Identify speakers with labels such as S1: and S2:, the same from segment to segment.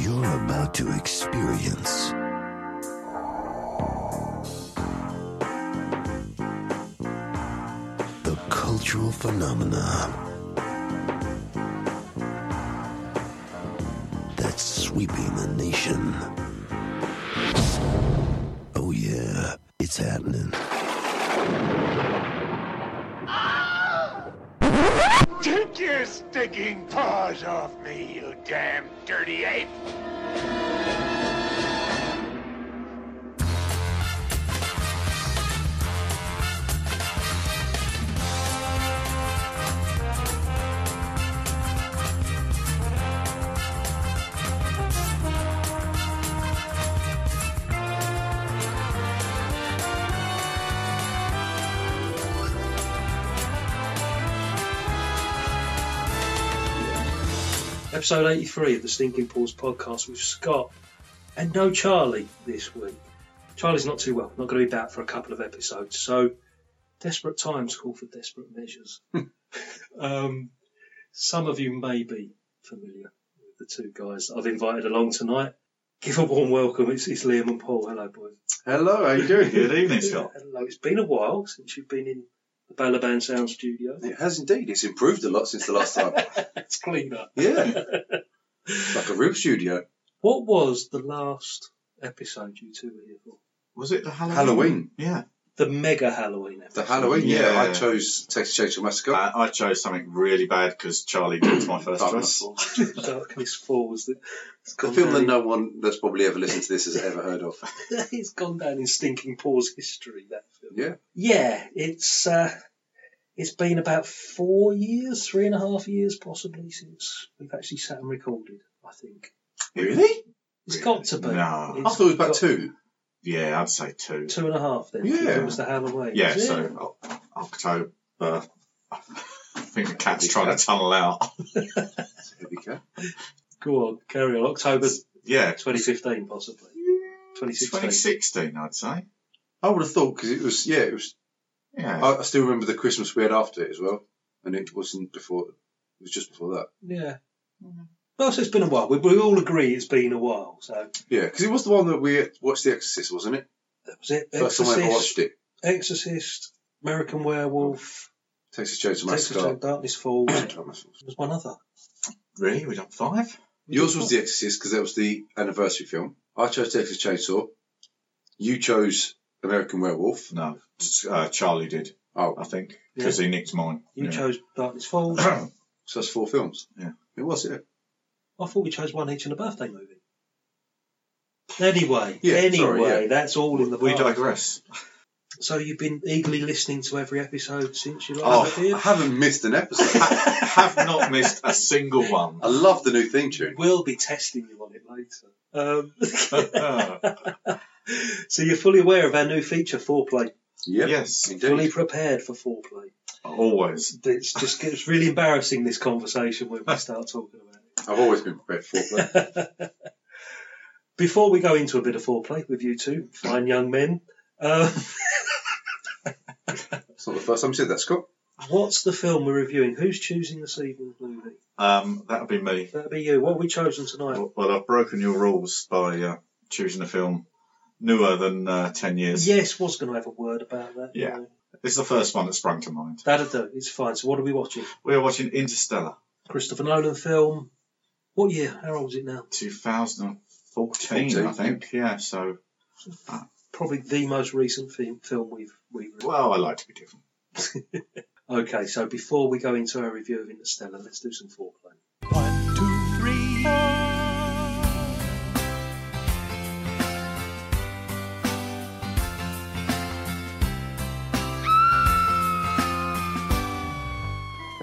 S1: You're about to experience the cultural phenomena that's sweeping the nation. Oh, yeah, it's happening.
S2: Take your stinking paws off me, you damn dirty ape!
S3: episode 83 of the Stinking Paws podcast with Scott and no Charlie this week. Charlie's not too well, not going to be back for a couple of episodes, so desperate times call for desperate measures. um, some of you may be familiar with the two guys I've invited along tonight. Give a warm welcome, it's, it's Liam and Paul. Hello, boys.
S4: Hello, how you doing? Good evening,
S3: Hello, it's been a while since you've been in the Balaban Sound Studio.
S4: It has indeed. It's improved a lot since the last time.
S3: it's cleaner.
S4: Yeah, it's like a room studio.
S3: What was the last episode you two were here for?
S5: Was it the Halloween?
S4: Halloween,
S5: Yeah.
S3: The mega Halloween episode.
S4: the Halloween. Yeah,
S5: Yeah.
S4: I chose Texas Chainsaw Massacre.
S5: I, I chose something really bad because Charlie was my first choice.
S3: Darkness Falls. That, it's
S4: the
S3: gone
S4: film that
S3: down
S4: no one that's probably ever listened to this has ever heard of.
S3: in- it's gone down in Stinking Paws history, that film.
S4: Yeah,
S3: Yeah, it's, uh, it's been about four years, three and a half years possibly, since we've actually sat and recorded, I think.
S5: Really?
S3: it's
S5: Really?
S3: got to be.
S5: No.
S4: I
S3: It's
S4: thought it was about
S3: got-
S4: two.
S5: Yeah, I'd say two.
S3: Two and a half then. 'cause
S4: Yeah.
S3: It was the Halloween.
S5: Yeah, so O- October. I think the cat's
S4: Big
S5: trying
S4: cat.
S5: to tunnel out.
S4: There we go.
S3: Go on, carry on. October
S5: Yeah.
S3: 2015 possibly. 2016.
S5: 2016, I'd say.
S4: I would have thought because it was yeah, it was.
S5: Yeah.
S4: I, I still remember the Christmas we had after it as well, and it wasn't before. It was just before that.
S3: Yeah.
S4: Mm-hmm.
S3: Well, so it's been a while. We, we all agree it's been a while. So
S4: Yeah, because it was the one that we watched The Exorcist, wasn't it?
S3: that was it.
S4: First time I ever
S3: Exorcist,
S4: watched it.
S3: Exorcist, American Werewolf,
S4: Texas Chainsaw
S3: Texas Chainsaw
S4: Massacre.
S3: Darkness Falls. There
S4: Massacre.
S3: was one other.
S5: really? We'd have five?
S4: Yours was The Exorcist because that was the anniversary film. I chose Texas Chainsaw. You chose American Werewolf.
S5: No. just, Uh, Charlie did,
S4: Oh,
S5: I think, because he nicked mine.
S3: You
S5: Yeah.
S3: chose Darkness Falls.
S4: so that's four films.
S5: Yeah.
S4: It was, yeah.
S3: I thought we chose one each in a birthday movie. Anyway,
S4: Yeah,
S3: anyway,
S4: sorry, yeah.
S3: that's all in the
S5: we
S3: past.
S5: digress.
S3: So you've been eagerly listening to every episode since you
S5: Oh,
S3: last
S4: I
S3: appeared.
S4: haven't missed an episode.
S5: have not missed a single one.
S4: I love the new theme tune.
S3: We'll be testing you on it later.
S4: Uh-huh.
S5: Uh,
S3: Um, so you're fully aware of our new feature, foreplay.
S4: Yep.
S5: Yes.
S3: Fully
S4: Indeed.
S3: prepared for foreplay.
S5: Always.
S3: It's just it's really embarrassing this conversation when we start talking about it.
S4: I've always been prepared for foreplay.
S3: Before we go into a bit of foreplay with you two fine young men, uh,
S4: It's not the first time you said that, Scott.
S3: what's the film we're reviewing? Who's choosing this evening's movie?
S5: Um, that would be me.
S3: That'd be you. What have we chosen tonight?
S5: Well, well, I've broken your rules by uh, choosing a film newer than uh, 10 years.
S3: Yes, was going to have a word about that. you
S5: Yeah.
S3: know.
S5: It's the first one that sprung to mind.
S3: That'll do. It's fine. So what are we watching?
S5: We are watching Interstellar
S3: Christopher Nolan film. What year? How old is it now?
S5: 2014, I
S4: 14,
S5: think. Yeah, so,
S3: Probably the most recent film, film we've we've.
S5: well, I like to be different.
S3: Okay, so before we go into our review of Interstellar, let's do some foreplay.
S6: One, two, three, four.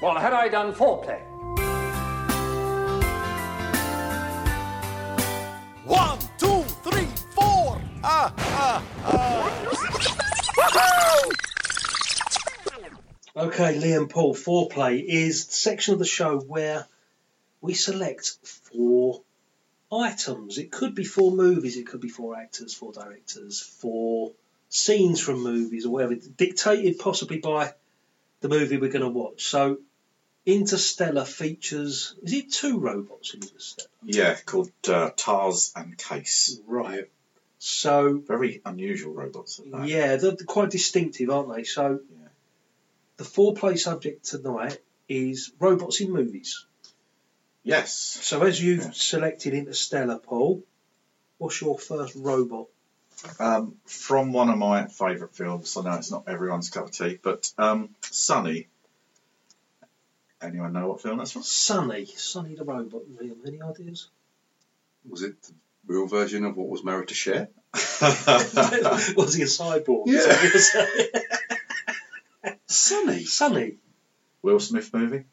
S7: Well, had I done foreplay?
S6: One, two, three, four. Ah, ah, ah.
S3: Okay, Liam Paul, foreplay is the section of the show where we select four items. It could be four movies, it could be four actors, four directors, four scenes from movies or whatever, dictated possibly by the movie we're going to watch. So Interstellar features. Is it two robots in Interstellar?
S5: Yeah, called uh, Tars and Case.
S3: Right. So
S5: Very unusual robots. at that.
S3: yeah, they're they're quite distinctive, aren't they? So
S5: Yeah.
S3: the four-play subject tonight is robots in movies.
S5: Yes.
S3: So as you've
S5: Yeah.
S3: selected Interstellar, Paul, what's your first robot?
S5: Um, from one of my favourite films. I know it's not everyone's cup of tea, but um, Sunny. Anyone know what film that's from?
S3: Sunny, Sunny the robot. Liam, any ideas?
S4: Was it the real version of what was married to Cher?
S3: was he a cyborg?
S4: Yeah.
S3: Is that what you're saying?
S4: Sunny.
S3: Sunny.
S5: Will Smith movie?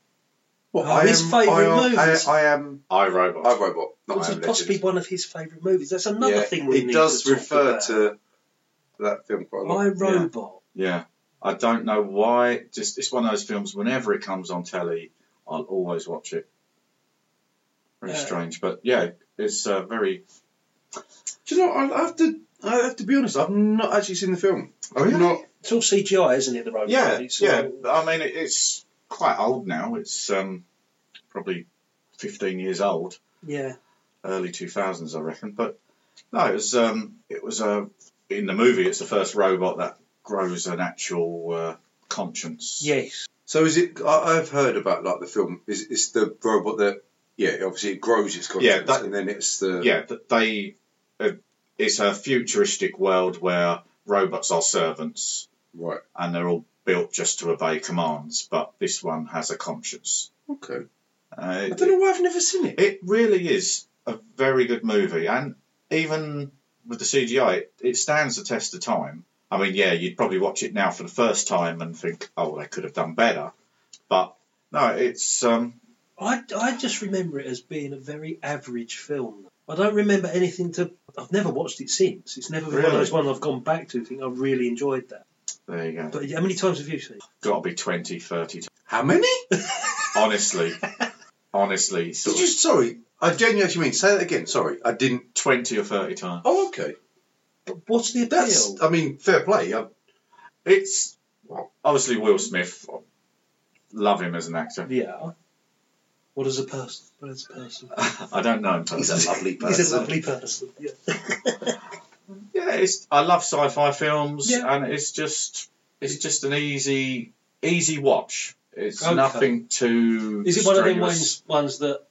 S4: What,
S3: Oh, his favourite
S4: I am,
S3: movies.
S4: I, I am.
S5: I Robot.
S4: I robot. Not
S3: Was
S4: I
S3: it
S4: am
S3: possibly
S4: Legend.
S3: one of his favourite movies? That's another
S4: Yeah,
S3: thing we
S4: It
S3: need
S4: does
S3: to talk
S4: refer
S3: about.
S4: to that film quite a lot.
S3: My Robot.
S5: Yeah. I don't know why. Just it's one of those films. Whenever it comes on telly, I'll always watch it. Very
S3: Yeah.
S5: strange, but yeah, it's uh, very.
S4: Do you know? I have to. I have to be honest. I've not actually seen the film.
S5: Oh,
S4: I've
S5: yeah?
S4: not.
S3: It's all CGI, isn't it? The robot.
S5: Yeah,
S3: It's
S5: yeah.
S3: all-
S5: I mean, it, it's quite old now. It's um, probably fifteen years old.
S3: yeah.
S5: early 2000s, I reckon. But no, it was um, it was uh, in the movie. It's the first robot that grows an actual uh, conscience.
S3: Yes.
S4: So is it? I, I've heard about like the film. Is it's the robot that? Yeah, obviously it grows its conscience,
S5: Yeah, that-
S4: and then it's the.
S5: yeah. th- They uh, it's a futuristic world where robots are servants
S4: Right.
S5: and they're all built just to obey commands. But this one has a conscience.
S4: Okay.
S5: Uh,
S4: I don't know why I've never seen it.
S5: It really is a very good movie, and even with the CGI, it, it stands the test of time. I mean, yeah, you'd probably watch it now for the first time and think, "Oh, they could have done better," but no, it's um,
S3: I, I just remember it as being a very average film. I don't remember anything to. I've never watched it since. It's never been one of
S5: Really?
S3: those ones I've gone back to and think I really enjoyed that.
S5: there you go.
S3: But how many times have you seen? it?
S5: Got to be 20, 30
S4: How many?
S5: Honestly, honestly, sort
S4: Did
S5: of
S4: you? Sorry, I genuinely actually mean. Say that again. Sorry, I didn't.
S5: twenty or thirty times.
S4: Oh, okay.
S3: But what's the appeal?
S4: That's. I mean, fair play. I,
S5: It's obviously Will Smith. Love him as an actor.
S3: yeah. What is a person? What is a person?
S5: I don't know him personally.
S4: lovely
S3: He's a lovely person. Yeah.
S5: Yeah, it's I love sci-fi films,
S3: Yeah.
S5: and it's just it's just an easy easy watch. It's
S3: Okay.
S5: nothing too.
S3: Is it one of them
S5: strenuous.
S3: ones, ones that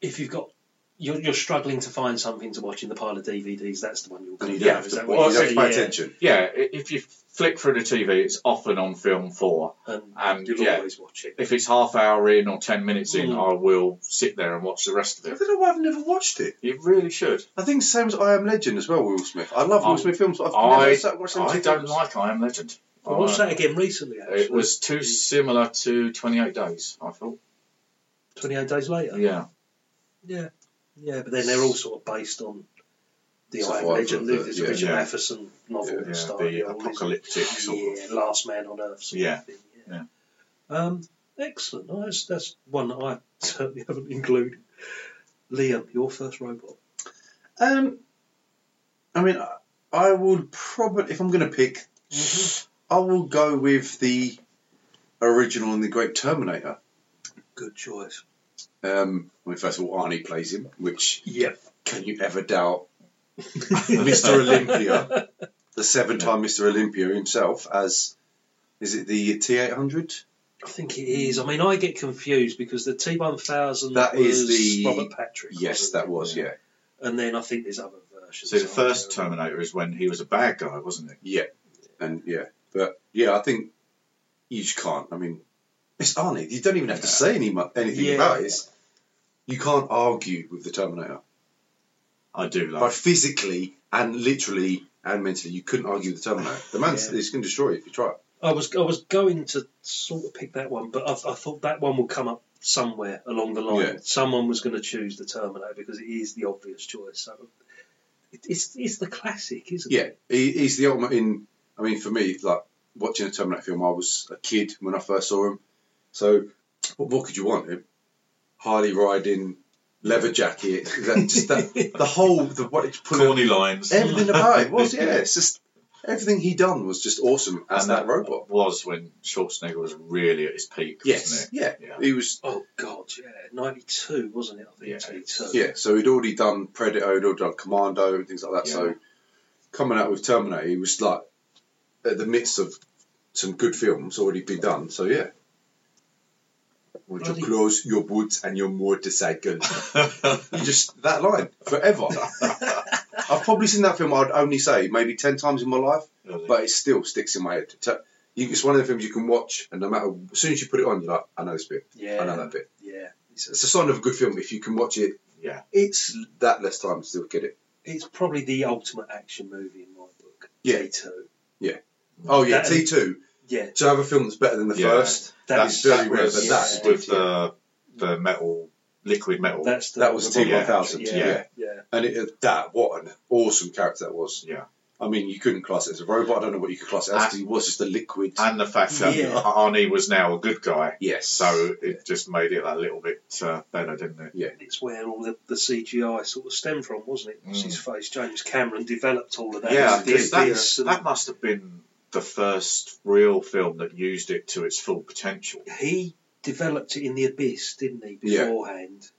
S3: if you've got you're, you're struggling to find something to watch in the pile of DVDs, that's the one you'll
S4: And you don't
S5: Yeah,
S4: have
S3: is
S4: to,
S3: that
S4: you
S3: what
S5: well,
S4: don't
S3: you're
S4: have
S3: saying?
S4: to pay
S3: Yeah.
S4: attention.
S5: Yeah, i- if you flick through the TV, it's often on film four.
S3: And,
S5: And,
S3: you'll
S5: yeah.
S3: always watch it.
S5: If it's half hour in or ten minutes in,
S3: Mm.
S5: I will sit there and watch the rest of
S4: I
S5: it.
S4: don't know why I've never watched it.
S5: You really should.
S4: I think same as I Am Legend as well, Will Smith. I love
S5: I-
S4: Will Smith films. but I've
S5: I,
S4: never sat- watched them
S5: I
S4: two
S5: don't
S4: films.
S5: like I Am Legend.
S3: I watched
S5: Uh,
S3: that again recently. Actually.
S5: It was too similar to Twenty Eight Days. I thought.
S3: 28 days later.
S5: Yeah.
S3: Yeah, yeah, but then they're all sort of based on the Iron
S4: Survival
S3: Legend,
S4: of the-
S3: this
S4: yeah.
S3: Richard
S5: Yeah.
S3: Matheson novel
S4: Yeah,
S3: that
S5: yeah,
S3: started
S5: the
S3: it all, isn't it?
S5: apocalyptic sort
S3: yeah,
S5: of-
S3: Last Man on Earth sort
S5: Yeah,
S3: of thing. Yeah. Um, excellent. Oh, that's that's one that I certainly haven't included. Liam, your first robot.
S4: Um, I mean, I- I would probably, if I'm going to pick, I will go with the original and the Great Terminator.
S3: Good choice.
S4: Um, I mean, first of all, Arnie plays him, which
S3: Yep.
S4: can you ever doubt? Mr. Olympia, the seven-time Mr. Olympia himself, as is it the T800?
S3: I think it is. I mean, I get confused because the T1000
S4: That
S3: was
S4: is the-
S3: Robert Patrick.
S4: Yes,
S3: wasn't
S4: that was yeah,
S3: it? And then I think there's other versions.
S5: So the first
S3: time.
S5: Terminator is when he was a bad guy, wasn't it?
S4: yeah, and yeah, but yeah, I think you just can't. I mean, it's Arnie. You don't even have to say any mu- anything
S3: Yeah.
S4: about it. It's- you can't argue with the Terminator,
S5: I do
S4: but
S5: love.
S4: physically and literally and mentally, you couldn't argue with the Terminator. The man's
S3: Yeah.
S4: he's going to destroy you if you try. it.
S3: I was I was going to sort of pick that one, but I, I thought that one would come up somewhere along the line.
S4: Yeah.
S3: Someone was going to choose the Terminator because it is the obvious choice. So it, it's it's the classic, isn't
S4: Yeah,
S3: it?
S4: he, he's the ultimate in. I mean, for me, like watching a Terminator film, I was a kid when I first saw him. So, what more could you want? Him Harley riding, leather jacket, that, just that, the whole the what it's pulling
S5: Corny lines.
S4: everything about it was yeah. It's just Everything he done was just awesome as
S5: and
S4: that, robot.
S5: was when Schwarzenegger was really at his peak,
S4: Yes,
S5: wasn't it?
S4: yeah.
S5: Yeah.
S4: He was.
S3: Oh God, yeah, ninety two wasn't it? I think
S5: Yeah.
S3: ninety two.
S4: Yeah, so he'd already done Predator, he'd already done Commando and things like that. So coming out with Terminator, he was like at the midst of some good films already been done. So yeah. With your
S3: Bloody-
S4: clothes, your boots, and your motorcycle. You just that line forever. I've probably seen that film. I'd only say maybe ten times in my life,
S5: Really.
S4: but it still sticks in my head. T- you- It's one of the films you can watch, and no matter as soon as you put it on, you're like, I know this bit,
S3: yeah,
S4: I know that bit.
S3: yeah. It's,
S4: It's a sign of a good film if you can watch it.
S5: Yeah.
S4: it's that less time to still get it.
S3: it's probably the ultimate action movie in my book.
S4: Yeah.
S3: T two.
S4: Oh yeah,
S3: That-
S4: T two
S3: Yeah,
S4: to have a film that's better than the
S5: Yeah.
S4: first.
S3: that
S4: That's
S3: is
S4: very
S5: that
S4: rare,
S5: was
S4: but that
S3: yeah.
S5: with the the metal, liquid metal.
S3: that's the,
S4: That was T one thousand.
S3: Yeah,
S4: Yeah.
S3: yeah.
S4: and it, that what an awesome character that was.
S5: Yeah.
S4: I mean, you couldn't class it as a robot. I don't know what you could class it as. 'cause he was just a liquid.
S5: and the fact that
S3: Yeah.
S5: Arnie was now a good guy,
S4: yes.
S5: so it just made it a little bit uh, better, didn't it?
S3: It's where all the, the CGI sort of stemmed from, wasn't it? Was
S5: Mm.
S3: his face? James Cameron developed all of that.
S5: yeah,
S3: He did
S5: because that,
S3: this and-
S5: that must have been the first real film that used it to its full potential.
S3: he developed it in the abyss, didn't he,
S4: Yeah.
S3: beforehand?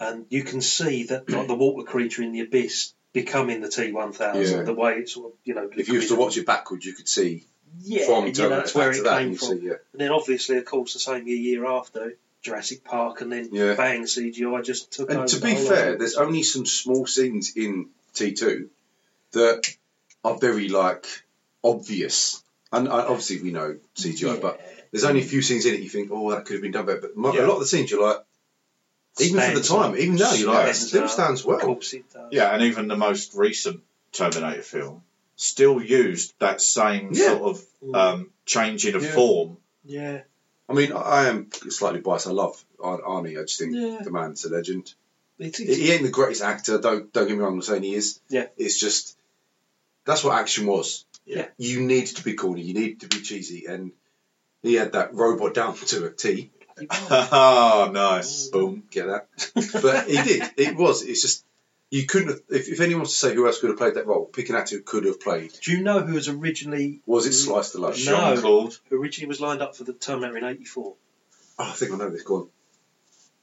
S3: And you can see that like, the water creature in the abyss becoming the T one
S4: Yeah.
S3: thousand, the way it's sort of you know.
S4: if you used to
S3: liquid.
S4: watch it backwards, you could see
S3: yeah,
S4: from
S3: you know,
S4: Terminator
S3: that's where
S4: back
S3: it
S4: to that.
S3: came
S4: you
S3: from.
S4: see, yeah.
S3: And then obviously, of course, the same year, year after Jurassic Park, and then
S4: Yeah.
S3: bang, CGI just took over.
S4: And to
S3: the
S4: be
S3: whole
S4: fair,
S3: lot.
S4: there's only some small scenes in T2 that are very like obvious. And uh, obviously we know CGI, but there's only a few scenes in it you think, oh, that could have been done better. But mo-
S5: Yeah.
S4: a lot of the scenes you're like, even for the
S3: Stands
S4: time, even now you're like, it
S3: Stands
S4: still
S3: out.
S4: stands
S3: Of
S4: well.
S3: course it does.
S5: Yeah, and even the most recent Terminator film still used that same
S4: Yeah.
S5: sort of
S4: uh,
S5: um, changing of
S4: Yeah.
S5: form.
S3: Mm. yeah,
S4: I mean, I I am slightly biased. I love Ar- Arnie. I just think
S3: Yeah.
S4: the man's a legend.
S3: It
S4: He
S3: is.
S4: he ain't the greatest actor. Don't don't get me wrong. I'm saying he is.
S3: Yeah.
S4: It's just that's what action was.
S3: Yeah.
S4: You need to be corny. You need to be cheesy, and he had that robot down to a T.
S5: oh, nice.
S4: Boom. Get that? But he did. It was. It's just you couldn't. Have, if if anyone was to say who else could have played that role, pick an actor who could have played.
S3: Do you know who was originally
S4: Was it Sliced Oh, Alone?
S3: Mm, No.
S5: Jean Claude.
S3: who originally was lined up for the Terminator in '84?
S4: Oh, I think I know this. Go on.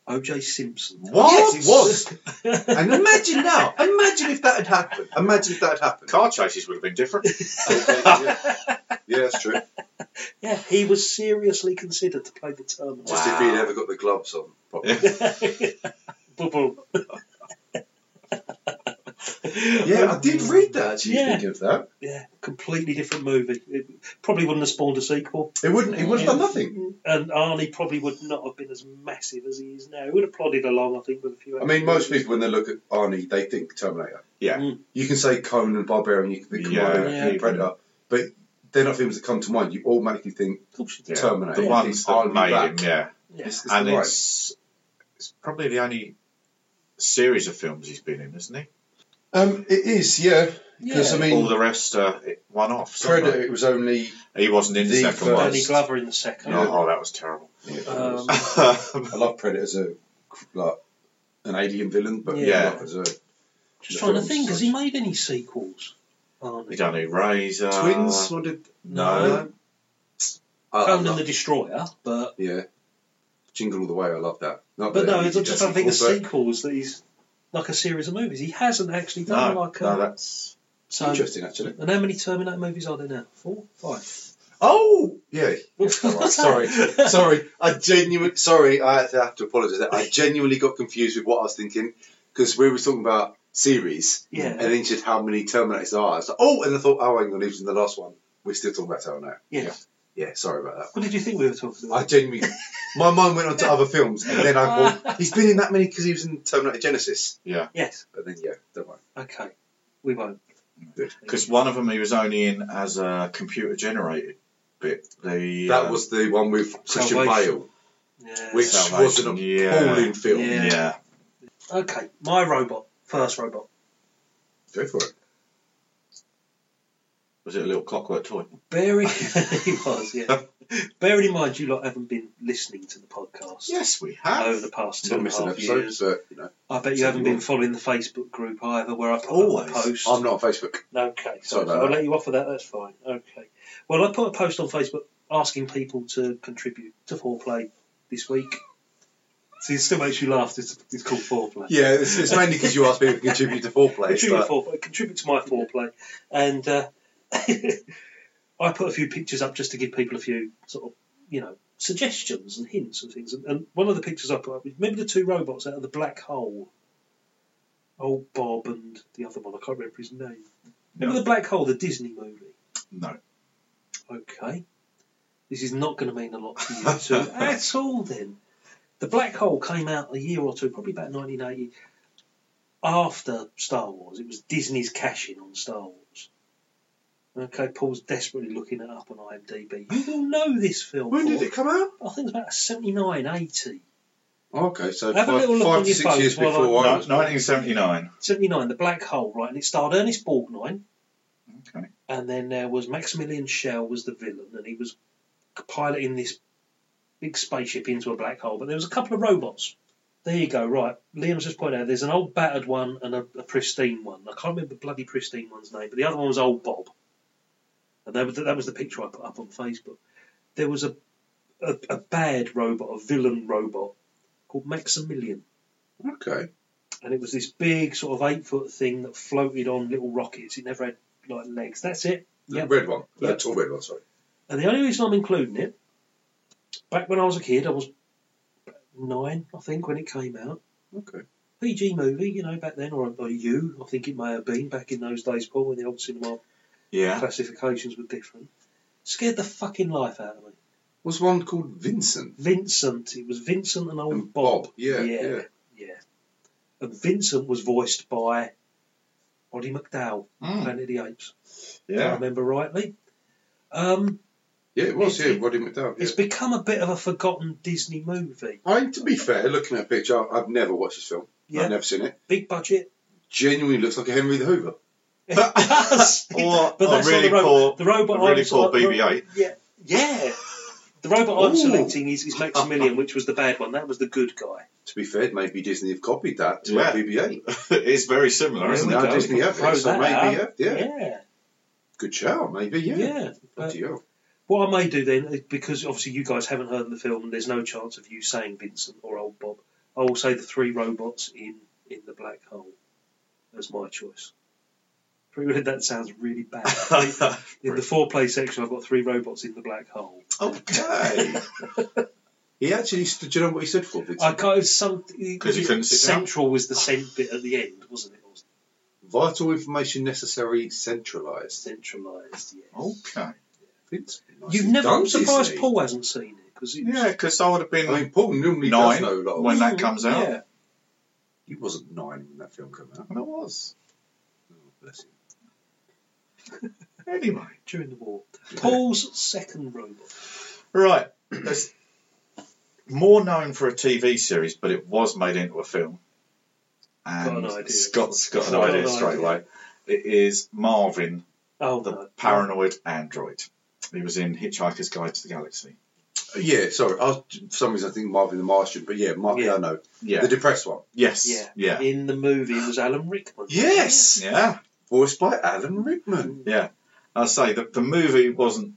S3: O.J. Simpson.
S5: What?
S4: Yes, it was. and imagine now. Imagine if that had happened. Imagine if that had happened.
S5: Car chases would have been different.
S4: yeah, that's true.
S3: Yeah, he was seriously considered to play the Terminator.
S4: Just if he'd ever got the gloves on. Probably.
S5: Yeah.
S3: Bubble.
S4: Yeah, I did read that. Actually,
S3: Yeah.
S4: thinking of that,
S3: Yeah, completely different movie. It probably wouldn't have spawned a sequel.
S4: it wouldn't. It would have done nothing.
S3: And Arnie probably would not have been as massive as he is now. He would have plodded along, I think, with a few.
S4: I mean, most people when they look at Arnie, they think Terminator.
S5: Yeah.
S3: Mm.
S4: You can say Conan, Barbarian, you can think Commando,
S3: Yeah.
S4: you can think Predator, but they're not films that come to mind. You automatically think
S3: Of course you
S5: Yeah.
S3: do.
S4: Terminator.
S5: The
S4: you
S5: ones
S4: think
S5: that
S4: Arnie
S5: made
S4: back.
S5: him, yeah.
S3: Yeah.
S4: It's, it's
S5: and
S4: the right.
S5: it's, it's probably the only series of films he's been in, isn't he?
S4: Um, it is, yeah. Because I
S5: All
S4: mean,
S5: the rest are eh, one offs.
S4: Predator. It was only
S5: He wasn't in the,
S4: The
S5: second
S4: first-
S5: one.
S3: Danny Glover in the second.
S5: No, Oh, that was terrible.
S3: Um,
S4: I love Predator as a like an alien villain, but
S5: Yeah.
S4: like, as a
S3: just trying to think, has he made any sequels? Arnie?
S5: he done Eraser.
S4: twins? What did
S5: Uh, No.
S4: I, I
S3: Conan
S4: love-
S3: the Destroyer, but
S4: Yeah. Jingle All the Way, I love that. Not
S3: but
S4: that
S3: no,
S4: it
S3: it's
S4: needed
S3: just
S4: a
S3: I think the
S4: sequel,
S3: sequels that he's like a series of movies. He hasn't actually
S5: No,
S3: done like a,
S5: no, that's
S4: but
S3: so.
S4: Interesting, actually.
S3: And how many Terminator movies are there now? Four, five.
S4: Oh! Yeah. yeah, all right, sorry. sorry. I genuinely. Sorry, I have to- have to apologise. I genuinely got confused with what I was thinking because we were talking about series
S3: Yeah.
S4: and then just how many Terminators there are. I was like, oh! And I thought, oh, hang on, he was in the last one. We're still talking about Terminator.
S3: Yeah.
S4: Yeah, sorry about that.
S3: What did you think we were talking
S4: I
S3: about?
S4: genuinely. my mind went on to other films and then I thought, he's been in that many because he was in Terminator Genesis.
S3: yes.
S4: But then, yeah, don't worry.
S3: Okay. We won't.
S5: because one of them he was only in as a computer generated bit. The
S4: That
S5: uh,
S4: was the one with Christian
S3: Salvation.
S4: Bale.
S3: Yeah.
S4: which
S5: Salvation,
S4: was an
S5: yeah.
S4: appalling film.
S3: Yeah.
S5: yeah.
S3: Okay. My robot. First robot.
S4: Go for it.
S5: Was it a little clockwork toy?
S3: Bearing he was, yeah. Bearing in mind, you lot haven't been listening to the podcast
S5: Yes, we
S3: over
S5: have.
S3: the past two
S4: Not
S3: and a
S4: missing
S3: half
S4: episodes,
S3: years.
S4: but you know,
S3: I bet you haven't
S4: Certainly
S3: been following the Facebook group either, where I put
S5: Always.
S3: up a post.
S4: I'm not on Facebook.
S3: Okay,
S4: Sorry
S3: so
S4: about
S3: I'll
S4: that.
S3: let you off of that. That's fine. Okay. Well, I put a post on Facebook asking people to contribute to foreplay this week. So it still makes you laugh. It's, it's called foreplay.
S4: Yeah, it's, it's mainly because you asked me to contribute to foreplay. It's uh,
S3: contribute,
S4: like,
S3: foreplay, contribute to my foreplay, and uh, I put a few pictures up just to give people a few sort of you know suggestions and hints and things. And, and one of the pictures I put up was remember the two robots out of the black hole. Old Bob and the other one, I can't remember his name. Remember
S5: No.
S3: the black hole, the Disney movie.
S5: No.
S3: Okay. This is not going to mean a lot to you two at all then. The Black Hole came out a year or two, probably about 1980, after Star Wars. It was Disney's cash in on Star Wars. Okay, Paul's desperately looking it up on IMDb. You will know this film.
S4: when did
S3: Paul.
S4: it come out?
S3: I think it's about 79, 80.
S4: Oh, okay, so
S3: Have a
S4: five,
S3: little look on
S4: five to
S3: your
S4: six
S3: phones
S4: years
S3: while
S4: before
S5: No,
S4: I was.
S5: 1979.
S3: 79, The Black Hole, right? And it starred Ernest Borgnine.
S5: Okay.
S3: and then there was Maximilian Schell was the villain, and he was piloting this big spaceship into a black hole. But there was a couple of robots. There you go. Right, Liam's just pointed out there's an old battered one and a, a pristine one. I can't remember the bloody pristine one's name, but the other one was old Bob, and that was that was the picture I put up on Facebook. There was a a, a bad robot, a villain robot called Maximilian
S4: Okay.
S3: and it was this big sort of eight foot thing that floated on little rockets. It never had like legs. That's it.
S4: The
S3: Yep.
S4: red one. The
S3: Yep.
S4: tall red one, sorry.
S3: And the only reason I'm including it, back when I was a kid, I was nine, I think, when it came out.
S4: Okay.
S3: PG movie, you know, back then, or, or you, I think it may have been back in those days, Paul, when the old cinema
S5: Yeah.
S3: classifications were different. Scared the fucking life out of me.
S4: Was one called Vincent?
S3: Vincent, it was Vincent and old
S4: And
S3: Bob.
S4: Bob, yeah, yeah.
S3: yeah. And Vincent was voiced by Roddy McDowell,
S5: Mm.
S3: Planet of the Apes. if I
S5: Yeah.
S3: remember rightly. Um,
S4: Yeah, it was,
S3: It's-
S4: yeah, Roddy McDowell. Yeah.
S3: It's become a bit of a forgotten Disney movie.
S4: I mean, to be fair, looking at the picture, I- I've never watched this film.
S3: Yeah,
S4: I've never seen it.
S3: big budget.
S4: Genuinely looks like a Henry the Hoover.
S3: It does.
S5: Or
S3: but
S5: a
S3: that's
S5: really
S3: not the
S5: poor,
S3: robot. The robot.
S5: a really
S3: I'm
S5: poor
S3: sort of-
S5: BB-8.
S3: Yeah, yeah. The robot I'm
S4: Ooh.
S3: selecting is, is Maximilian, which was the bad one. That was the good guy.
S4: To be fair, maybe Disney have copied that to
S5: Yeah.
S4: a BB-8.
S5: it's very similar,
S4: There
S5: isn't
S4: we
S5: it?
S4: go. Disney have it,
S3: Throw
S4: so
S3: that
S4: maybe,
S3: out.
S4: yeah, yeah.
S3: yeah,
S4: Good shout, maybe, yeah.
S3: yeah. But
S4: Bloody hell.
S3: What I may do then, is- because obviously you guys haven't heard of the film, and there's no chance of you saying Vincent or Old Bob. I will say the three robots in in the black hole as my choice. Really, That sounds really bad. in the foreplay section, I've got three robots in the black hole.
S4: Okay. he actually stood, do you know what he stood for, Vincent?
S3: I can't. It's some
S5: 'Cause you couldn't sit down?
S3: Central was the scent bit at the end, wasn't it? Or
S4: Vital information necessary centralised.
S3: centralised. Yes.
S5: Okay.
S4: Vincent, nicely
S3: You've never.
S4: done,
S3: I'm surprised
S4: Disney.
S3: Paul hasn't seen it because
S5: Yeah, because I would have been
S4: I mean, Paul normally does
S5: nine
S4: know a lot. of-
S5: when that comes out.
S3: Yeah.
S4: He wasn't nine when that film came out.
S5: And it was.
S4: Oh, bless him.
S5: Anyway.
S3: during the war. Paul's second robot.
S5: Right. It's more known for a TV series, but it was made into a film. And
S3: Got an idea.
S5: Scott's got an
S3: Got an
S5: idea
S3: idea.
S5: straight away. It is Marvin,
S3: Oh
S5: the
S3: no.
S5: paranoid android. He was in Hitchhiker's Guide to the Galaxy.
S4: Uh, Yeah, sorry. I was, for some reason, I think Marvin the Martian, but yeah, Marvin,
S3: Yeah.
S4: I know.
S5: Yeah.
S4: The depressed one.
S5: yes.
S3: Yeah.
S5: Yeah.
S3: In the movie, it was Alan Rickman.
S4: Yes!
S5: Yeah.
S4: Voiced by Alan Rickman.
S5: I say that the movie wasn't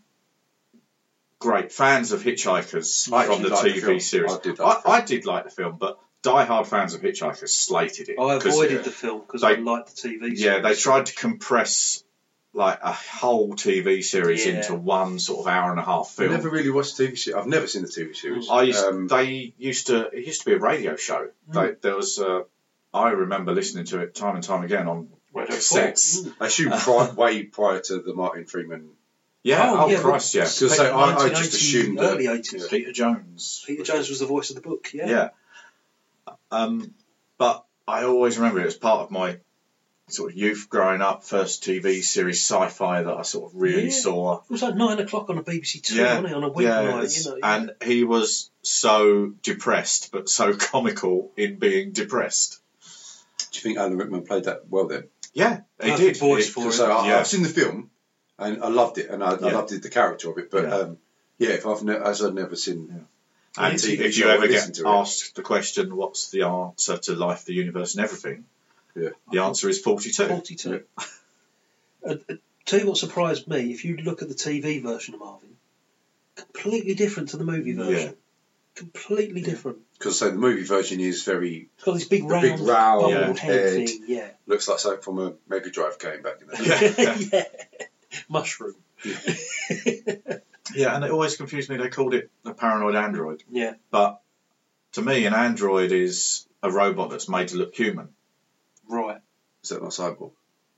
S5: great. Fans of Hitchhikers
S4: I
S5: from
S4: actually
S5: the
S4: liked the
S5: TV
S4: film.
S5: series.
S4: I did like
S5: I,
S4: the film.
S5: I did like the film, but die-hard fans of Hitchhikers slated it.
S3: I
S5: 'cause-
S3: avoided the film because I
S5: They-
S3: liked the TV. series.
S5: Yeah, they tried to compress like a whole TV series
S3: Yeah.
S5: into one sort of hour and a half
S4: I
S5: film.
S4: never really watched TV series. I've never seen the TV series.
S5: I used,
S4: Um, Hmm.
S5: they used to it used to be a radio show. They, there was uh, I remember listening to it time and time again on
S3: Radio Four.
S5: sets.
S3: Mm.
S4: I assume pri- way prior to the Martin Freeman.
S5: Yeah,
S3: Oh,
S5: oh,
S3: yeah,
S5: Christ, yeah.
S4: So, so I, I just
S3: 1980s,
S4: assumed
S3: early
S4: that.
S3: 80s.
S5: Peter Jones.
S3: Peter Jones was the voice of the book. Yeah.
S5: Yeah. Um, but I always remember it as part of my sort of youth growing up, first TV series sci-fi that I sort of really
S3: Yeah.
S5: saw.
S3: It was like nine o'clock on a BBC Two,
S5: Yeah,
S3: wasn't it? On a
S5: Yeah,
S3: weeknight,
S5: it's-
S3: you know.
S5: and he was so depressed, but so comical in being depressed.
S4: Do you think Alan Rickman played that well then?
S5: Yeah, he
S3: Perfect
S5: did.
S3: voice
S5: He-
S3: for it.
S4: So I,
S5: Yeah.
S4: I've seen the film. and I loved it, and I, I
S5: Yeah.
S4: loved it, the character of it. But yeah,
S5: Yeah.
S4: um, yeah if I've ne- as I've never seen,
S5: And
S4: TV
S5: if
S4: show,
S5: you ever
S4: listen
S5: get
S4: to it.
S5: asked the question, what's the answer to life, the universe, and everything?
S4: Yeah.
S5: The answer is 42.
S3: 42. Uh, uh, tell you what surprised me, if you look at the TV version of Marvin, completely different to the movie version. Completely different.
S4: because so the movie version is very
S3: It's got this big
S4: The
S3: round,
S4: big round
S3: bald
S4: head.
S3: head thing. Yeah.
S4: looks like something from a Mega Drive game back in the day.
S5: Yeah.
S3: yeah. Mushroom.
S5: Yeah, and it always confused me. They called it a paranoid android.
S3: Yeah.
S5: But to me, an android is a robot that's made to look human.
S3: Right.
S4: Is that not Cyborg?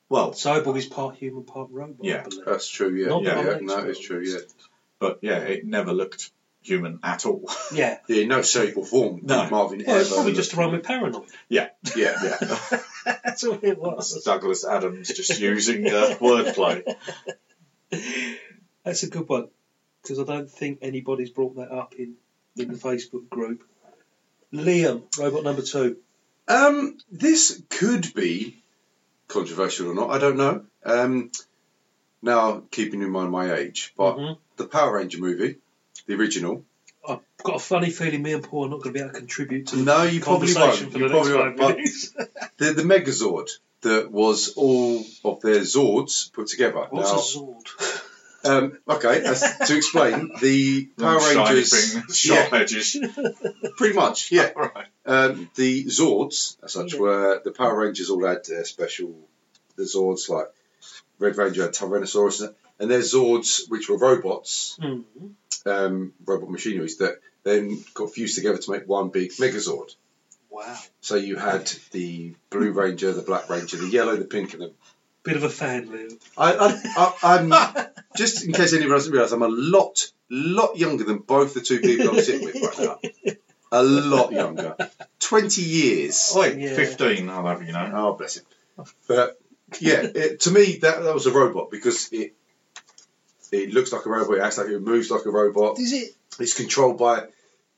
S5: Well,
S3: Cyborg is part human, part robot.
S5: Yeah.
S3: I believe.
S4: That's true. Yeah,
S3: Not
S4: yeah,
S5: that
S4: yeah.
S3: I'm
S4: no,
S3: expert
S4: it's true.
S3: on
S4: Yeah,
S5: but yeah, it never looked human at all.
S3: yeah.
S4: yeah, in no shape or form.
S5: No.
S4: did Marvin
S3: Well, it's
S4: ever
S3: probably
S4: look-
S3: just to run with paranoid.
S4: yeah, yeah.
S3: That's all it
S5: That's
S3: was.
S5: Douglas Adams just using uh, wordplay.
S3: That's a good one because I don't think anybody's brought that up in, in the Facebook group. Liam, robot number two.
S4: Um, this could be controversial or not. I don't know. Um, now keeping in mind my age, but
S3: Mhm.
S4: the Power Ranger movie, the original.
S3: I've got a funny feeling me and Paul are not going to be able to contribute to the
S4: No, you probably
S3: conversation
S4: won't.
S3: for
S4: You
S3: the
S4: probably
S3: next
S4: won't.
S3: five
S4: But
S3: minutes.
S4: the, the Megazord that was all of their Zords put together.
S3: What's
S4: now,
S3: a Zord?
S4: um, okay, that's, to explain the Power
S5: Shiny
S4: Rangers,
S5: thing, sharp edges.
S4: pretty much, yeah.
S5: Right.
S4: Um, the Zords, as such,
S3: Yeah.
S4: were the Power Rangers all had their special the Zords, like Red Ranger had Tyrannosaurus, and their Zords, which were robots,
S3: Mhm.
S4: um, robot machineries that then got fused together to make one big Megazord.
S3: Wow.
S4: So you had the Blue Ranger, the Black Ranger, the Yellow, the Pink, and the
S3: Bit of a fan, Liam.
S4: I, I, I, I'm just in case anyone doesn't realise, I'm a lot, lot younger than both the two people I'm sitting with right now. A lot younger, twenty years.
S5: Oh, Wait,
S3: Oh, Yeah.
S5: 15, I'll have you know.
S4: Oh, bless him. But yeah, it, to me that that was a robot because it it looks like a robot, it acts like it moves like a robot,
S3: Is it?
S4: it's controlled by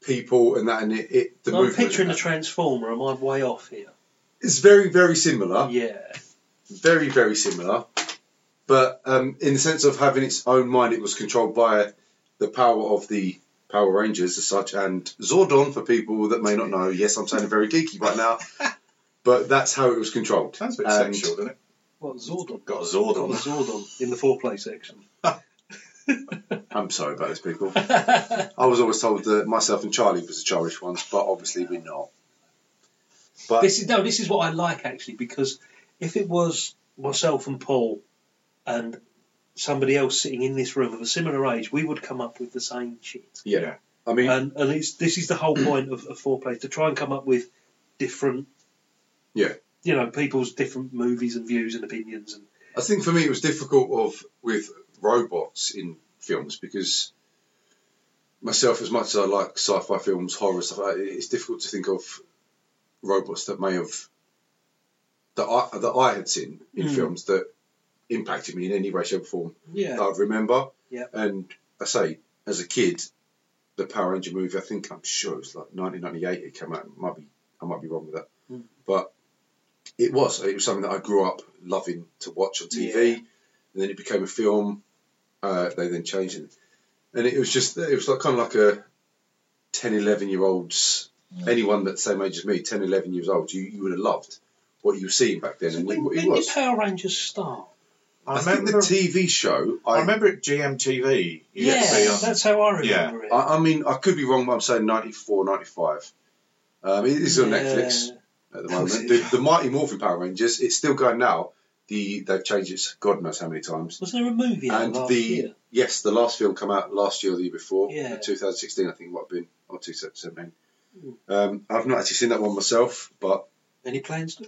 S4: people and that, and it, it the
S3: I'm
S4: movement.
S3: picturing the Transformer. Am I way off here?
S4: it's very, very similar.
S3: Yeah.
S4: very, very similar, but um, in the sense of having its own mind, it was controlled by the power of the Power Rangers as such, and Zordon, for people that may not know, yes, I'm sounding very geeky right now, but that's how it was controlled.
S5: Sounds a bit
S4: And
S5: sexual, doesn't it?
S3: What, Zordon?
S5: Got a
S3: Got
S5: Zord
S3: a
S5: on.
S3: Zordon in the foreplay section.
S4: I'm sorry about this, people. I was always told that myself and Charlie was the childish ones, but obviously we're not. But
S3: This is no. This is what I like actually because if it was myself and Paul and somebody else sitting in this room of a similar age, we would come up with the same shit.
S4: yeah,
S5: Yeah.
S4: I mean,
S3: And and it's, this is the whole point of, of foreplay to try and come up with different.
S4: Yeah.
S3: You know, people's different movies and views and opinions and
S4: I think for me it was difficult of with robots in films because myself, as much as I like sci-fi films, horror stuff, like that, it's difficult to think of robots that may have that I that I had seen in
S3: Mm.
S4: films that impacted me in any way, shape, or form
S3: yeah.
S4: that I remember.
S3: Yeah.
S4: And I say, as a kid, the Power Ranger movie, I think I'm sure it was like 1998. It came out. Might be I might be wrong with that,
S3: Mm.
S4: but it was it was something that I grew up loving to watch on TV.
S3: Yeah.
S4: And then it became a film. Uh, they then changed it, and it was just it was like kind of like a 10, 11 year olds. Anyone that's same age as me, 10, 11 years old, you, you would have loved what you were seeing back then. and
S3: when
S4: it, it
S3: when did
S4: was.
S3: Power Rangers start?
S5: I,
S4: I think the
S5: remember,
S4: TV show.
S5: I remember it GMTV. You
S3: Yeah,
S5: get to be on-
S3: that's how I
S5: Yeah.
S3: remember it.
S4: I, I mean, I could be wrong, but I'm saying 94, 95. Um, it is on
S3: Yeah.
S4: Netflix at the
S3: Of
S4: moment.
S3: course it
S4: The, the Mighty Morphin Power Rangers, it's still going now. The They've changed it God knows how many times.
S3: Was there a movie out
S4: and
S3: last
S4: the,
S3: year?
S4: yes, the last film come out last year or the year before, Uh,
S3: Yeah. Hmm.
S4: 2016, I think it might have been, or 2017. Um, I've not actually seen that one myself, but
S3: Any plans? to-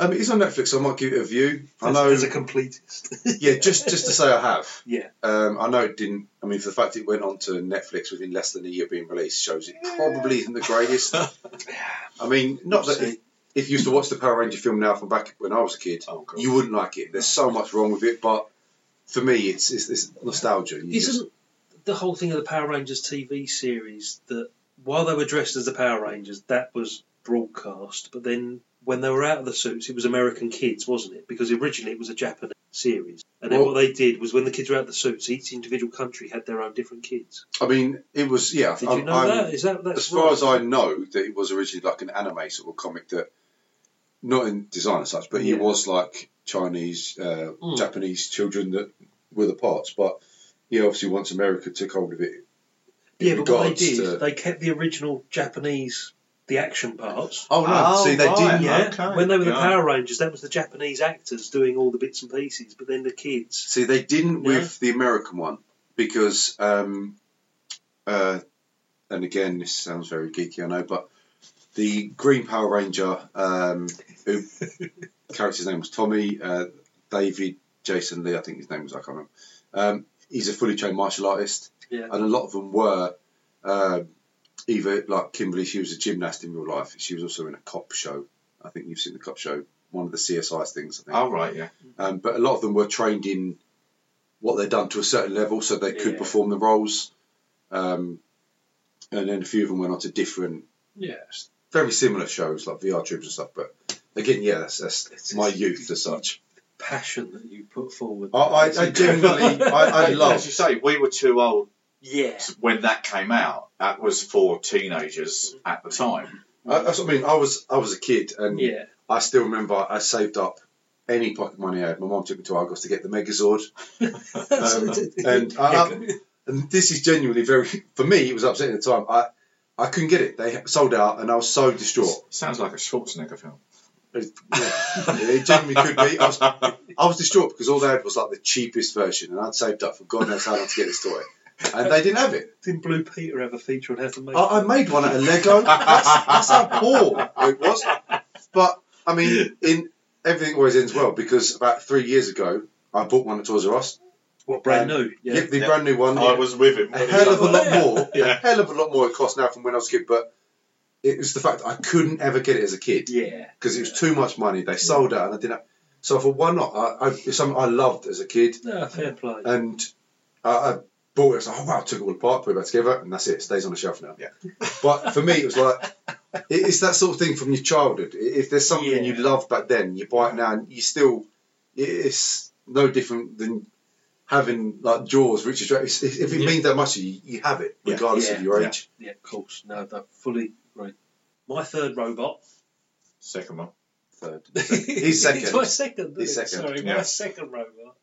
S4: um, it is on Netflix, so I might give it a view. I
S3: As-
S4: know,
S3: as a completist.
S4: yeah, just, just to say I have.
S3: Yeah.
S4: Um, I know it didn't. I mean, for the fact it went on to Netflix within less than a year of being released shows it probably isn't the greatest. I mean, not that if, if you used to watch the Power Ranger film now from back when I was a kid,
S5: Oh, God.
S4: you wouldn't like it. There's so much wrong with it, but for me, it's it's, it's nostalgia. You just-
S3: Isn't the whole thing of the Power Rangers TV series that while they were dressed as the Power Rangers, that was broadcast, but then when they were out of the suits, it was American kids, wasn't it? Because originally it was a Japanese series. And then
S4: Well-
S3: what they did was when the kids were out of the suits, each individual country had their own different kids.
S4: I mean, it was yeah.
S3: Did you
S4: I'm-
S3: know
S4: I'm-
S3: that? Is that that's
S4: as far
S3: right?
S4: as I know, that it was originally like an anime sort of comic that, not in design as such, but he
S3: Yeah.
S4: was like Chinese, uh,
S3: Mm.
S4: Japanese children that were the parts. But yeah, obviously once America took hold of it,
S3: Yeah, but what they
S4: regards
S3: did,
S4: to-
S3: they kept the original Japanese, the action parts.
S4: oh no,
S5: Oh,
S4: see they
S5: right.
S4: didn't.
S3: Yeah,
S5: okay,
S3: when they were the
S5: yeah.
S3: Power Rangers, that was the Japanese actors doing all the bits and pieces, but then the kids.
S4: See they didn't
S3: No.
S4: with the American one because, um, uh, and again this sounds very geeky, I know, but the Green Power Ranger, um, who character's name was Tommy. Uh, David Jason Lee, I think his name was. I can't remember. Um, he's a fully trained martial artist,
S3: Yeah.
S4: and a lot of them were um either like Kimberly. She was a gymnast in real life. She was also in a cop show. I think you've seen the cop show, one of the CSI things. I think.
S5: Oh, right, yeah.
S4: Um, but a lot of them were trained in what they'd done to a certain level, so they could
S3: Yeah.
S4: perform the roles. Um, and then a few of them went on to different,
S3: Yeah.
S4: very similar shows like VR Troops and stuff. But again, yeah, that's, that's
S3: It's-
S4: my
S3: it's-
S4: youth as such.
S3: Passion that you put forward.
S4: I, I, I genuinely, I, I
S5: As
S4: love.
S5: you say, we were too old
S3: Yeah.
S5: when that came out. That was for teenagers at the time.
S4: I, that's what I mean. I was, I was a kid, and
S3: Yeah.
S4: I still remember I saved up any pocket money I had. My mum took me to Argos to get the Megazord, and, I, and this is genuinely very for me. It was upsetting at the time. I, I couldn't get it. They sold out, and I was so distraught.
S5: Sounds like a Schwarzenegger film.
S4: It, yeah, it genuinely could be. I was, I was distraught because all they had was like the cheapest version, and I'd saved up for God knows how long to get this toy, and they didn't have it.
S3: Didn't Blue Peter have a feature on how to make
S4: I, I made one out of Lego. That's, that's how poor it was. But I mean, in everything always ends well because about three years ago, I bought one at Toys R Us.
S3: what brand
S4: um,
S3: new? Yeah.
S4: Yep, the
S5: Yeah.
S4: brand new one.
S5: I was with him.
S4: a hell of a lot
S3: Yeah.
S4: more. A
S5: Yeah.
S4: hell of a lot more it cost now from when I was a kid. But it was the fact I couldn't ever get it as a kid
S3: Yeah.
S4: because it was too much money. They sold out, and I didn't. Have, so I thought, why not? I, I, it's something I loved as a kid,
S3: No, fair play.
S4: and I, I bought it. I was like, oh wow, took it all apart, put it back together, and that's it. It stays on the shelf now.
S5: Yeah.
S4: But for me, it was like it- it's that sort of thing from your childhood. I- If there's something
S3: Yeah.
S4: you loved back then, you buy it now, and you still it- it's no different than having like Jaws, Richard. Drake. It's- If it
S3: Yeah.
S4: means that much, to you you have it
S5: Yeah.
S4: regardless
S3: Yeah.
S4: of your
S5: Yeah.
S4: age.
S3: Yeah, of course. No, I fully agree. My third robot.
S5: Second one.
S4: Third. He's
S3: it's
S4: second.
S3: my second.
S4: He's
S3: isn't it?
S4: second,
S3: Sorry,
S5: yeah.
S3: my second robot.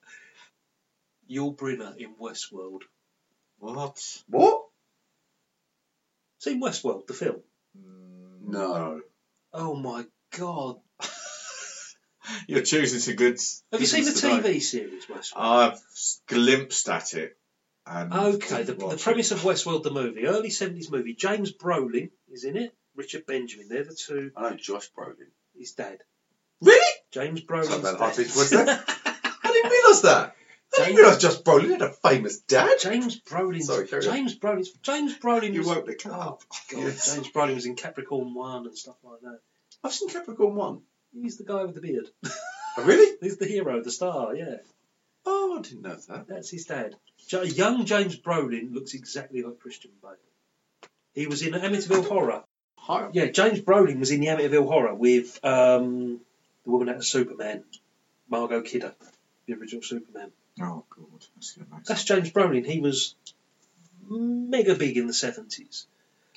S3: Yul Brynner in Westworld.
S5: What?
S4: What?
S3: Seen Westworld, the film?
S4: No.
S3: Oh my god.
S5: You're choosing some good. s-
S3: Have you seen the
S5: things today.
S3: TV series Westworld?
S5: I've s- glimpsed at it. And
S3: Okay, the, the
S5: watched
S3: premise of Westworld, the movie, early 70s movie, James Brolin is in it, Richard Benjamin, they're the two,
S4: I know Josh Brolin.
S3: his dad.
S4: Really?
S3: James
S4: Sorry
S3: Brolin's
S4: about that.
S3: dad.
S4: I think- what's that? I didn't realise that. I didn't realise Josh Brolin had a famous dad.
S3: James Brolin.
S4: Sorry, carry on.
S3: James Brolin. James Brolin.
S5: You
S3: was-
S5: won't pick it
S3: Oh,
S5: up.
S3: God,
S4: Yes.
S3: James Brolin was in Capricorn One and stuff like that.
S4: I've seen Capricorn One.
S3: He's the guy with the beard.
S4: Oh, really?
S3: He's the hero, the star. Yeah,
S4: Oh, I didn't know that.
S3: that's his dad. Ja- young James Brolin looks exactly like Christian Bale. He was in Amityville Horror.
S4: Hi.
S3: Yeah, James Brolin was in the Amityville Horror with um, the woman out of Superman, Margot Kidder, the original Superman.
S5: Oh, God. That's going to make sense.
S3: That's James Brolin. He was mega big in the seventies,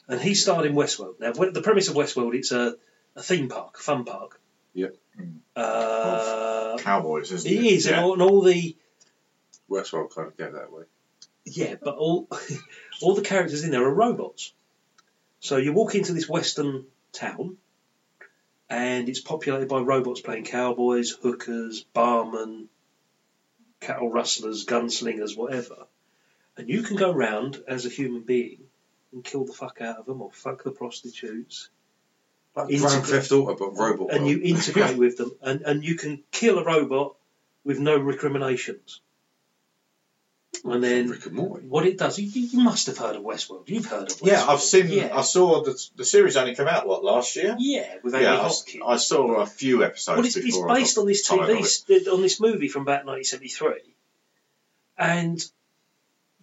S3: and he starred in Westworld. Now, what- the premise of Westworld, it's a, a theme park, a fun park.
S4: Yep.
S3: Uh,
S5: Cowboys, isn't
S3: it
S5: it?
S3: is, and,
S5: Yeah.
S3: all, and all the
S4: Works well, kind of go that way.
S3: yeah, but all all the characters in there are robots. So you walk into this western town, and it's populated by robots playing cowboys, hookers, barmen, cattle rustlers, gunslingers, whatever. And you can go round as a human being and kill the fuck out of them, or fuck the prostitutes,
S4: Like
S3: Into
S4: Grand
S3: the-
S4: Theft Auto, but robot.
S3: and you integrate with them, and, and you can kill a robot with no recriminations. And then
S4: Rick and Morty.
S3: what it does. You, you must have heard of Westworld. You've heard of Westworld.
S5: Yeah, I've seen.
S3: Yeah,
S5: I saw the the series only came out what last year.
S3: yeah with Andy
S5: Yeah,
S3: Hopkins.
S5: I, I saw a few episodes.
S3: well, it's, it's
S5: before I
S3: based
S5: got
S3: on this
S5: tired of
S3: TV,
S5: it.
S3: s- on this movie from about 1973, and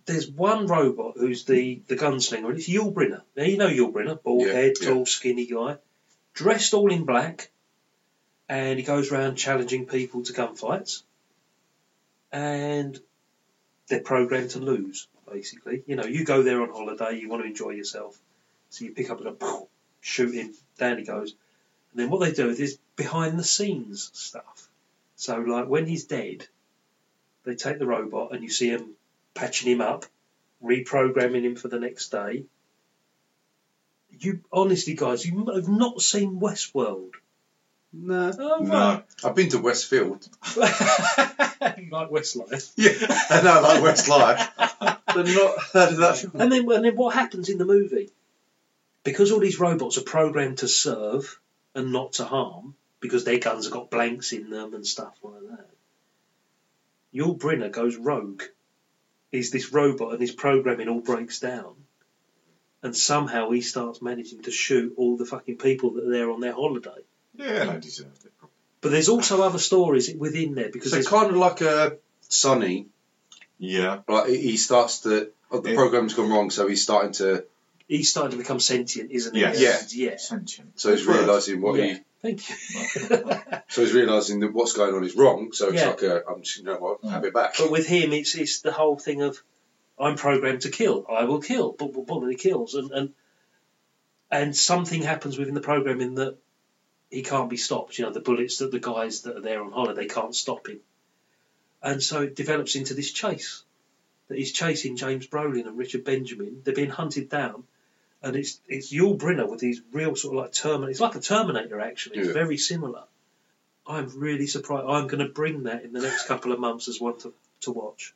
S3: there's one robot who's the the gunslinger, and it's Yul Brynner. Now you know Yul Brynner, bald
S4: Yeah,
S3: head,
S4: yeah.
S3: tall, skinny guy, dressed all in black, and he goes around challenging people to gunfights, and they're programmed to lose. Basically, you know, you go there on holiday, you want to enjoy yourself, so you pick up a gun, poof, shoot him, down he goes, and then what they do is behind the scenes stuff. So, like when he's dead, they take the robot and you see him patching him up, reprogramming him for the next day. You honestly, guys, you have not seen Westworld.
S4: No.
S3: Oh,
S5: No.
S4: I've been to Westfield.
S3: right. You like Westlife.
S4: Yeah, I know, like Westlife. but not heard of that film.
S3: And then, and then what happens in the movie? Because all these robots are programmed to serve and not to harm, because their guns have got blanks in them and stuff like that. Yul Brynner goes rogue. He's this robot, and his programming all breaks down. And somehow he starts managing to shoot all the fucking people that are there on their holiday.
S5: Yeah, they deserved it.
S3: But there's also other stories within there because
S4: So
S3: there's
S4: kind of like a Sonny.
S5: Yeah.
S4: Like he he starts to. Oh, the
S5: Yeah.
S4: program's gone wrong, so he's starting to.
S3: he's starting to become sentient, isn't he?
S5: Yes.
S4: Yeah.
S3: Yeah.
S5: Sentient.
S4: So he's
S5: Right.
S4: realizing what he.
S3: Yeah. Thank you.
S4: So he's realizing that what's going on is wrong. So it's
S3: Yeah.
S4: like a. I'm just you know what.
S5: Mm.
S4: Have it back.
S3: But with him, it's it's the whole thing of I'm programmed to kill. I will kill. Boom, boom, boom, and he kills. And and and something happens within the programming that he can't be stopped. You know, the bullets that the guys that are there on holiday can't stop him. And so it develops into this chase that he's chasing James Brolin and Richard Benjamin. They're being hunted down. And it's it's Yul Brynner with these real sort of like Terminator. It's like a Terminator actually. It's
S4: Yeah.
S3: very similar. I'm really surprised. I'm going to bring that in the next couple of months as one to, to watch.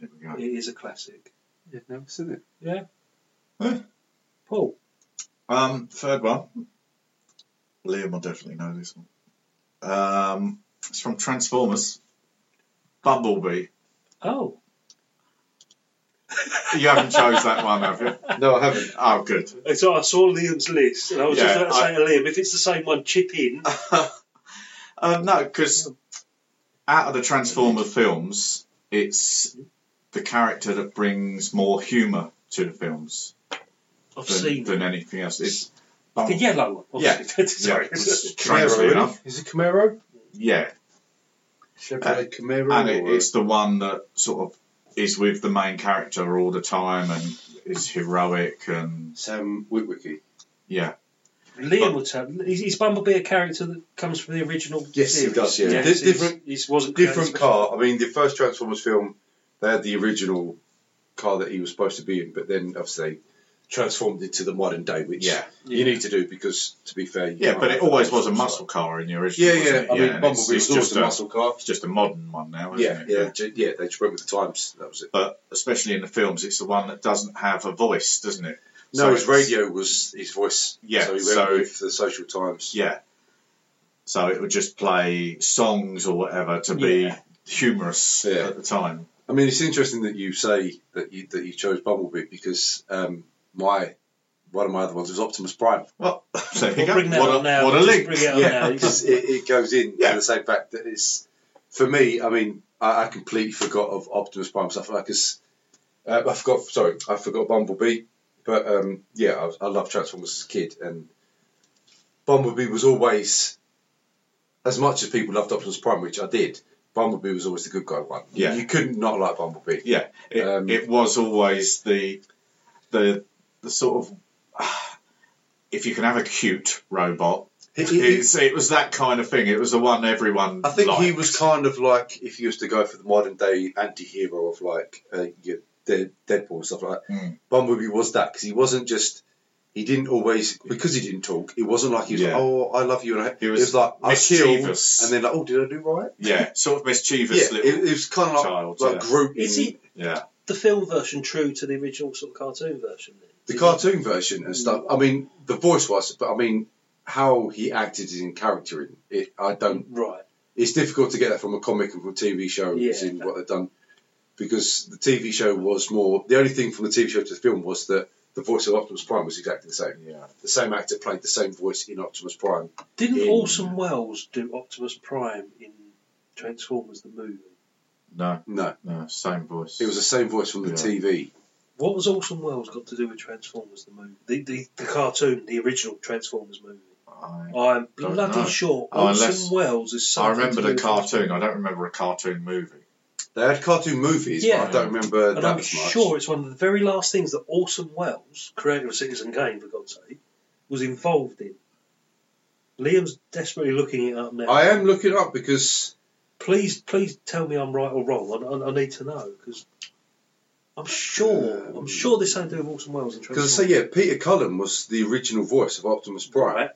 S5: There we go.
S3: It is a classic.
S4: You've never seen it.
S3: Paul,
S5: Um, third one. Liam will definitely know this one. Um, it's from Transformers. Bumblebee.
S3: oh,
S5: You haven't chose that one, have you?
S4: No, I haven't.
S5: Oh, good.
S3: so I saw Liam's list, and I was just
S5: Yeah,
S3: about to say to Liam, if it's the same one, chip in.
S5: um, no, because out of the Transformer films, it's the character that brings more humour to the films
S3: I've
S5: than,
S3: seen
S5: than anything else. It's
S3: the yellow one. obviously. Sorry.
S5: Yeah, strangely
S4: Camaro,
S5: enough.
S4: Is it Camaro?
S5: Yeah,
S4: Chevrolet Camaro.
S5: and it,
S4: or-
S5: it's the one that sort of is with the main character all the time and is heroic and
S4: Sam Witwicky.
S5: yeah,
S3: Liam will tell. Is, is Bumblebee a character that comes from the original?
S4: Yes, he
S3: series?
S4: does, yeah. Di-
S3: it's-
S4: different-
S3: It wasn't
S4: Different car. I mean, the first Transformers film, they had the original car that he was supposed to be in, but then obviously transformed it to the modern day, which
S5: Yeah.
S4: you need to do because, to be fair, you
S5: yeah.
S4: can't
S5: But it
S4: have
S5: always
S4: that
S5: was a
S4: sort of
S5: muscle
S4: stuff.
S5: car in the original.
S4: Yeah,
S5: wasn't
S4: yeah.
S5: it?
S4: I mean,
S5: and it's-
S4: Bumblebee was
S5: it's just
S4: always a
S5: a-
S4: muscle car.
S5: It's just a modern one now, isn't
S4: Yeah,
S5: it?
S4: yeah, ju- yeah. They just went with the times. That was it.
S5: But especially in the films, it's the one that doesn't have a voice, doesn't it?
S4: No,
S5: So
S4: his
S5: it's-
S4: radio was his voice. so
S5: Yeah,
S4: he went
S5: so-
S4: with the social times.
S5: Yeah. So it would just play songs or whatever to be
S3: Yeah.
S5: humorous
S4: Yeah.
S5: at the time.
S4: I mean, it's interesting that you say that you that you chose Bumblebee because um, my one of my other ones was Optimus Prime.
S5: Well, there you
S3: We'll
S5: go.
S3: bring that
S5: what,
S3: on
S5: a,
S3: now.
S5: what a
S3: Just
S5: link.
S3: bring it on now.
S4: yeah, because it, it goes in
S5: Yeah.
S4: to the same fact that it's for me. I mean, I, I completely forgot of Optimus Prime stuff. Like, 'cause, uh, I forgot. Sorry, I forgot Bumblebee. But um, yeah, I, I loved Transformers as a kid, and Bumblebee was always, as much as people loved Optimus Prime, which I did. Bumblebee was always the good guy one.
S5: Yeah.
S4: you couldn't not like Bumblebee.
S5: Yeah, it,
S4: Um,
S5: it was always the the the sort of if you can have a cute robot,
S4: He- he- he-
S5: it's, it was that kind of thing. It was the one everyone.
S4: I think he
S5: liked.
S4: was kind of like if you was to go for the modern day anti-hero of like uh, your De- Deadpool and stuff like that.
S5: Mm.
S4: Bumblebee was that because he wasn't just he didn't always because he didn't talk. It wasn't like he was
S5: Yeah.
S4: like, oh I love you and I,
S5: He
S4: it
S5: was
S4: was like I kill and
S5: mischievous.
S4: then like oh did I do right?
S5: yeah, sort of mischievous
S4: yeah,
S5: little
S4: it, it was kind of like
S5: child,
S4: like
S5: yeah.
S4: group.
S3: Is
S4: in
S3: it
S5: yeah.
S3: the film version true to the original sort of cartoon version? Then?
S4: the cartoon version and stuff? I mean the voice was, but I mean how he acted in character in it, I don't
S3: Right.
S4: it's difficult to get that from a comic and from a TV show
S3: Yeah.
S4: seeing what they've done because the TV show was more the only thing from the TV show to the film was that the voice of Optimus Prime was exactly the same.
S5: Yeah.
S4: The same actor played the same voice in Optimus Prime.
S3: Didn't
S4: In-
S3: Orson Welles do Optimus Prime in Transformers the movie?
S5: No,
S4: No,
S5: no, same voice.
S4: it was the same voice from the
S5: Yeah.
S4: TV.
S3: What has Orson Welles got to do with Transformers the movie? The, the, the cartoon, the original Transformers movie.
S5: I,
S3: I'm
S5: Don't
S3: bloody
S5: know.
S3: sure
S5: Oh,
S3: Orson
S5: unless-
S3: Welles is
S5: I
S3: something to
S5: remember
S3: do
S5: the
S3: with-
S5: cartoon. I don't remember a cartoon movie.
S4: They had cartoon movies,
S3: Yeah.
S4: but I don't remember
S3: And
S4: that
S3: I'm
S4: much.
S3: sure it's one of the very last things that Orson Welles, creator of Citizen Kane, for God's sake, was involved in. Liam's desperately looking it up now.
S4: I am looking up because
S3: Please, please tell me I'm right or wrong. I, I, I need to know because I'm sure,
S5: Um,
S3: I'm sure there's something to do with Orson Welles. and
S4: because I say yeah, Peter Cullen was the original voice of Optimus Prime
S3: Right.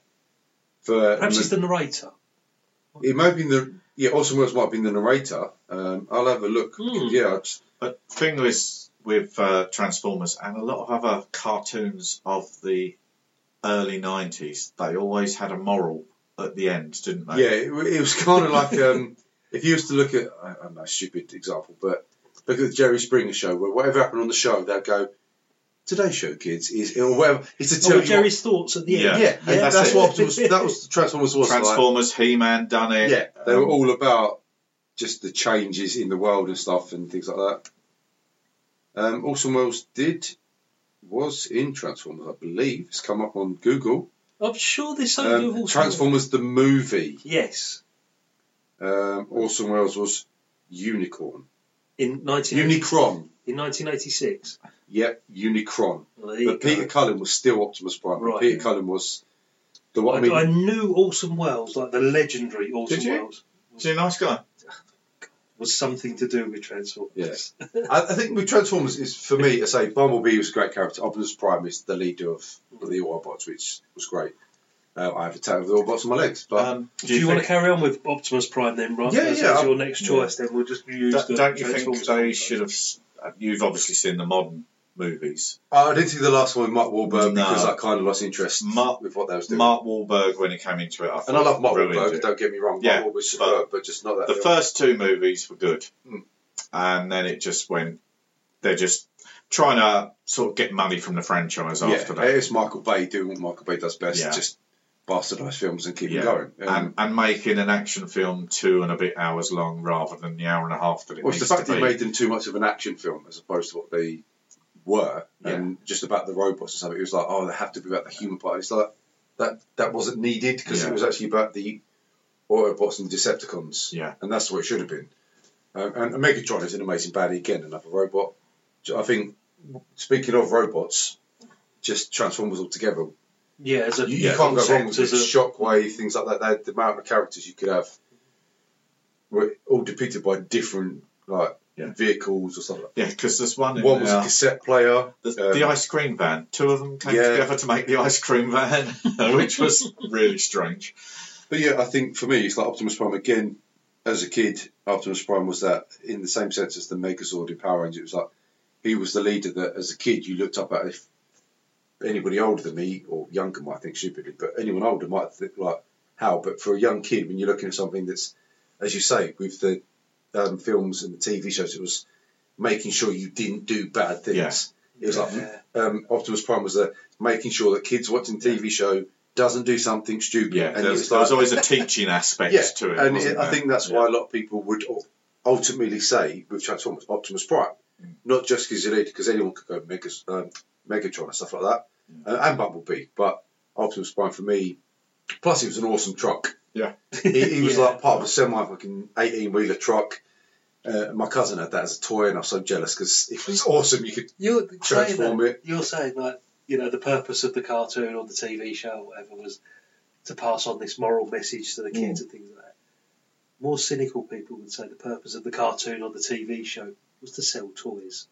S4: for
S3: Perhaps he's the narrator.
S4: It might be the yeah. Orson Welles might have been the narrator. Um, I'll have a look.
S3: Hmm.
S4: Yeah, I just,
S5: But thing is with uh, Transformers and a lot of other cartoons of the early '90s, they always had a moral at the end, didn't they?
S4: yeah. It, wa- it was kind of like um, if you used to look at I, I'm a stupid example, but look at the Jerry Springer show where whatever happened on the show, they'd go. Today's show, kids, is or whatever. It's to
S3: Oh,
S4: tell
S3: with
S4: you
S3: Jerry's thoughts at the
S4: what-
S5: Yeah.
S3: end.
S4: yeah, and
S5: that's
S4: that's,
S5: it.
S4: what Optimus, that was the Transformers was like.
S5: Transformers, He-Man, done it.
S4: Yeah, they were
S5: Um,
S4: all about just the changes in the world and stuff and things like that. Um, Orson Welles did was in Transformers, I believe. It's come up on Google.
S3: I'm sure there's something to do with
S4: Um,
S3: Orson
S4: Transformers the movie.
S3: Welles. Yes,
S4: Um, Orson Welles was Unicorn.
S3: in 19
S4: Unicron.
S3: in 1986.
S4: Yep, Unicron.
S3: Well, there you
S4: But Peter
S3: go.
S4: Cullen was still Optimus Prime.
S3: Right.
S4: Peter Cullen was the what I,
S3: I,
S4: mean.
S3: I knew Orson Welles, like the legendary Orson
S5: Did you?
S3: Welles,
S5: Is he a nice guy?
S3: was something to do with Transformers.
S4: Yes. I, I think with Transformers is for me, I say Bumblebee was a great character. Optimus Prime is the leader of the Autobots, which was great. Uh, I have a tattoo of the Autobots on my legs, but
S5: Um,
S3: Do you, want to
S5: think-
S3: carry on with Optimus Prime then, right?
S4: Yeah,
S3: That's
S4: yeah,
S3: your
S4: I-
S3: next choice. Then we'll just use.
S5: don't,
S3: the
S5: don't you think
S3: Transformers
S5: they
S3: one.
S5: should have? s- uh, You've obviously seen the modern movies.
S4: I didn't see the last one with Mark Wahlberg
S5: No.
S4: because I kind of lost interest
S5: Mark-
S4: with what they was doing.
S5: Mark Wahlberg when he came into it, I thought,
S4: and I love Mark
S5: ruined
S4: Wahlberg.
S5: it.
S4: Don't get me wrong,
S5: Yeah,
S4: Mark Wahlberg's superb, but just not that.
S5: The
S4: film.
S5: first two movies were good,
S4: Mm.
S5: and then it just went. They're just trying to sort of get money from the franchise
S4: yeah,
S5: after that,
S4: it's Michael Bay doing what Michael Bay does best,
S5: Yeah.
S4: just bastardise films and keep
S5: Yeah.
S4: them going. Um,
S5: and and making an action film two and a bit hours long rather than the hour and a half that it
S4: Well, it's
S5: needs
S4: the fact
S5: to
S4: that
S5: be.
S4: you made them too much of an action film as opposed to what they were,
S5: Yeah.
S4: and just about the robots and something. It was like, oh, they have to be about the human part. It's like that that wasn't needed because
S5: Yeah.
S4: it was actually about the Autobots and the Decepticons.
S5: Yeah.
S4: and that's what it should have been. Um, and and Megatron is an amazing baddie again, another robot. So I think speaking of robots, just Transformers altogether. You,
S3: Yeah, as a
S4: you
S3: yeah,
S4: can't go wrong
S3: concept,
S4: with
S3: as
S4: it.
S3: a-
S4: Shockwave, things like that. They had the amount of characters you could have were all depicted by different like
S5: Yeah.
S4: vehicles or something. like
S5: yeah, because there's one.
S4: that.
S5: In
S4: One was
S5: there,
S4: a cassette player.
S5: the,
S4: um,
S5: the ice cream van. Two of them came
S4: Yeah.
S5: together to make the ice cream van, which was really strange.
S4: But yeah, I think for me, it's like Optimus Prime again. As a kid, Optimus Prime was that in the same sense as the Megazord in Power Rangers. It was like he was the leader that, as a kid, you looked up at. If anybody older than me or younger might think stupidly, but anyone older might think like how. But for a young kid, when you're looking at something that's, as you say, with the um, films and the TV shows, it was making sure you didn't do bad things.
S5: Yeah.
S4: It was like um, Optimus Prime was there making sure that kids watching TV show doesn't do something stupid.
S5: Yeah,
S4: And
S5: there,
S4: it's
S5: was, there was
S4: like-
S5: always a teaching aspect
S4: yeah,
S5: to it.
S4: and
S5: wasn't
S4: it, I
S5: there?
S4: think that's why a lot of people would ul- ultimately say with Transformers Optimus Prime,
S5: Mm.
S4: not just because leader, because anyone could go Megas, um, Megatron and stuff like that, uh, and Bumblebee, but Optimus Prime for me. Plus, he was an awesome truck.
S5: Yeah.
S4: he, he was
S3: Yeah.
S4: like part of a semi fucking eighteen wheeler truck. Uh, my cousin had that as a toy, and I was so jealous because it was awesome. You could
S3: You're saying
S4: transform
S3: that,
S4: it.
S3: You're saying that you know the purpose of the cartoon or the TV show or whatever was to pass on this moral message to the
S4: Mm.
S3: kids and things like that. More cynical people would say the purpose of the cartoon or the TV show was to sell toys.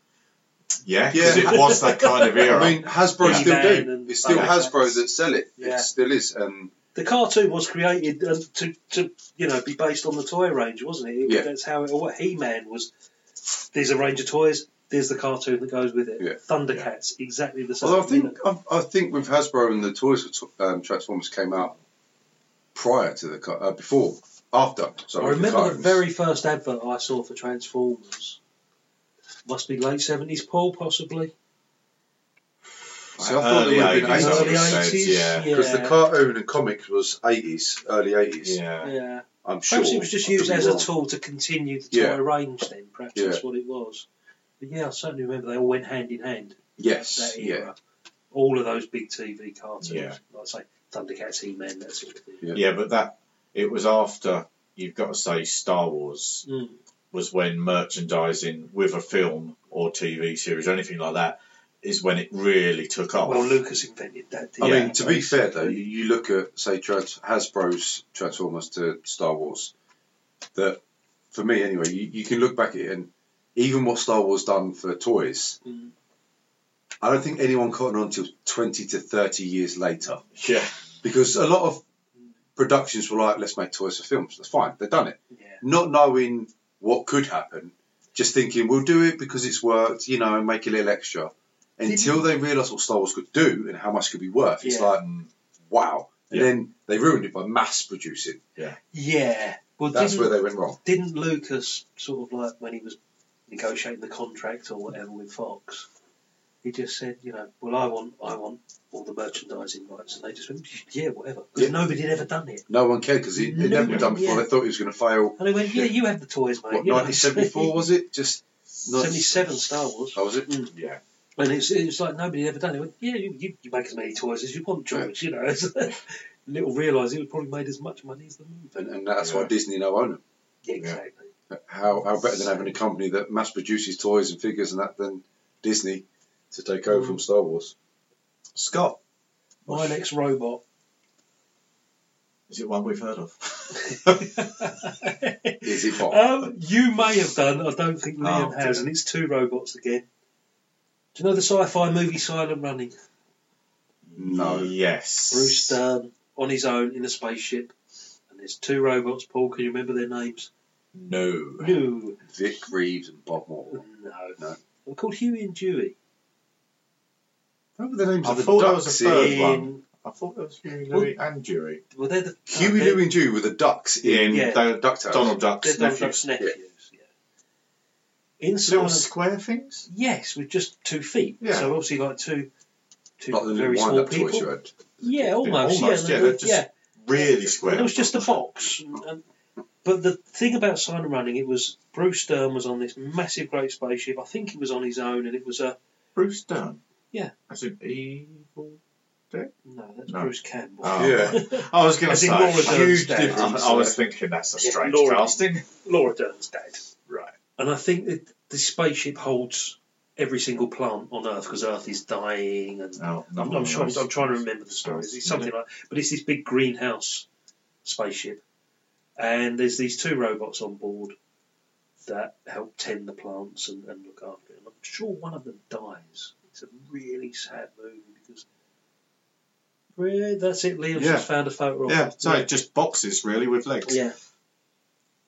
S5: yeah, because
S4: Yeah.
S5: it was that kind of era.
S4: I mean, Hasbro
S5: Yeah.
S4: still
S3: He-Man
S4: do.
S3: and
S4: It's still
S3: Thundercats.
S4: Hasbro that sell it.
S3: Yeah.
S4: It still is. And
S3: The cartoon was created uh, to, to you know be based on the toy range, wasn't it? It-
S4: Yeah.
S3: That's how it. Or what He Man was. There's a range of toys. There's the cartoon that goes with it.
S4: Yeah.
S3: Thundercats, exactly the same.
S4: Although I think I, I think with Hasbro and the toys with um, Transformers came out prior to the car- uh, before after. So
S3: I
S4: with the
S3: remember the
S4: cartoons.
S3: very first advert I saw for Transformers. Must be late seventies, Paul, possibly.
S4: See, I thought it would have been
S5: Early 80s, I
S3: Early
S4: 80s
S5: would say,
S3: eighties,
S5: yeah.
S4: because the cartoon and comics was 80s, early 80s.
S5: yeah.
S3: yeah.
S4: I'm sure.
S3: Perhaps it was just
S4: I could
S3: used
S4: be
S3: as a
S4: wrong.
S3: tool to continue the
S4: Yeah.
S3: toy range. Then perhaps
S4: Yeah.
S3: that's what it was. But yeah, I certainly remember they all went hand in hand.
S4: Yes,
S3: That
S4: yeah.
S3: era, all of those big TV cartoons.
S5: Yeah.
S3: Like I say, Thundercats, He Man, that sort of thing.
S5: Yeah, but that it was after you've got to say Star Wars
S3: Mm.
S5: was when merchandising with a film or TV series or anything like that is when it really took off.
S3: Well, Lucas invented that.
S4: I
S3: Didn't
S5: Yeah.
S4: mean, to be fair though, you, you look at say trans- Hasbro's Transformers to Star Wars. That for me, anyway, you, you can look back at it and even what Star Wars done for toys.
S3: Mm.
S4: I don't think anyone caught on till twenty to thirty years later
S5: yeah,
S4: because a lot of productions were like, "Let's make toys for films." That's fine, they've done it,
S3: he? Yeah.
S4: not knowing what could happen, just thinking we'll do it because it's worked, you know, and make a little extra. Until they realised what Star Wars could do and how much could be worth, it's
S3: Yeah.
S4: like
S5: Um,
S4: wow. And
S5: Yeah.
S4: then they ruined it by mass producing.
S3: Yeah. Well,
S4: That's
S3: didn't,
S4: where they went wrong.
S3: didn't Lucas sort of like when he was negotiating the contract or whatever with Fox, he just said, you know, well, I want, I want all the merchandising rights, and they just went, yeah, whatever, because
S4: Yeah.
S3: nobody had ever done it,
S4: No one cared because it, it never
S3: No,
S4: been done before.
S3: Mm-hmm. yeah.
S4: They thought it was going to fail.
S3: and they went, yeah, you have the toys, mate.
S4: What,
S3: you know.
S4: 1974 was it? Just not-
S3: 77 Star Wars.
S4: Oh, was it?
S3: Mm.
S5: yeah.
S3: And it's, it's like nobody had ever done it. They Went, yeah, you, you, you make as many toys as you want, George. You know, little realised he would probably made as much money as the movie.
S4: And, and that's
S5: Yeah.
S4: why Disney now own them.
S3: Yeah, exactly.
S4: How, how better than having a company that mass produces toys and figures and that than Disney to take over
S3: Mm.
S4: from Star Wars?
S5: Scott,
S3: My next robot.
S5: is it one we've heard of?
S4: Is it hot?
S3: Um, you may have done. I don't think Liam
S5: Oh,
S3: has,
S5: dear.
S3: and it's two robots again. Do you know the sci-fi movie Silent Running?
S4: No.
S5: Yes.
S3: Bruce Dern on his own in a spaceship, and there's two robots. Paul, can you remember their names?
S5: No.
S3: No,
S4: Vic Reeves and Bob Moore.
S3: no,
S4: No.
S3: They're called Huey and Dewey.
S4: Remember the names
S5: I
S4: of the
S5: thought that was
S4: ducks?
S5: a bird.
S4: in-
S5: Third one.
S3: In-
S5: I thought it was Huey, Louie, and Dewey. Uh,
S3: well, they're the uh,
S4: Huey,
S3: they're-
S4: Dewey and Dewey were the ducks in
S3: Yeah.
S4: Donald Duck
S5: Donald
S3: They're
S5: Duck's
S3: Donald
S5: nephew.
S3: Duck's nephews. Yeah. In
S5: Little
S3: Silent
S5: square things?
S3: yes, with just two feet.
S5: Yeah.
S3: So obviously, like two, two
S4: Like the
S3: very
S4: little wind
S3: small
S4: up toys you
S3: people.
S4: had.
S3: Yeah, almost.
S5: almost,
S3: yeah,
S5: yeah,
S3: they were-
S5: they're just- Really square.
S3: And it was just a box. And, and- but the thing about Silent Running, it was Bruce Stern was on this massive, great spaceship. I think he was on his own, and it was a
S5: Bruce Dern.
S3: Yeah.
S5: As in evil.
S3: no, Ah. that's
S5: No.
S3: Bruce Campbell.
S5: Oh.
S4: Yeah.
S5: I was going to
S3: As in
S5: say
S3: Laura Dern's
S5: huge
S3: dad.
S5: difference. I, I was thinking that's a
S3: Yeah,
S5: strange
S3: Laura.
S5: casting.
S3: Laura Dern's dad.
S5: Right.
S3: And I think that the spaceship holds every single plant on Earth because Earth is dying, and
S5: No,
S3: I'm, I'm sure I'm, I'm trying to remember the stories. It's something like, but it's this big greenhouse spaceship, and there's these two robots on board that help tend the plants and, and look after it. And I'm sure one of them dies. It's a really sad movie because Well, that's it. Liam's
S5: Yeah.
S3: just found a photo. of
S5: Yeah,
S3: it.
S5: so just boxes really with legs.
S3: yeah.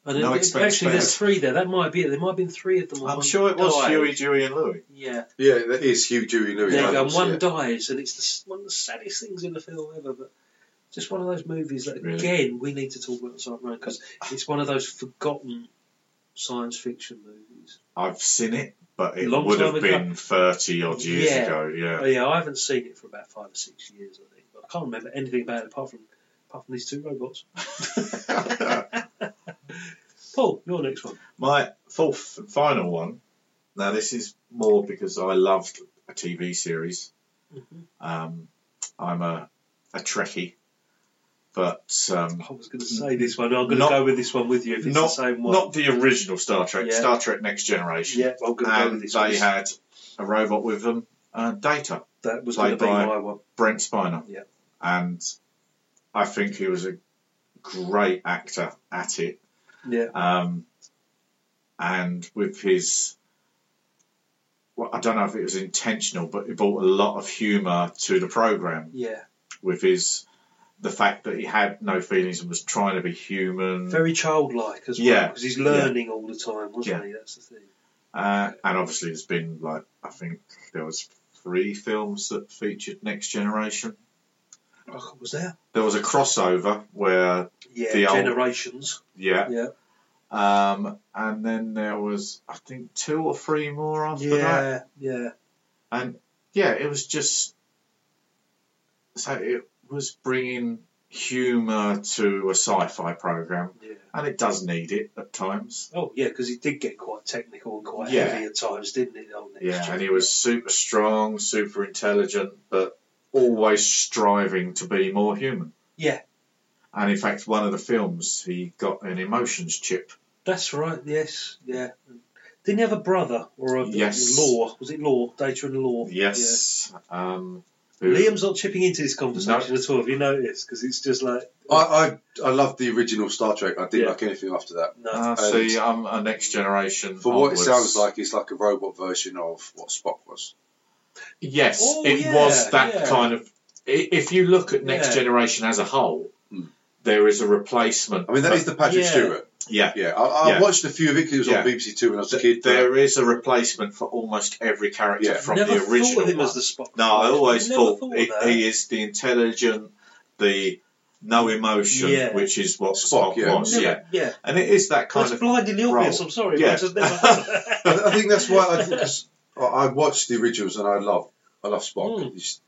S3: And
S5: No
S3: it-
S5: expense
S3: actually, there's
S5: spared.
S3: three there. That might be it. There might have been three of them. and
S5: I'm
S3: one
S5: sure it was
S3: died.
S5: Huey, Dewey, and Louie.
S3: Yeah.
S4: Yeah, that is Hugh, Dewey,
S3: There
S4: Louie.
S3: you go. And
S4: Adams,
S3: one
S4: yeah.
S3: dies, and it's the, s- one of the saddest things in the film ever. But just one of those movies that,
S5: Really?
S3: again, we need to talk about Silent Running because it's one of those forgotten science fiction movies.
S5: I've seen it, but it
S3: Long
S5: would
S3: time
S5: have
S3: ago.
S5: been 30 odd years
S3: Yeah.
S5: ago, yeah.
S3: Oh, yeah, I haven't seen it for about five or six years, I think. But I can't remember anything about it apart from apart from these two robots. Paul, your next one.
S5: My fourth and final one. Now, this is more because I loved a TV series.
S3: Mm-hmm.
S5: Um, I'm a, a Trekkie, but um,
S3: I was going to say this one. I'm going to
S5: Not-
S3: go with this one with you if it's the
S5: not,
S3: same one.
S5: not the original Star Trek,
S3: Yeah.
S5: Star Trek Next Generation.
S3: yeah, I'm going to go
S5: And
S3: with this
S5: they
S3: one.
S5: had a robot with them, uh, Data,
S3: that was going to
S5: played
S3: be
S5: by-
S3: my one.
S5: Brent Spiner.
S3: Yeah.
S5: And I think he was a great actor at it.
S3: Yeah.
S5: Um, and with his, well, I don't know if it was intentional, but it brought a lot of humour to the program.
S3: Yeah.
S5: With his, the fact that he had no feelings and was trying to be human,
S3: very childlike as well
S5: Yeah.
S3: because he's learning all the time, wasn't he? That's the thing.
S5: uh, and obviously there's been like I think there was three films that featured Next Generation.
S3: Oh, was there?
S5: There was a crossover where
S3: Yeah,
S5: The old-
S3: generations.
S5: yeah,
S3: Yeah,
S5: um, and then there was I think two or three more after that.
S3: yeah, yeah.
S5: and yeah, it was just so it was bringing humor to a sci-fi program,
S3: yeah.
S5: and it does need it at times.
S3: Oh, yeah, because he did get quite technical and quite
S5: Yeah.
S3: heavy at times, didn't he? Oh, next
S5: Yeah, and
S3: Gen?
S5: he was super strong, super intelligent, but always striving to be more human.
S3: Yeah.
S5: And in fact, one of the films, he got an emotions chip.
S3: That's right. Yes. Yeah. Didn't he have a brother or a
S5: Yes.
S3: law? Was it law? Data and law.
S5: Yes. Um,
S3: Yeah.
S5: who-
S3: Liam's not chipping into this conversation at all. Have you noticed? Because it's just like
S4: I, I I love the original Star Trek. I didn't
S3: Yeah.
S4: like anything after that.
S3: no.
S5: Ah, see, I'm a next generation.
S4: For what it
S5: onwards.
S4: sounds like, it's like a robot version of what Spock was.
S5: Yes,
S3: Oh,
S5: it
S3: yeah,
S5: was that
S3: yeah.
S5: kind of. i- If you look at Next
S3: Yeah.
S5: Generation as a whole,
S4: Mm.
S5: there is a replacement.
S4: I mean, that is
S5: for-
S4: the Patrick
S3: Yeah.
S4: Stewart.
S5: yeah.
S4: Yeah, I, I
S5: Uh, Yeah.
S4: watched a few of it 'cause it was
S5: Yeah.
S4: on BBC Two when I was a
S5: Th-
S4: kid. but-
S5: There is a replacement for almost every character
S4: Yeah.
S5: from
S3: Never
S5: the original.
S3: thought of him
S5: one.
S3: as the spot.
S5: No, I always
S3: Never
S5: thought,
S3: thought
S5: he,
S3: of that.
S5: he is the intelligent, the no emotion,
S3: Yeah.
S5: which is what
S4: Spock,
S5: Spock,
S4: yeah.
S5: was.
S3: Never-
S5: yeah,
S3: yeah.
S5: and it is that kind
S3: That's
S5: of
S3: blindingly obvious.
S5: role.
S3: I'm sorry.
S5: Yeah.
S3: I just never thought of that.
S4: I I think that's why I, cause I I watched the originals and I love I love Spock.
S3: Mm.
S4: His,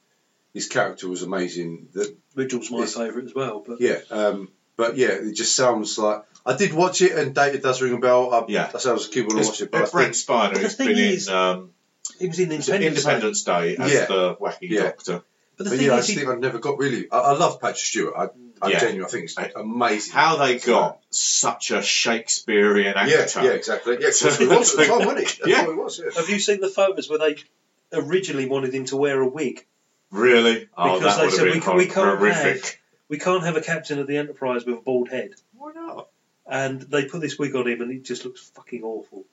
S4: his character was amazing. The,
S3: Riddle's my
S4: It's-
S3: favourite as well, but
S4: yeah, um, but yeah, it just sounds like I did watch it and Data does ring a bell. I,
S5: Yeah.
S4: that's how I was a kid when I
S5: It's,
S4: watched it. But I
S5: it's Brent
S4: think,
S5: Spiner
S3: But the
S5: who's
S3: thing
S5: been
S3: is-
S5: in um,
S3: he was in
S5: was
S3: Independence.
S5: it
S3: Day.
S5: Independence Day as
S4: Yeah.
S5: the Wacky
S4: Yeah.
S5: Doctor.
S3: But the
S4: but
S3: thing
S4: yeah, I
S3: is,
S4: just
S3: he,
S4: think I never got really. I, I love Patrick Stewart. I, I
S5: Yeah.
S4: genuinely I think it's amazing
S5: How they got such a Shakespearean
S4: Yeah,
S5: actor.
S4: yeah, exactly. Yeah, 'cause it was at the time, wasn't it? That's
S5: Yeah.
S4: what it was. Yeah.
S3: have you seen the photos where they originally wanted him to wear a wig?
S5: Really? Oh,
S3: Because
S5: that
S3: they
S5: would
S3: said,
S5: have been
S3: "We can- we can't
S5: horrific.
S3: We can't have a captain of the Enterprise with a bald head,
S5: Why not?
S3: and they put this wig on him, and it just looks fucking awful.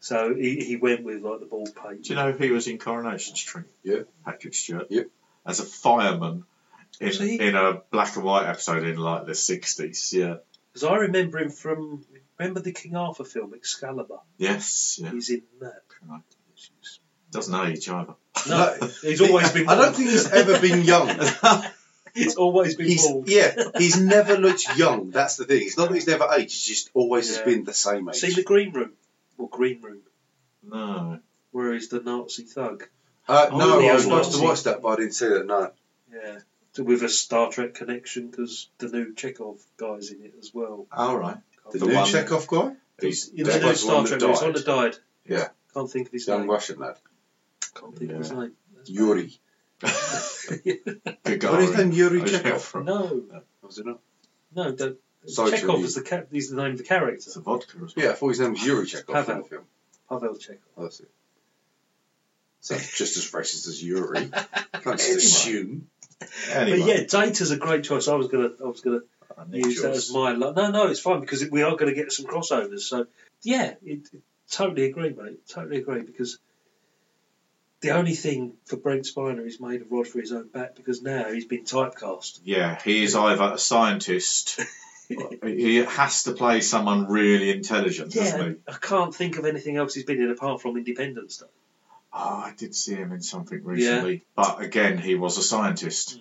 S3: So he, he went with like the bald paint.
S5: Do you know he was in Coronation Street?
S4: Yeah.
S5: Patrick Stewart.
S4: Yep.
S5: As a fireman
S3: Was
S5: in,
S3: he?
S5: in a black and white episode in like the 60s. Yeah.
S3: Because I remember him from remember the King Arthur film Excalibur.
S5: Yes. Yeah.
S3: He's in that.
S5: Right. Doesn't age either.
S3: No, he's always been.
S4: I don't
S3: bald.
S4: think he's ever been young.
S3: He's always been
S4: He's,
S3: bald.
S4: yeah, he's never looked young. That's the thing. It's not that he's never aged. He's just always
S3: Yeah.
S4: has been the same age.
S3: Seen the Green Room or Green Room,
S5: No.
S3: where he's the Nazi thug.
S4: Uh,
S3: Oh,
S4: no,
S3: the
S4: I was
S3: old
S4: supposed to
S3: Nazi.
S4: watch that, but I didn't see that. No,
S3: Yeah, so with a Star Trek connection because the new Chekhov guy's in it as well.
S5: All right.
S4: the,
S5: The
S4: new
S5: one-
S4: Chekhov guy,
S5: He's
S3: in
S4: that
S3: the new
S4: was
S3: Star
S4: one
S3: Trek,
S4: that
S3: movie, it's
S4: died.
S3: one that died.
S4: Yeah.
S3: can't think of his
S4: young
S3: name.
S4: Russian lad,
S3: Can't think of his
S5: Yeah.
S3: name. That's
S4: Yuri.
S5: Good
S4: What is his name? Yuri
S5: Oh, yeah,
S4: Chekhov.
S3: bad.
S5: from
S3: No,
S4: Was it not?
S3: no, don't.
S4: Sorry,
S3: Chekhov
S4: Julie.
S3: is the ca- he's the name of the character.
S5: It's a vodka as well.
S4: Yeah, I thought his name was Yuri Chekhov in the
S3: Pavel.
S4: film.
S3: Pavel Chekhov.
S4: Oh, that's it. Sounds just as racist as Yuri. Can't just assume.
S5: Anyway,
S3: But yeah, Data's a great choice. I was gonna, I was uh, gonna
S5: I nicked
S3: use that
S5: yours.
S3: as my. Li- no, no, it's fine because we are going to get some crossovers. So yeah, it, it- totally agree, mate. Totally agree because the only thing for Brent Spiner is made a rod for his own back because now he's been typecast.
S5: Yeah, he is either a scientist. he has to play someone really intelligent,
S3: Yeah,
S5: doesn't he?
S3: I can't think of anything else he's been in apart from Independence Day.
S5: Oh, I did see him in something recently, but again, he was a scientist.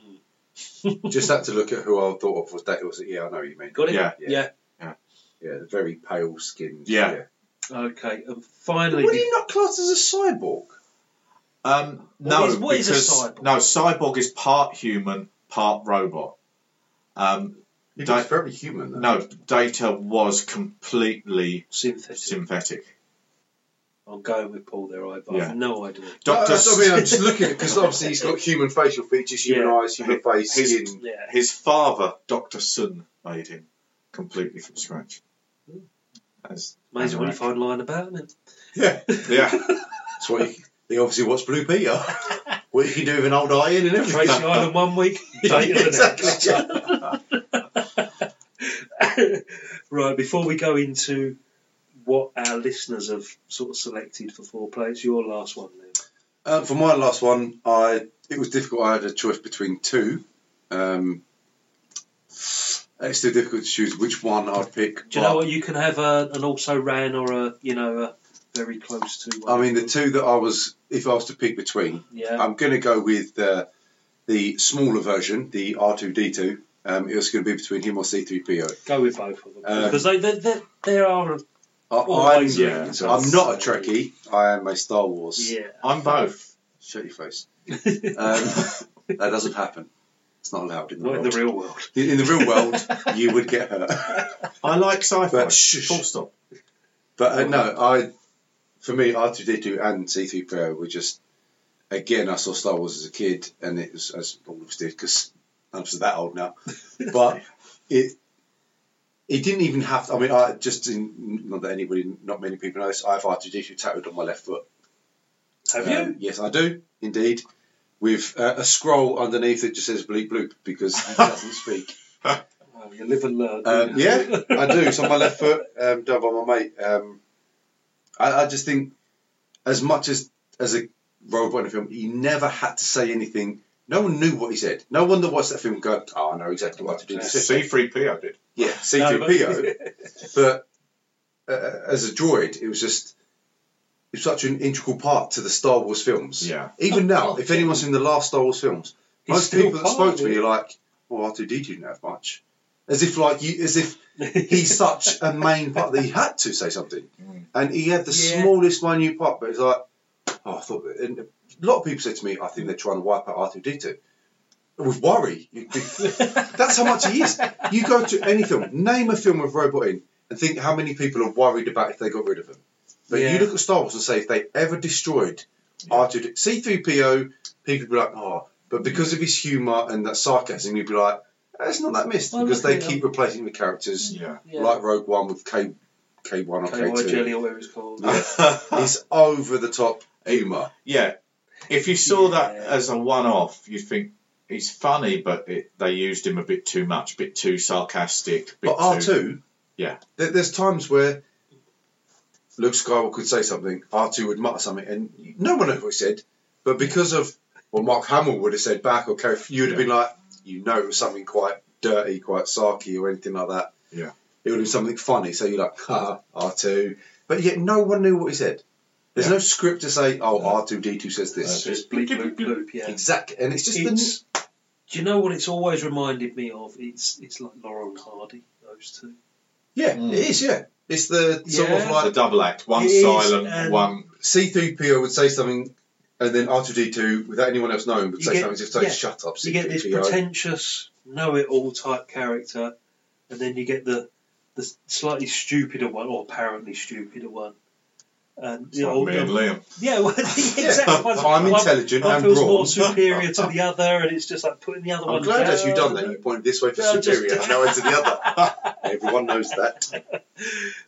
S4: Just had to look at who I thought of was that. It was yeah, I know what you mean.
S3: Got it?
S5: Yeah.
S3: Yeah.
S4: Yeah, the very pale skinned.
S5: Yeah.
S3: Okay. And
S4: Would
S3: finally,
S4: he not class as a cyborg?
S5: Um,
S3: What
S5: no,
S3: is- what is a
S5: because
S3: cyborg?
S5: no, cyborg is part human, part robot. Um,
S4: He
S5: Da-
S4: looks very human. Though.
S5: no, Data was completely
S3: synthetic.
S5: synthetic.
S3: I'm going with Paul there, I, but
S5: Yeah.
S3: I've no idea.
S5: Doctor,
S4: that's what I mean, I'm just looking because obviously he's got human facial features, human
S3: Yeah.
S4: eyes, human face,
S5: His-
S4: skin.
S3: Yeah.
S5: his father, Doctor Sun, made him completely from scratch. As
S3: Amazing when you
S5: Anorak.
S3: find a line about him.
S4: Yeah,
S5: Yeah.
S4: that's what he, he obviously watched Blue Peter. what you can do with an old eye in and everything.
S3: Tracy Island one week, Data the next.
S4: exactly.
S3: right, before we go into what our listeners have sort of selected for four players, your last one then.
S4: Uh, for my last one, I it was difficult. I had a choice between two. Um, it's still difficult to choose which one I'd pick.
S3: Do you know
S4: but-
S3: what? You can have a, an also ran or a, you know, a very close to one.
S4: I mean, the two that I was, if I was to pick between,
S3: Yeah.
S4: I'm going to go with uh, the smaller version, the R2D2. Um, it was going to be between him or C3PO.
S3: go with both of them.
S4: Um,
S3: because they, they, they, they are. a-
S4: I, I'm,
S3: Always,
S5: yeah.
S4: I'm not a Trekkie. I am a Star Wars.
S3: Yeah.
S5: I'm both.
S4: Shut your face. Um, that doesn't happen. It's not allowed in the
S3: Not in
S4: world.
S3: the real world.
S4: in the real world, you would get hurt.
S5: I like sci-fi.
S4: But shush.
S5: Full stop.
S4: But uh, no, I for me R two D two and C three PO were just again, I saw Star Wars as a kid, and it was as all of us did because I'm just that old now. But it it didn't even have. To, I mean, I just in, not that anybody, not many people know this. I have R2D2 tattooed on my left foot.
S3: Have
S4: Um, yes, I do indeed. With uh, a scroll underneath it just says bleep bloop because it doesn't speak.
S3: you? Well, you live and learn.
S4: Um,
S3: don't you?
S4: yeah, I do. It's on my left foot, um, done by my mate. Um, I, I just think, as much as as a robot in a film, he never had to say anything. No one knew what he said. No one that watched that film go, "Oh, I know exactly what to do." This is-
S5: C3PO did.
S4: yeah, C3PO. but uh, as a droid, it was just it's such an integral part to the Star Wars films.
S5: Yeah.
S4: Even now,
S3: Oh,
S4: if anyone's seen the last Star Wars films,
S3: He's
S4: most
S3: still
S4: people that
S3: part
S4: spoke
S3: of
S4: to
S3: it.
S4: me are like, "Well, R2D2 didn't have much." As if like you, as if he's such a main part that he had to say something, and he had the
S3: Yeah.
S4: smallest minute part, but it's like, oh, I thought. And a lot of people said to me, "I think they're trying to wipe out R2D2." With worry, You- that's how much he is. You go to any film, name a film with robot in, and think how many people are worried about if they got rid of him. But
S3: Yeah.
S4: you look at Star Wars and say if they ever destroyed R2, C3PO, people would be like, oh. But because of his humour and that sarcasm, you'd be like, "Eh, it's not that missed
S3: Well,
S4: because
S3: look
S4: they
S3: at
S4: keep replacing the characters
S5: Yeah.
S3: Yeah.
S4: like Rogue One with K, K1 or
S3: KY
S4: K2.
S3: jelly or whatever it's called.
S4: Uh, It's over the top humour.
S5: yeah. If you saw that
S3: Yeah.
S5: as a one off, you'd think he's funny, but it, they used him a bit too much, bit too sarcastic. Bit
S4: But R2,
S5: too, Yeah.
S4: there- there's times where Luke Skywalker could say something, R2 would mutter something, and no one knows what he said. But because of what Mark Hamill would have said back, or Kerry- you would have been like, you know, it was something quite dirty, quite sarky, or anything like that.
S5: Yeah.
S4: It would have been something funny, so you're like, ha, R2. But yet no one knew what he said. There's
S5: Yeah.
S4: no script to say, oh, R2D2 says
S3: It's
S4: this.
S3: just bleep, bloop, bloop, yeah.
S4: exactly. And it's just
S3: It's- do you know what it's always reminded me of? It's it's like Laurel and Hardy, those two.
S4: the. Yeah, it is, yeah. It's the sort of
S3: Yeah.
S4: like
S5: The double act, one
S3: It is,
S5: silent,
S3: and-
S5: one.
S4: C3PO would say something, and then R2D2, without anyone else knowing, would
S3: You
S4: say
S3: get-
S4: something as if to say,
S3: yeah.
S4: shut up, C3PO.
S3: you get this pretentious, know-it-all type character, and then you get the the slightly stupider one, or apparently stupider one. And
S5: It's like me and Liam.
S3: yeah, well, exactly. One's-
S4: I'm intelligent
S3: one,
S4: and
S3: one feels
S4: raw.
S3: more superior to the other, and it's just like putting the other
S4: I'm
S3: one.
S4: glad
S3: down.
S4: as you've done that, you pointed this way for
S3: No, just-
S4: superior, and now into the other. Everyone knows that.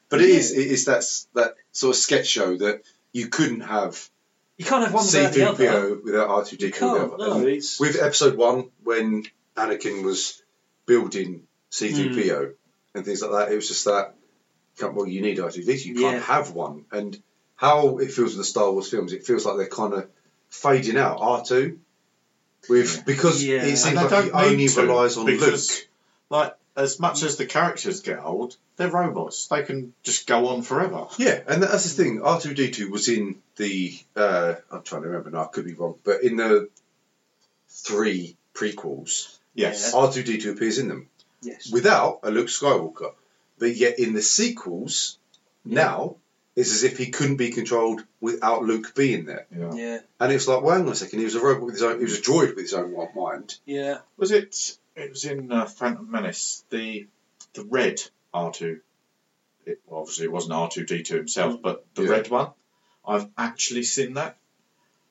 S4: But it is, it is that, s- that sort of sketch show that you couldn't have
S3: You can't have one without the other.
S4: C3PO without R2D2.
S3: You can't.
S4: without-
S3: No, it's
S4: With episode one, when Anakin was building C3PO
S3: Hmm.
S4: and things like that, it was just that, can't, well, you need R2D2. You
S3: Yeah.
S4: can't have one. And how it feels with the Star Wars films, it feels like they're kind of fading out. R2, with because
S3: Yeah.
S4: it seems
S5: And
S4: like he only
S5: to,
S4: relies on
S5: because,
S4: Luke.
S5: Like, as much as the characters get old, they're robots. They can just go on forever.
S4: Yeah, and that's the thing. R2D2 was in the, uh, I'm trying to remember now, I could be wrong, but in the three prequels,
S5: Yes.
S4: R2D2 appears in them.
S3: yes.
S4: without a Luke Skywalker. But yet in the sequels, now it's as if he couldn't be controlled without Luke being there.
S5: Yeah.
S3: yeah,
S4: And it's like, well, hang on a second, he was a robot with his own, he was a droid with his own mind.
S3: yeah.
S5: Was it? It was in uh, Phantom Menace. The the red R two. It well, obviously it wasn't R two D two himself, but the
S4: Yeah.
S5: red one. I've actually seen that.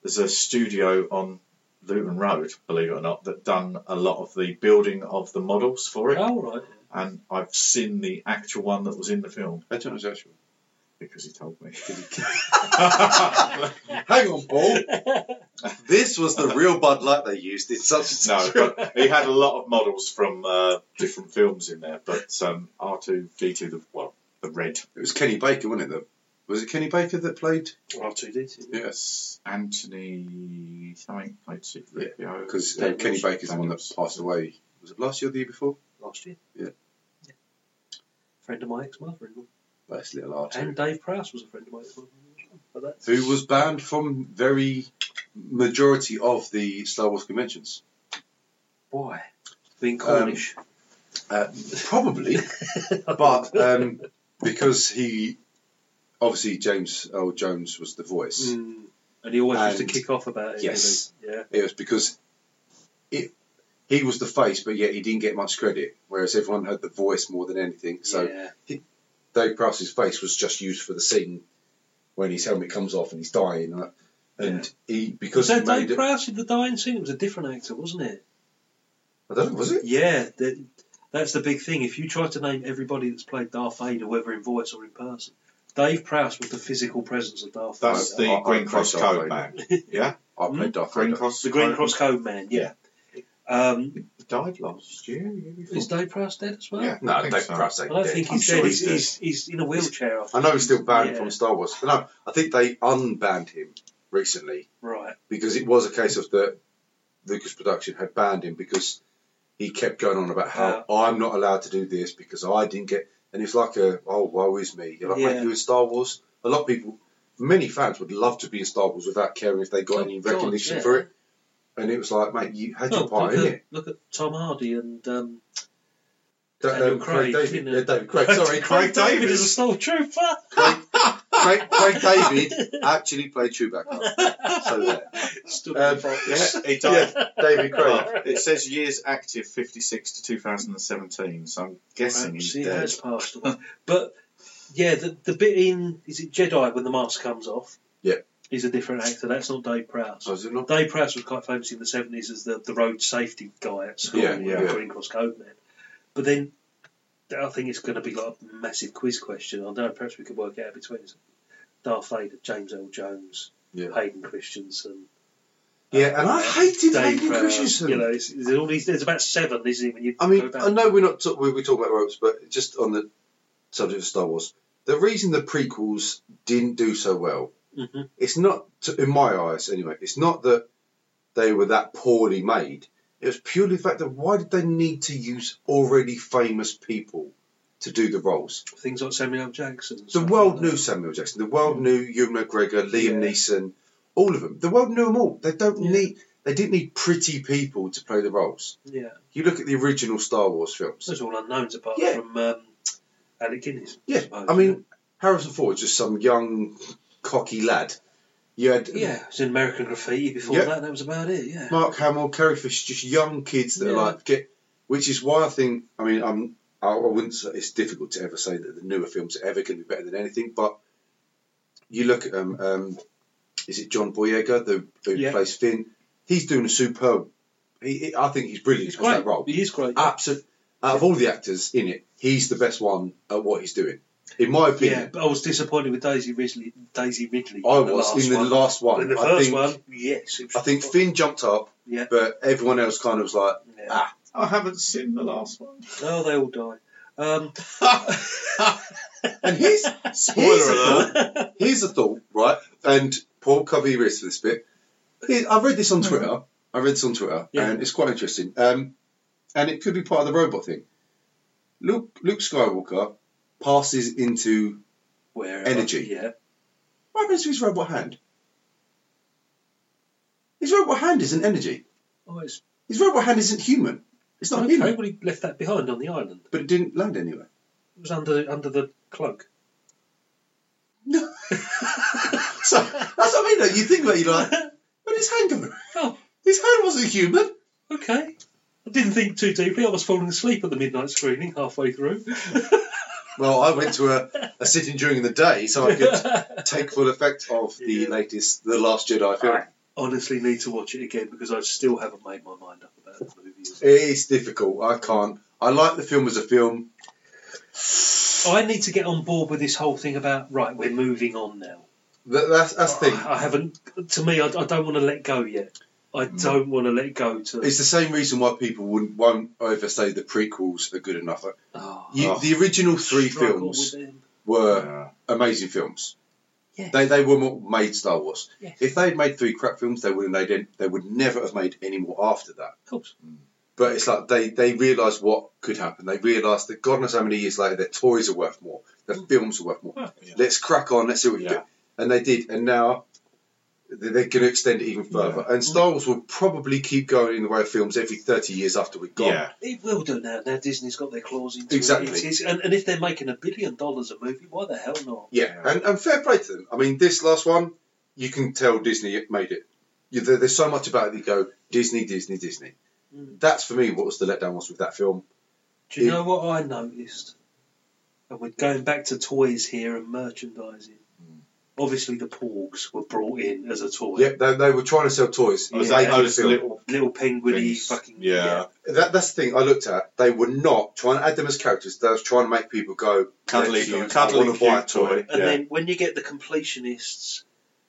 S5: There's a studio on Luton Road, believe it or not, that done a lot of the building of the models for it,
S3: All Oh, right.
S5: and I've seen the actual one that was in the film
S4: I don't know actual.
S5: because he told me.
S4: Hang on, Paul. this was the real Bud Light they used in such
S5: No, but he had a lot of models from uh, different films in there, but um, R two D two, the well, the red
S4: It was Kenny Baker, wasn't it? That was it Kenny Baker that played?
S3: R two D two.
S4: Yes.
S5: Anthony something played Secret.
S4: Because uh, Kenny Baker's the one that passed away. Was it last year or the year before?
S3: last year.
S4: Yeah.
S3: Friend of my ex-mother-in-law,
S4: That's little R2.
S3: and Dave Prowse was a friend of my ex-mother-in-law. But that's-
S4: who was banned from very majority of the Star Wars conventions.
S3: Why? Being
S4: Um,
S3: Cornish.
S4: Uh, probably, but um, because he obviously James Earl Jones was the voice.
S3: Mm. and he always used to
S4: And-
S3: kick off about it.
S4: Yes.
S3: didn't he? Yeah.
S4: It was because it he was the face, but yet he didn't get much credit. Whereas everyone had the voice more than anything. So
S3: yeah.
S4: Dave Prowse's face was just used for the scene when his helmet comes off and he's dying. And, and he
S3: Was
S4: because he
S3: that Dave
S4: made it.
S3: Prowse in the dying scene? It was a different actor, wasn't it?
S4: I don't know, was it?
S3: Yeah, that, that's the big thing. If you try to name everybody that's played Darth Vader, whether in voice or in person, Dave Prowse was the physical presence of Darth
S5: That's
S4: I-
S5: the
S4: I- I
S5: Green Cross
S4: played
S5: Code
S4: Darth
S5: man. Yeah,
S4: I
S3: Hmm?
S4: played Darth
S5: Green
S4: Vader.
S5: Cross.
S3: Vader. The Green Cross Code Man, yeah. Um,
S5: died last year. year before.
S3: is Dave Prowse dead as well?
S5: Yeah.
S4: No,
S5: I
S4: Dave
S5: think
S4: Prowse
S5: so.
S4: ain't
S3: I don't
S4: dead.
S3: think
S5: I'm
S3: he's
S5: sure
S3: dead.
S5: he's
S3: He's, he's, he's in a wheelchair. I,
S4: I
S3: think.
S4: know he's still banned
S3: Yeah.
S4: from Star Wars. But no, I think they unbanned him recently
S3: Right.
S4: because it was a case of the Lucas production had banned him because he kept going on about how I'm not allowed to do this because I didn't get and it's like a oh woe is me. You're like
S3: Yeah.
S4: mate, you in Star Wars. A lot of people many fans would love to be in Star Wars without caring if they got
S3: Oh,
S4: any
S3: God,
S4: recognition
S3: yeah. Oh,
S4: for it. And it was like, mate, you had your
S3: Well,
S4: part in
S3: look,
S4: it.
S3: at, look at Tom Hardy and um,
S4: Da-
S3: Daniel
S4: um,
S3: Craig.
S4: David.
S3: didn't it?
S4: Yeah, David Craig. Sorry,
S5: Craig David.
S3: is a stormtrooper.
S4: Craig, Craig David actually played Chewbacca. So there.
S3: Still
S4: Um,
S5: Uh, Yeah, he died.
S4: Yeah, David Craig.
S5: Well, it says years active, fifty-six to two thousand and seventeen. So I'm guessing
S3: Perhaps
S5: he's
S3: he
S5: dead.
S3: has passed away. but yeah, the, the bit in is it Jedi when the mask comes off?
S4: Yeah.
S3: he's a different actor. That's not Dave Prowse.
S4: Oh, is it not?
S3: Dave Prowse was quite famous in the seventies as the, the road safety guy at school,
S4: Yeah,
S3: yeah,
S4: yeah.
S3: Green Cross Code Man. But then I think it's going to be like a massive quiz question. I don't know. Perhaps we could work it out between us. Darth Vader, James L. Jones,
S4: Yeah.
S3: Hayden Christensen,
S4: Yeah, and I hated
S3: Dave
S4: Hayden
S3: Prowse,
S4: Christensen.
S3: You know, it's, there's all these. There's about seven, isn't it? When you
S4: I
S3: go
S4: mean,
S3: back?
S4: I know we're not talk- we- we're talking about ropes, but just on the subject of Star Wars, the reason the prequels didn't do so well,
S3: Mhm.
S4: it's not to, in my eyes anyway. It's not that they were that poorly made. It was purely the fact that why did they need to use already famous people to do the roles?
S3: things like Samuel L. Jackson. and
S4: The
S3: stuff
S4: world
S3: like
S4: knew
S3: that.
S4: Samuel Jackson. The world knew Ewan McGregor, Liam
S3: Yeah.
S4: Neeson, all of them. The world knew them all. They don't
S3: Yeah.
S4: need. They didn't need pretty people to play the roles.
S3: Yeah,
S4: You look at the original Star Wars films.
S3: those are all unknowns apart
S4: Yeah.
S3: from um, Alec Guinness.
S4: Yeah,
S3: suppose,
S4: I mean, Harrison Ford was just some young, cocky lad. You had
S3: yeah, it was in American Graffiti before
S4: Yeah.
S3: that. and That was about it. Yeah,
S4: Mark Hamill, Carrie Fisher, just young kids that are
S3: Yeah.
S4: like get. Which is why I think. I mean, I'm. I I wouldn't. Say, it's difficult to ever say that the newer films are ever going to be better than anything. But you look at um, um is it John Boyega the, who
S3: Yeah.
S4: plays Finn? He's doing a superb. He, he- I think he's brilliant
S3: he's
S4: across
S3: great.
S4: that role.
S3: He is great.
S4: Absolutely. Out of all the actors in it, he's the best one at what he's doing. In my
S3: yeah,
S4: opinion,
S3: but I was disappointed with Daisy Ridley. Daisy Ridley.
S4: I
S3: in the
S4: was
S3: last
S4: in the
S3: one.
S4: last
S3: But
S4: one.
S3: in the
S4: I
S3: first
S4: think,
S3: one, yes. it was-
S4: I think Finn jumped up,
S3: Yeah.
S4: but everyone else kind of was like,
S3: Yeah.
S4: ah,
S5: I haven't seen the last one.
S3: Oh, they all die. Um,
S4: and here's here's a thought. Here's a thought, right? And Paul, cover your ears for this bit. Here- I read this on Twitter. I read this on Twitter,
S3: Yeah.
S4: and it's quite interesting. Um, and it could be part of the robot thing. Luke Luke Skywalker passes into
S3: where
S4: Energy.
S3: Yeah,
S4: what happens to his robot hand? His robot hand isn't energy.
S3: oh, it's
S4: His robot hand isn't human. It's not
S3: okay.
S4: human,
S3: Well, he left that behind on the island.
S4: but it didn't land anywhere.
S3: It was under under the cloak.
S4: So that's what I mean. Though. You think about it, you're like, where did his hand go?
S3: Oh,
S4: His hand wasn't human.
S3: okay. I didn't think too deeply. I was falling asleep at the midnight screening halfway through.
S4: Well, I went to a, a sitting during the day so I could take full effect of the
S3: Yeah.
S4: latest, the Last Jedi film.
S3: honestly need to watch it again because I still haven't made my mind up about the movie.
S4: It is difficult. I can't. I like the film as a film.
S3: I need to get on board with this whole thing about right, we're moving on now.
S4: That, that's that's the thing.
S3: I haven't. To me, I, I don't want to let go yet. I don't want to let go to.
S4: It's the same reason why people wouldn't won't ever say the prequels are good enough.
S3: Oh,
S4: You,
S5: Oh.
S4: the original three
S3: struggle
S4: films
S3: with them.
S4: were
S5: Yeah.
S4: amazing films.
S3: Yes.
S4: They, they were not made Star Wars.
S3: Yes.
S4: If they had made three crap films, they would have made they would never have made any more after that.
S3: Of course.
S4: But it's like they they realised what could happen. They realised that God knows how many years later their toys are worth more, their films are worth more.
S5: Yeah.
S4: Let's crack on. Let's see what we
S5: Hmm. Yeah.
S4: can do. And they did. And now they- they're going to extend it even further. And
S5: Hmm.
S4: Star Wars will probably keep going in the way of films every thirty years after we're gone.
S5: Yeah,
S3: It will do now. Now Disney's got their claws into
S4: Exactly.
S3: it. It is- and, and if they're making a billion dollars a movie, why the hell not?
S4: Yeah, and, and fair play to them. I mean, this last one, you can tell Disney made it. You, there, there's so much about it that you go, Disney, Disney, Disney.
S5: Hmm.
S4: That's for me what was the letdown was with that film.
S3: Do you
S4: Yeah.
S3: know what I
S5: Hmm.
S3: noticed? And we're going back to toys here and merchandising. obviously the Porgs were brought in as a toy.
S4: Yep, they, they were trying to sell toys.
S5: Was
S3: Yeah.
S5: that those little
S3: Little penguiny
S5: things?
S3: fucking
S5: yeah.
S4: That, that's the thing I looked at. They were not trying to add them as characters. They was trying to make people go
S5: Cuddly
S4: "Yes,
S5: cute-
S4: I
S5: cuddly
S4: wanna
S5: cute
S4: buy a
S3: And
S5: toy." Yeah.
S3: then when you get the completionists,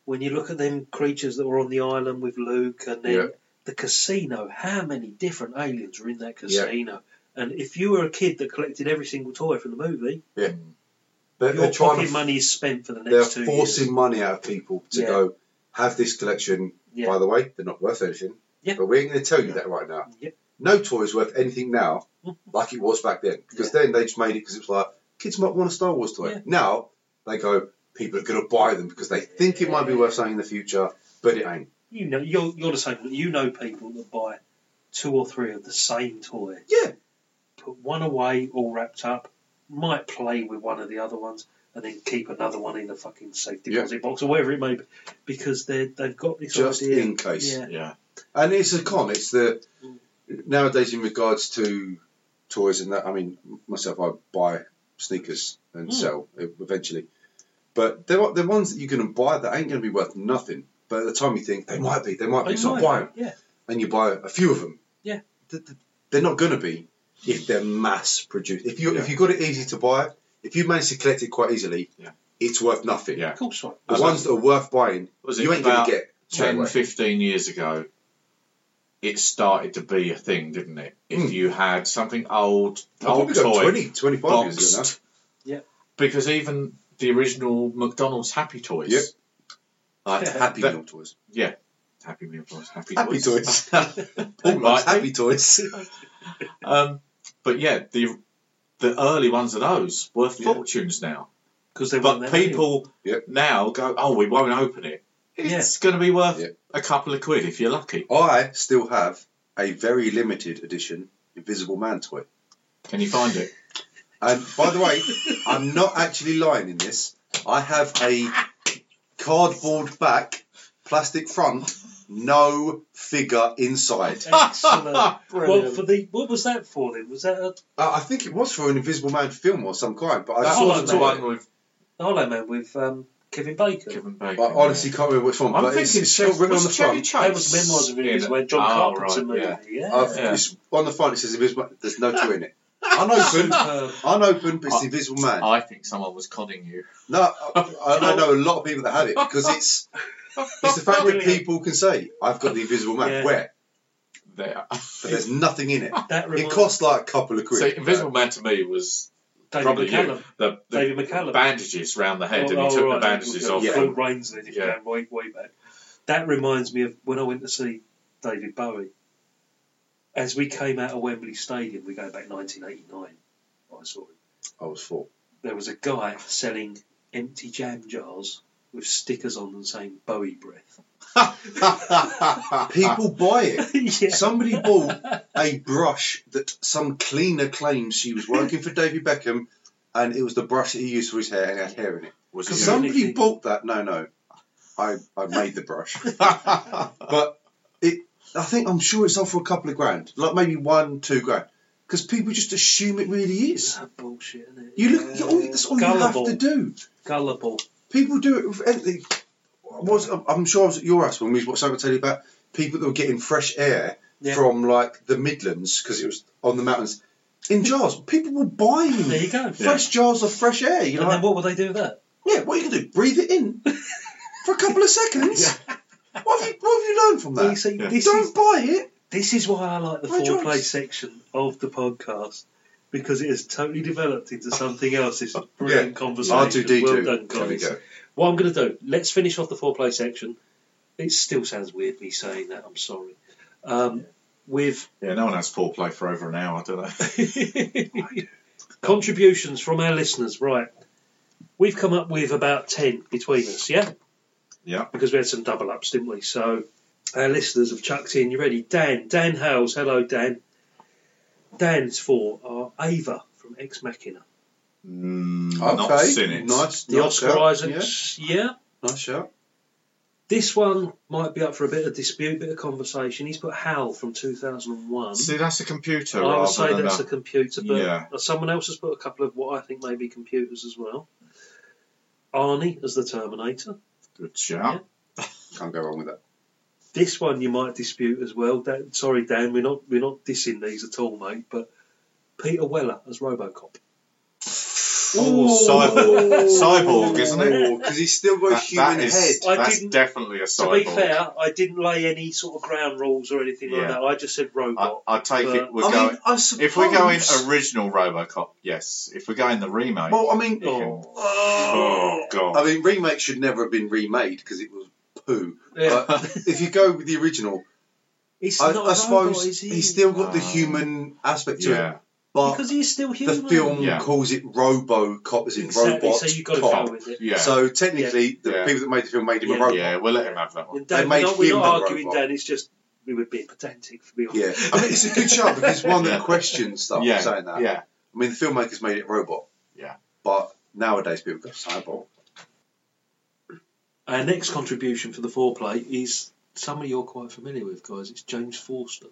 S3: when you look at them creatures that were on the island with Luke, and then
S4: Yeah.
S3: the casino, how many different aliens were in that casino? And if you were a kid that collected every single toy from the movie,
S4: They're,
S3: your
S4: they're trying
S3: pocket
S4: to,
S3: money is spent for the
S4: They're
S3: next two
S4: forcing money out of people to
S3: Yeah.
S4: go have this collection.
S3: years.
S4: By the way, they're not worth anything.
S3: Yeah.
S4: But we ain't going to tell you that right now.
S3: Yeah.
S4: No toy is worth anything now, like it was back then. Because then they just made it because it was like kids might want a Star Wars toy.
S3: Yeah.
S4: Now they go, people are going to buy them because they think it might be worth something in the future, but it ain't.
S3: You know, you're, you're the same. You know people that buy two or three of the same toy.
S4: Yeah.
S3: Put one away, all wrapped up. Might play with one of the other ones, and then keep another one in the fucking safe
S4: Yeah.
S3: deposit box or wherever it may be, because they they've got this
S4: Just
S3: idea.
S4: in case.
S3: Yeah.
S5: Yeah.
S4: And it's a con. It's the nowadays in regards to toys and that. I mean, myself, I buy sneakers and
S5: Hmm.
S3: Mm.
S4: sell e, eventually, but they're the ones that you're going to buy that ain't going to be worth nothing. But at the time you think they might be, they might be, so I buy them,
S3: Yeah.
S4: and you buy a few of them.
S3: Yeah.
S4: Th- th- they're not going to be if they're mass produced. If you
S5: Yeah.
S4: if you got it easy to buy, if you manage to collect it quite easily,
S5: Yeah.
S4: it's worth nothing.
S5: Yeah.
S3: Of course, right.
S4: The
S5: Was
S4: ones that are worth buying,
S5: Was it
S4: you ain't going
S5: about
S4: to get straight
S5: 10,
S4: away.
S5: 15 years ago, it started to be a thing, didn't it? If
S4: Mm.
S5: you had something old,
S4: I've
S5: old
S4: probably got
S5: toy,
S4: 20, 25 years ago now.
S5: boxed.
S3: Yeah.
S5: Because even the original McDonald's Happy Toys.
S4: Yep.
S5: Like,
S3: Yeah.
S4: Happy
S5: that-
S4: Meal toys.
S5: Happy Meal Toys. Happy,
S4: Happy
S5: Toys.
S4: Paul loves
S5: Right.
S4: Happy toys.
S5: um, but yeah, the the early ones of those were
S4: Yeah.
S5: fortunes now.
S3: Because they want
S5: But
S3: that
S5: people
S4: Yep.
S5: now go, oh, we won't open it.
S3: Yeah.
S5: It's going to be worth
S4: Yep.
S5: a couple of quid if you're lucky.
S4: I still have a very limited edition Invisible Man toy.
S5: Can you find it?
S4: And by the way, I'm not actually lying in this. I have a cardboard back, plastic front, no figure inside.
S3: deal. Excellent. well,
S5: Brilliant.
S3: for the what was that for then? Was that a
S4: Uh, I think it was for an Invisible Man film or some kind, but I
S5: That
S4: saw
S3: was
S5: was
S4: the
S3: mate.
S5: the one
S4: toy.
S5: with
S3: the Hollow Man with um, Kevin Bacon?
S5: Kevin Bacon.
S4: I honestly
S5: yeah.
S4: can't remember which one,
S5: I'm
S4: but it's,
S5: thinking
S4: it's got written on
S5: was
S4: the
S5: Chevy
S4: front.
S5: Chase
S3: That was Memoirs of Movies
S5: in-
S3: where John
S4: Ah,
S5: oh,
S3: Carpenter's a
S5: right,
S3: movie.
S5: yeah.
S3: Yeah.
S4: I've-
S5: Yeah.
S4: it's on the front. It says Invisible. Man. There's no toy in it. Unopened,
S3: Superb.
S4: unopened, but it's Invisible Man.
S5: I think someone was conning you.
S4: No, I, I know a lot of people that have it because it's it's the fact that
S3: Brilliant.
S4: people can say I've got the Invisible Man.
S3: Yeah.
S4: Where?
S5: There.
S4: But there's nothing in it.
S3: That
S4: It
S3: reminds
S4: costs like a couple of quid.
S5: so Invisible Man to me was
S3: David
S5: probably
S3: McCallum.
S5: you. The, the
S3: David McCallum. Oh,
S5: bandages round the head, and he took the bandages off.
S4: Yeah.
S3: Blue Rains then, if
S5: Yeah.
S3: you're going way, way back. That reminds me of when I went to see David Bowie. As we came out of Wembley Stadium, we go back 1989, I saw him.
S4: I was four.
S3: There was a guy selling empty jam jars with stickers on them saying Bowie breath.
S4: People buy it.
S3: yeah.
S4: Somebody bought a brush that some cleaner claims she was working for David Beckham, and it was the brush that he used for his hair and it had hair in it.
S5: Was
S3: Yeah.
S5: it
S4: Somebody
S3: Completely.
S4: bought that. No, no, I I made the brush. but it, I think I'm sure it's off for a couple of grand, like maybe one, two grand, because people just assume it really is.
S3: That's bullshit, isn't it?
S4: You look, you all, that's all
S3: Gullible.
S4: you have to do.
S3: Gullible.
S4: People do it with anything. I Was, I'm sure I was at your house when we watched something tell you about people that were getting fresh air
S3: Yeah.
S4: from like the Midlands because it was on the mountains in jars. People were buying
S3: There you go.
S4: fresh jars of fresh air. You know,
S3: And then
S4: like,
S3: what would they do with that?
S4: yeah, what are you gonna do? Breathe it in for a couple of seconds. What, have you, what have you learned from
S3: Well, you
S4: that?
S3: see,
S5: Yeah.
S3: this
S4: Don't
S3: is
S4: buy it.
S3: This is why I like the
S4: My
S3: four
S4: choice.
S3: play section of the podcast because it has totally developed into something else. This brilliant conversation.
S4: R2D2.
S3: Well done,
S4: There we
S3: guys.
S4: go.
S3: What I'm going to do, let's finish off the four play section. It still sounds weird me saying that, I'm sorry. Um, With
S5: Yeah, no one has poor play for over an hour, do they?
S3: contributions from our listeners, right. We've come up with about 10 between us, yeah?
S5: Yeah.
S3: Because we had some double ups, didn't we? So our listeners have chucked in. You ready? Dan, Dan Hales. Hello, Dan. Dan's for are Ava from Ex Machina.
S5: Mm,
S4: Okay,
S5: Not seen it.
S4: nice.
S3: The
S4: nice
S3: Oscar
S4: shout.
S3: Isaacs, yeah.
S4: Yeah, nice shout.
S3: This one might be up for a bit of dispute, bit of conversation. He's put Hal from 2001.
S5: See, that's a computer.
S3: Um, I
S5: rather
S3: would say
S5: than
S3: that's
S5: a-
S3: a computer, but uh,
S5: Yeah.
S3: someone else has put a couple of what I think may be computers as well. Arnie as the Terminator.
S5: Good shout.
S4: Can't go wrong with that.
S3: This one you might dispute as well. Dan, sorry, Dan, we're not we're not dissing these at all, mate. But Peter Weller as RoboCop.
S5: Oh, cyborg. cyborg, isn't it?
S4: Because he's still got a
S5: That,
S4: human
S5: that
S4: head.
S5: is,
S3: I
S5: that's
S3: didn't-
S5: definitely
S3: To
S5: a cyborg.
S3: be fair, I didn't lay any sort of ground rules or anything like
S5: Yeah.
S3: that. I just said
S5: I,
S3: robot.
S5: I take
S3: Uh,
S5: it we're
S4: I
S5: going.
S4: mean, I suppose.
S5: if we're going original RoboCop, yes. If we're going the remake,
S4: Well, I mean,
S3: Oh.
S5: oh god,
S4: I mean, remake should never have been remade because it was poo.
S3: Yeah.
S4: But if you go with the original,
S3: He's
S4: I,
S3: not a
S4: I suppose
S3: robot, is he?
S4: he's still got the
S5: Oh.
S4: human aspect to
S5: yeah.
S4: it. But
S3: because he's still
S4: the
S3: human.
S4: film
S5: Yeah.
S4: calls it RoboCop, as in
S3: Exactly,
S4: robot
S3: so you've got to
S4: cop.
S3: go with it.
S5: Yeah.
S4: So technically, the
S5: Yeah.
S4: people that made the film made him
S3: Yeah.
S4: a robot.
S5: yeah, we'll let him have that one.
S3: And Dan,
S4: They made
S3: we're not, we're
S4: him
S3: not
S4: the
S3: arguing,
S4: robot.
S3: Dan. It's just we were being pedantic for being honest.
S4: Yeah, I mean it's a good show because one
S5: Yeah.
S4: that questions stuff.
S5: yeah,
S4: saying that.
S5: yeah.
S4: I mean the filmmakers made it robot.
S5: Yeah.
S4: But nowadays people go cyborg.
S3: Our Uh, next contribution for the foreplay is somebody you're quite familiar with, guys. It's James Forster.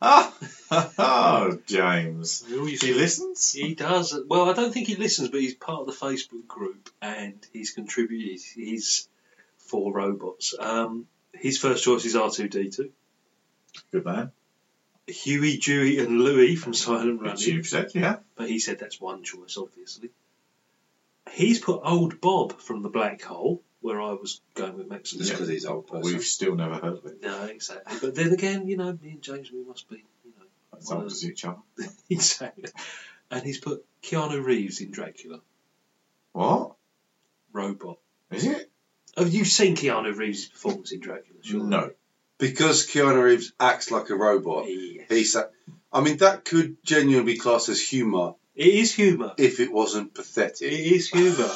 S5: Ah, oh, James.
S3: We all used
S5: He
S3: to-
S5: listens.
S3: He does. Well, I don't think he listens, but he's part of the Facebook group and he's contributed his four robots. Um, his first choice is R2D2.
S5: Good man.
S3: Huey, Dewey, and Louie from Silent
S5: Which
S3: Running.
S5: you've said, yeah.
S3: But he said that's one choice, obviously. He's put Old Bob from The Black Hole, where I was going with Mexico.
S4: Just because he's old person.
S5: We've still never heard of it.
S3: No, exactly. But then again, you know, me and James, we must be, you know,
S5: As old as each other.
S3: exactly. And he's put Keanu Reeves in Dracula,
S5: What
S3: robot.
S5: is it?
S3: Have you seen Keanu Reeves' performance in Dracula? Surely?
S5: No.
S4: Because Keanu Reeves acts like a robot.
S3: Yes.
S4: He sa I mean that could genuinely be classed as humour
S3: It is humour.
S4: if it wasn't
S3: It
S4: pathetic.
S3: is humour.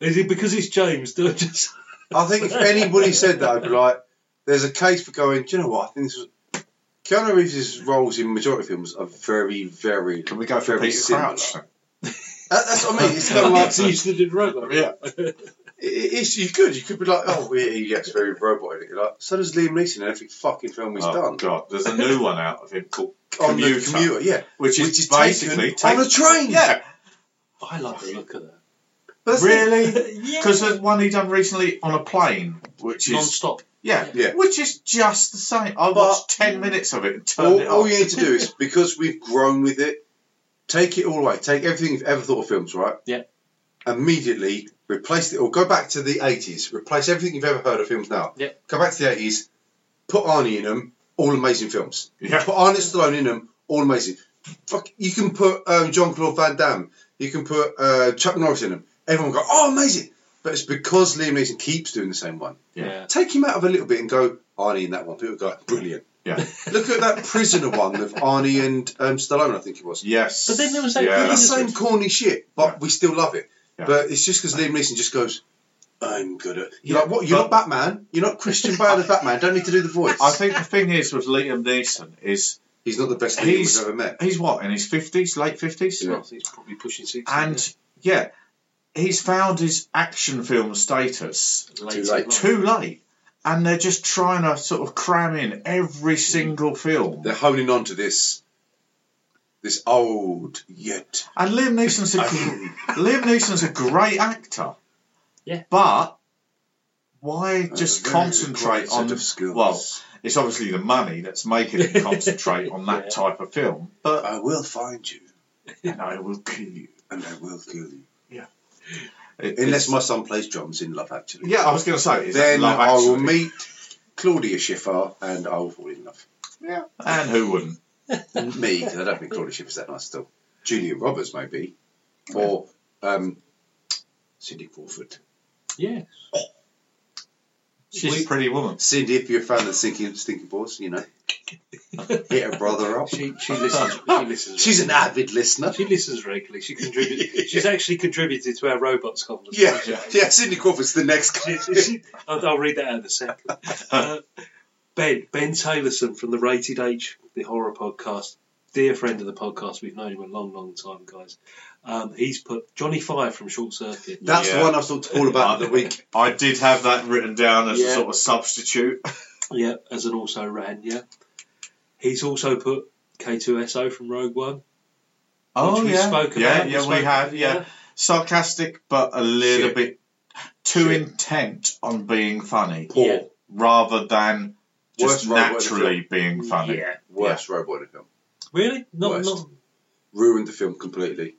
S3: is it because it's James? Don't just.
S4: I think if anybody said that, I'd be like, "There's a case for going." Do you know what? I think this was. Keanu Reeves' roles in majority films are very, very.
S5: Can we go for
S4: very
S5: Peter
S4: similar.
S5: Crouch? then?
S4: That- that's what I mean. It's kind
S3: I
S4: of like
S3: guess he used to do robot.
S5: Yeah.
S4: It- It's, you could. You could be like, oh, he he gets very robot in it. You're Like, so does Liam Neeson in every fucking film he's
S5: oh
S4: done.
S5: God, there's a new one out of him called
S4: On
S5: Commuter,
S4: the commuter, yeah.
S5: which is,
S4: Which is
S5: basically
S4: taken on
S5: take-
S4: a train.
S5: Yeah,
S3: I like the look of that.
S4: But that's
S5: really? Because there's one he done recently on a plane, which is
S3: Non-stop.
S5: yeah,
S4: Yeah.
S5: which is just the same. I watched ten minutes of it and
S4: the-
S5: turned
S4: all,
S5: it
S4: all
S5: off.
S4: you need to do is because we've grown with it, take it all away. Take everything you've ever thought of films, right?
S3: Yeah.
S4: Immediately replace it, or go back to the eighties. Replace everything you've ever heard of films now.
S3: Yeah.
S4: Go back to the eighties. Put Arnie in them. All amazing films.
S5: Yeah.
S4: Put Arnold Stallone in them, all amazing. Fuck, you can put um, John Claude Van Damme, you can put uh, Chuck Norris in them. Everyone go, oh, amazing. But it's because Liam Neeson keeps doing the same one.
S5: Yeah.
S4: Take him out of a little bit and go Arnie in that one. People go, brilliant.
S5: Yeah.
S4: Look at that prisoner one of Arnie and um, Stallone, I think it was.
S5: Yes.
S3: But then there was that-
S5: yeah.
S4: They're the
S5: that's-
S4: same corny shit, but
S5: Yeah.
S4: we still love it.
S5: Yeah.
S4: But it's just because Liam Neeson just goes, I'm good at. You're
S5: Yeah,
S4: like, what? You're not Batman. You're not Christian Bale as Batman. Don't need to do the voice.
S5: I think the thing is with Liam Neeson is
S4: he's not the best leader we've
S5: he's
S4: ever met.
S5: he's what in his fifties, late fifties,
S4: Yeah.
S3: I think he's probably pushing six.
S5: and yeah, he's found his action film status
S4: Too late.
S5: too late, and they're just trying to sort of cram in every single film.
S4: they're honing on to this this old yet
S5: And Liam Neeson's a gr- Liam Neeson's a great actor.
S3: Yeah.
S5: But why just
S4: very
S5: concentrate
S4: great set
S5: on
S4: of skills.
S5: Well, it's obviously the money that's making him concentrate on that
S3: Yeah.
S5: type of film. But
S4: I will find you
S5: and I will kill you.
S4: and I will kill you.
S5: It-
S4: Unless
S5: it's-
S4: my son plays drums in Love Actually.
S5: yeah, I was going to say is
S4: Then
S5: that love
S4: I will
S5: actually?
S4: meet Claudia Schiffer and I will fall in love.
S5: yeah. And who wouldn't?
S4: Me, because I don't think Claudia Schiffer's that nice still. Julia Roberts maybe, or um, Cindy Crawford.
S3: yes.
S5: She's
S3: We-
S5: a pretty woman.
S4: Cindy, if you're a fan of Stinking Stinking Boards, you know, hit her brother up.
S3: She she listens.
S5: Ah,
S3: She listens.
S4: She's an avid listener.
S3: She listens regularly. She contributes. She's actually contributed to our robots conversation.
S4: Yeah, yeah. Cindy Crawford's the next.
S3: She- she- she- I'll, I'll read that out in a second. Uh, ben Ben Taylorson from the Rated H, the horror podcast, dear friend of the podcast. We've known him a long, long time, guys. Um, he's put Johnny Five from Short Circuit.
S4: That's
S5: Yeah.
S4: the one I was talking to Paul about the other week.
S5: I did have that written down as
S3: Yeah.
S5: a sort of substitute.
S3: Yeah, as an also ran. Yeah, he's also put K2SO from Rogue One.
S5: Oh
S3: which we
S5: yeah,
S3: spoke about.
S5: Oh, yeah, yeah. We
S3: spoke-
S5: have, yeah. sarcastic, but a little
S4: Shit.
S5: bit too
S4: Shit.
S5: intent on being funny
S4: Poor.
S3: Yeah.
S5: rather than
S4: Worst
S5: just
S4: robot in the
S5: naturally being funny.
S3: Yeah.
S4: Worst robot in the film.
S3: Really? Not,
S4: Worst.
S3: not
S4: Ruined the film completely.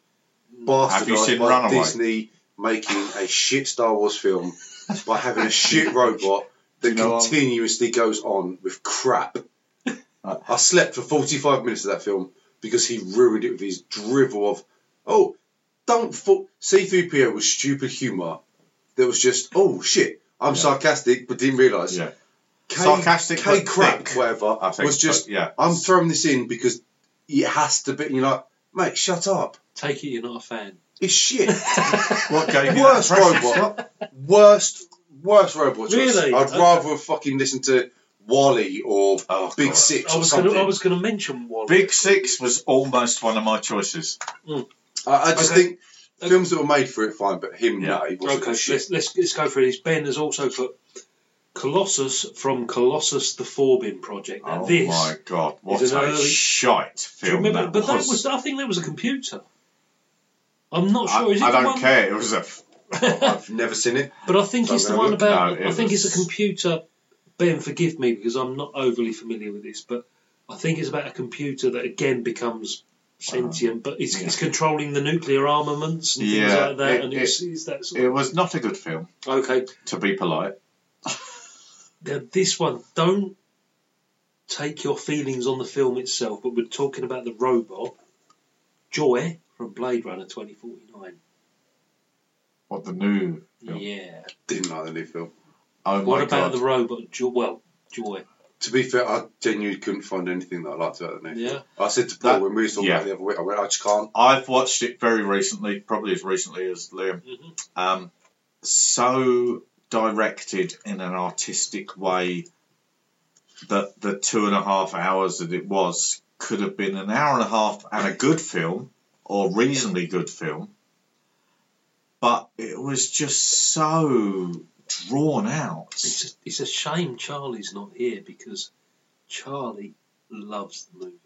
S4: Bastardized
S5: Have you seen
S4: by
S5: Runaway?
S4: Disney making a shit Star Wars film by having a shit robot that
S5: You know what?
S4: continuously goes on with crap. I slept for 45 minutes of that film because he ruined it with his drivel of, oh, don't fall. C3PO was stupid humour that was just, oh shit, I'm sarcastic but didn't realise.
S5: Yeah.
S4: K,
S5: Sarcastic
S4: K
S5: but
S4: crap,
S5: thick,
S4: whatever,
S5: I think,
S4: was just,
S5: but yeah.
S4: I'm throwing this in because it has to be. And you're like, mate, shut up.
S3: take it. You're not a fan.
S4: It's shit.
S5: What gave you
S4: worst
S5: that impression?
S4: robot. worst, worst robot. choice.
S3: Really?
S4: I'd
S3: Okay.
S4: rather have fucking listen to Wally or
S5: Oh,
S4: Big
S5: God.
S4: Six
S3: I
S4: or
S3: was
S4: something.
S3: going to. I was going to mention Wally.
S5: Big Six was almost one of my choices.
S4: I, I just
S3: Okay.
S4: think films that were made for it, fine, but him,
S5: Yeah.
S4: no, he wasn't
S3: Okay,
S4: shit.
S3: let's, let's let's go through these. Ben has also put Colossus from Colossus the Forbin Project. Now
S5: oh
S3: this.
S5: my god, what
S3: is
S5: a
S3: an early-
S5: shite
S3: Do you
S5: film
S3: remember?
S5: that
S3: but
S5: was.
S3: that was. I think that was a computer. I'm not
S5: I,
S3: sure. Is it
S5: I
S3: the
S5: don't
S3: one-
S5: care. It was a
S4: I've never seen it.
S3: But I think it's the
S4: Don't know.
S3: one about.
S5: No, it
S3: I think it's
S5: was-
S3: a computer. Ben, forgive me because I'm not overly familiar with this, but I think it's about a computer that again becomes sentient, but it's, it's controlling the nuclear armaments and things
S5: Yeah,
S3: like that.
S5: it-
S3: and it's, it's that sort
S5: it was not a good film.
S3: of, okay.
S5: To be polite,
S3: Now this one, don't take your feelings on the film itself, but we're talking about the robot Joy from Blade Runner 2049.
S5: what the new film?
S3: Yeah.
S4: Didn't like the new film.
S5: Oh
S3: What
S5: my
S3: about
S5: god!
S3: the robot? Jo- well, Joy.
S4: To be fair, I genuinely couldn't find anything that I liked about the new
S3: Yeah.
S4: film. I said to Paul
S5: That-
S4: when we were talking
S5: yeah.
S4: about it the other week, I went, I just can't.
S5: I've watched it very recently, probably as recently as Liam.
S3: Mm-hmm.
S5: Um, so directed in an artistic way that the two and a half hours that it was could have been an hour and a half and a good film or reasonably good film, but it was just so drawn out.
S3: It's a, it's a shame Charlie's not here because Charlie loves the movie.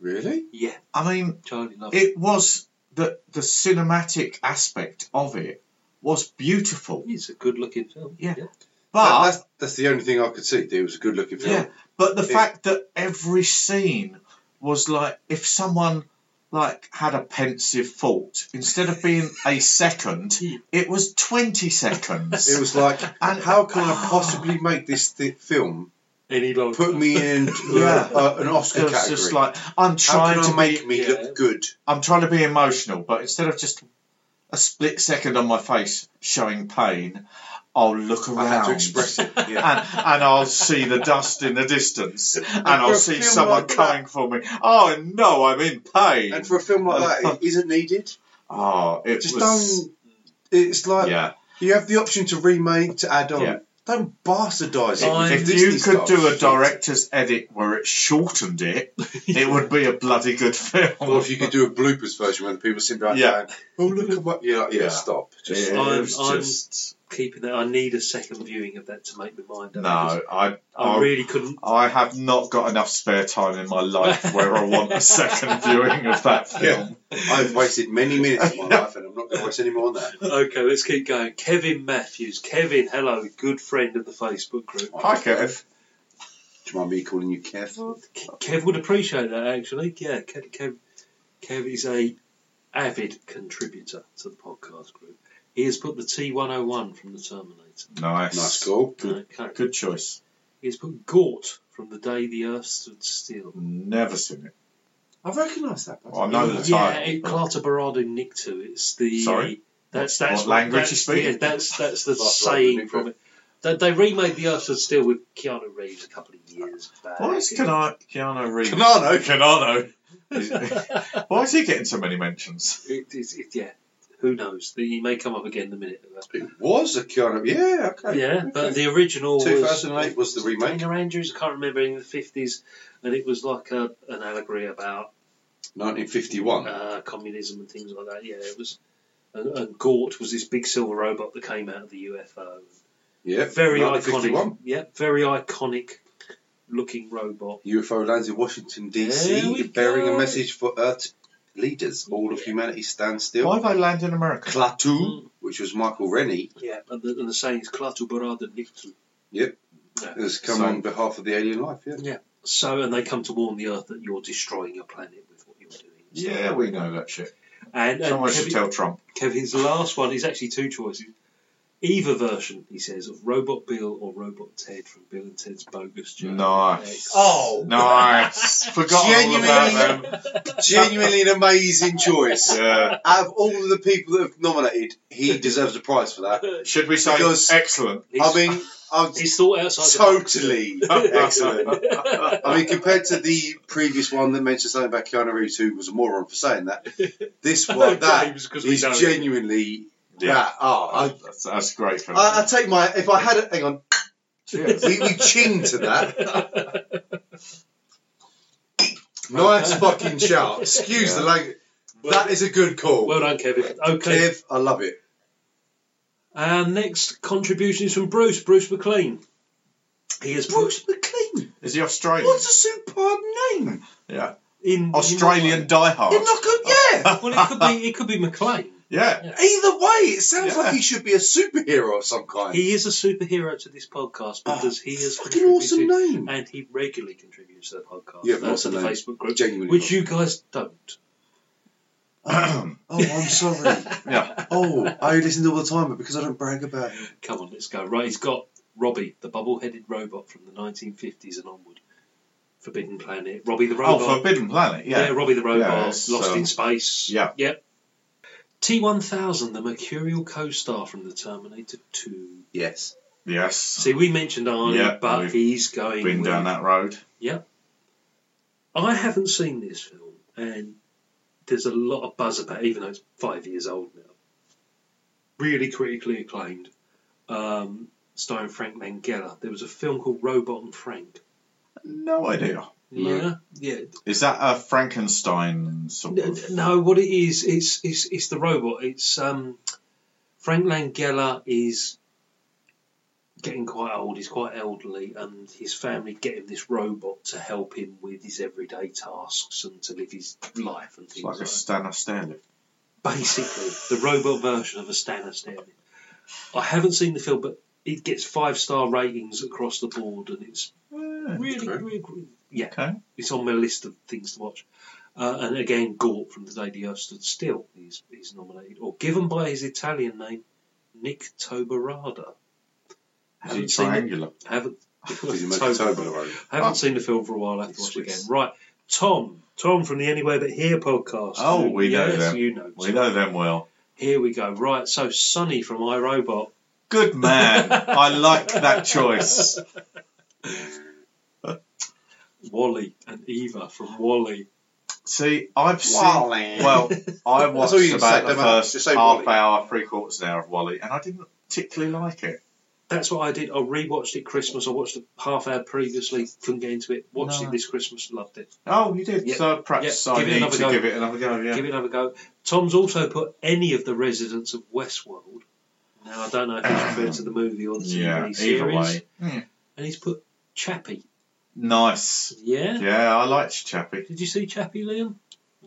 S4: Really?
S3: Yeah,
S5: I mean,
S3: Charlie loves it.
S5: it was the the cinematic aspect of it was beautiful.
S3: It's a good looking film.
S5: Yeah.
S3: yeah.
S4: That-
S5: But
S4: that's, that's the only thing I could see. that It was a good looking film.
S5: yeah, but the
S4: It-
S5: fact that every scene was like if someone like had a pensive thought instead of being a second, it was twenty seconds.
S4: It was like,
S5: And-
S4: how can I possibly make this th- film
S3: Any longer.
S4: put me in
S5: Yeah.
S4: uh, an Oscar
S5: It was
S4: category?
S5: just like I'm
S4: how
S5: trying
S4: can
S5: to
S4: I make
S5: be,
S4: me
S3: yeah.
S4: look good?
S5: I'm trying to be emotional, but instead of just a split second on my face showing pain, I'll look around.
S4: I had to express it. Yeah.
S5: and, and I'll see the dust in the distance, and I'll
S4: for a
S5: see
S4: film
S5: someone
S4: like that-
S5: coming for me. Oh no, I'm in pain.
S4: and for a film like that, it isn't needed.
S5: oh, it
S4: Just
S5: was.
S4: don't. uh, It's like
S5: yeah,
S4: you have the option to remake, to add on.
S5: Yeah.
S4: Don't bastardise it.
S3: Fine.
S4: with
S5: if
S4: Disney
S5: you could
S4: stuff.
S5: do a
S4: Shit.
S5: director's edit where it shortened it, it would be a bloody good film.
S4: Or if you could do a bloopers version where the people sit down
S5: Yeah.
S4: yeah. "Oh look at what," yeah, like, yeah,
S5: Yeah.
S4: stop. Just
S5: it
S3: I'm-
S5: was
S3: I'm-
S5: just
S3: Keeping that. I need a second viewing of that to make my mind up.
S5: no. I
S3: I
S5: I,
S3: really couldn't.
S5: I have not got enough spare time in my life where I want a second viewing of that film.
S4: I've wasted many minutes of my life, and I'm not going to waste any more on that.
S3: Okay, let's keep going. Kevin Matthews. Kevin, hello, good friend of the Facebook group.
S5: Hi, Kev.
S4: Do you mind me calling you Kev?
S3: Ke- Kev would appreciate that actually. Yeah, Kev, Kev, Kev is a avid contributor to the podcast group. He has put the T101 from the Terminator.
S5: Nice,
S4: Nice call.
S5: Good,
S3: Okay.
S5: good choice.
S3: He has put Gort from the day the Earth stood still.
S5: Never seen it.
S4: I recognise that.
S5: Well, I know the
S3: yeah,
S5: title.
S3: it,
S5: but-
S3: Carter Barado nicked to. It's the
S5: Sorry?
S3: That's that's
S5: What language
S3: that's,
S5: you speak?
S3: yeah, that's that's the
S4: Carter Barado
S3: saying
S4: nicked
S3: from
S4: it.
S3: it. They, they remade the Earth stood still with Keanu Reeves a couple of years back.
S5: Why is Keanu, Keanu Reeves?
S4: Canano.
S5: Canano. Why is he getting so many mentions?
S3: It- it- it- yeah, who knows? He may come up again in a minute.
S5: Oh,
S4: It was a Keanu. Yeah, okay.
S3: Yeah, but the original was-
S4: 2008 was the remake.
S3: Dana Andrews, I can't remember, in the 50s, and it was like a, an allegory about
S4: 1951.
S3: uh, communism and things like that. Yeah, it was. And, and Gort was this big silver robot that came out of the UFO.
S4: yeah,
S3: Very
S4: 1951.
S3: iconic. Yeah, very iconic looking robot.
S4: UFO lands in Washington D.C.
S3: There we
S4: bearing
S3: go.
S4: a message for Earth leaders. All of humanity stands still.
S5: Why did I land in America?
S4: Klaatu, which was Michael Rennie,
S3: Yeah, and the, and the saying is "Klaatu barada nitu."
S4: Yep.
S3: Yeah.
S4: has come
S3: so,
S4: on behalf of the alien life. Yeah.
S3: So, and they come to warn the Earth that you're destroying your planet with what you're doing.
S5: yeah, we know that shit.
S3: And, and
S5: Someone should
S3: Kevin,
S5: tell Trump.
S3: Kevin's last one is actually two choices. Either version, he says, of Robot Bill or Robot Ted from Bill and Ted's Bogus Journey.
S5: Nice.
S3: Oh,
S5: Nice. Forgot all about them.
S4: Genuinely an amazing choice.
S5: Yeah.
S4: Out of all the people that have nominated, he deserves a prize for that.
S5: Should we say
S4: Because-
S5: excellent?
S3: He's-
S4: I mean, I'm
S3: he's thought outside. the box.
S4: totally excellent. I mean, compared to the previous one that mentioned something about Keanu Reeves, who was a moron for saying that, this one, that
S3: James, 'cause we
S4: is
S3: know him.
S4: genuinely that. Oh, I,
S5: That's, that's great for
S4: I, I take my. If I had it, hang on,
S5: Cheers.
S4: we, we chin to that. Nice fucking shout. Excuse
S5: Yeah.
S4: the language. that is a good call.
S3: Well done, Kevin. Okay.
S4: Kev, I love it.
S3: Our next contribution is from Bruce, Bruce McLean. He has put
S4: McLean.
S5: Is he Australian?
S4: What a superb name.
S5: Yeah.
S3: in
S5: Australian diehard.
S4: You're not good, yeah.
S3: well, it could be it could be McLean.
S5: Yeah.
S4: Either way, it sounds
S5: Yeah.
S4: like he should be a superhero of some kind.
S3: He is a superhero to this podcast because he has
S4: Ah, fucking awesome
S3: contributed,
S4: name.
S3: and he regularly contributes to the podcast.
S4: Yeah, but
S3: That's
S4: what's
S3: in
S4: the
S3: the
S4: name?
S3: Facebook group,
S4: Genuinely
S3: which
S4: not.
S3: you guys don't.
S4: Oh, I'm sorry.
S5: Yeah.
S4: oh, I listen all the time, but because I don't brag about it.
S3: Come on, let's go. Right, he's got Robbie, the bubble-headed robot from the 1950s and onward. Forbidden Planet, Robbie the
S5: Oh,
S3: robot.
S5: Forbidden Planet.
S3: yeah.
S5: Yeah.
S3: Robbie the robot,
S5: Yeah,
S3: Lost
S5: it's, um,
S3: in Space.
S5: yeah.
S3: Yep. T1000, the Mercurial co-star from the Terminator 2.
S4: Yes.
S5: Yes.
S3: See, we mentioned Arnie,
S5: Yeah,
S3: but
S5: we've
S3: he's going.
S5: Been
S3: with-
S5: down that road.
S3: I haven't seen this film, and there's a lot of buzz about it, even though it's five years old now. Really critically acclaimed, um, starring Frank Langella. There was a film called Robot and Frank.
S5: No idea.
S3: Yeah, yeah.
S5: Is that a Frankenstein sort
S3: No,
S5: of?
S3: no, what it is, it's it's it's the robot. It's um, Frank Langella is getting quite old. He's quite elderly, and his family get him this robot to help him with his everyday tasks and to live his life and
S5: It's
S3: things
S5: like a
S3: like
S5: Stan Stanley.
S3: basically the robot version of a Stannis Stanley. I haven't seen the film, but it gets five star ratings across the board, and it's really,
S4: okay.
S3: really, good. yeah,
S5: Okay.
S3: it's on my list of things to watch. Uh, and again, Gort from The Day the Earth Stood Still is is nominated, or given by his Italian name, Nick Tobarada.
S5: Is he
S3: Haven't seen the,
S5: triangular?
S3: haven't,
S4: Did you make
S3: Tober-
S4: a toe by the way?
S3: haven't
S5: Oh.
S3: seen the film for a while. I have to watch it again.
S4: Swiss.
S3: Right, Tom, Tom from the Anywhere But Here podcast.
S5: Oh, we know
S3: yes,
S5: them.
S3: You know,
S5: We know them well.
S3: here we go. Right, so Sonny from iRobot.
S5: Good man. I like that choice.
S3: Wally and Eva from Wally.
S5: See, I've seen.
S4: Wally.
S5: Well, I watched
S4: all you can say
S5: about the
S4: about-
S5: first
S4: just say
S5: half
S4: Wally.
S5: hour, three quarters of an hour of Wally, and I didn't particularly like it.
S3: That's what I did. I rewatched it Christmas. I watched it half hour previously, couldn't get into it. Watched
S5: No.
S3: it this Christmas, loved it.
S5: Oh, you did.
S3: Yeah.
S5: So perhaps
S3: Yeah.
S5: I
S3: Give it
S5: need
S3: another
S5: to
S3: go.
S5: give it another go. Yeah.
S3: Give it another go. Tom's also put any of the residents of Westworld. Now I don't know if he's referred to the movie or the TV
S5: yeah.
S3: series.
S5: Either way.
S3: And he's put Chappie.
S5: Nice.
S3: Yeah.
S5: Yeah, I liked Chappie.
S3: Did you see Chappie, Liam?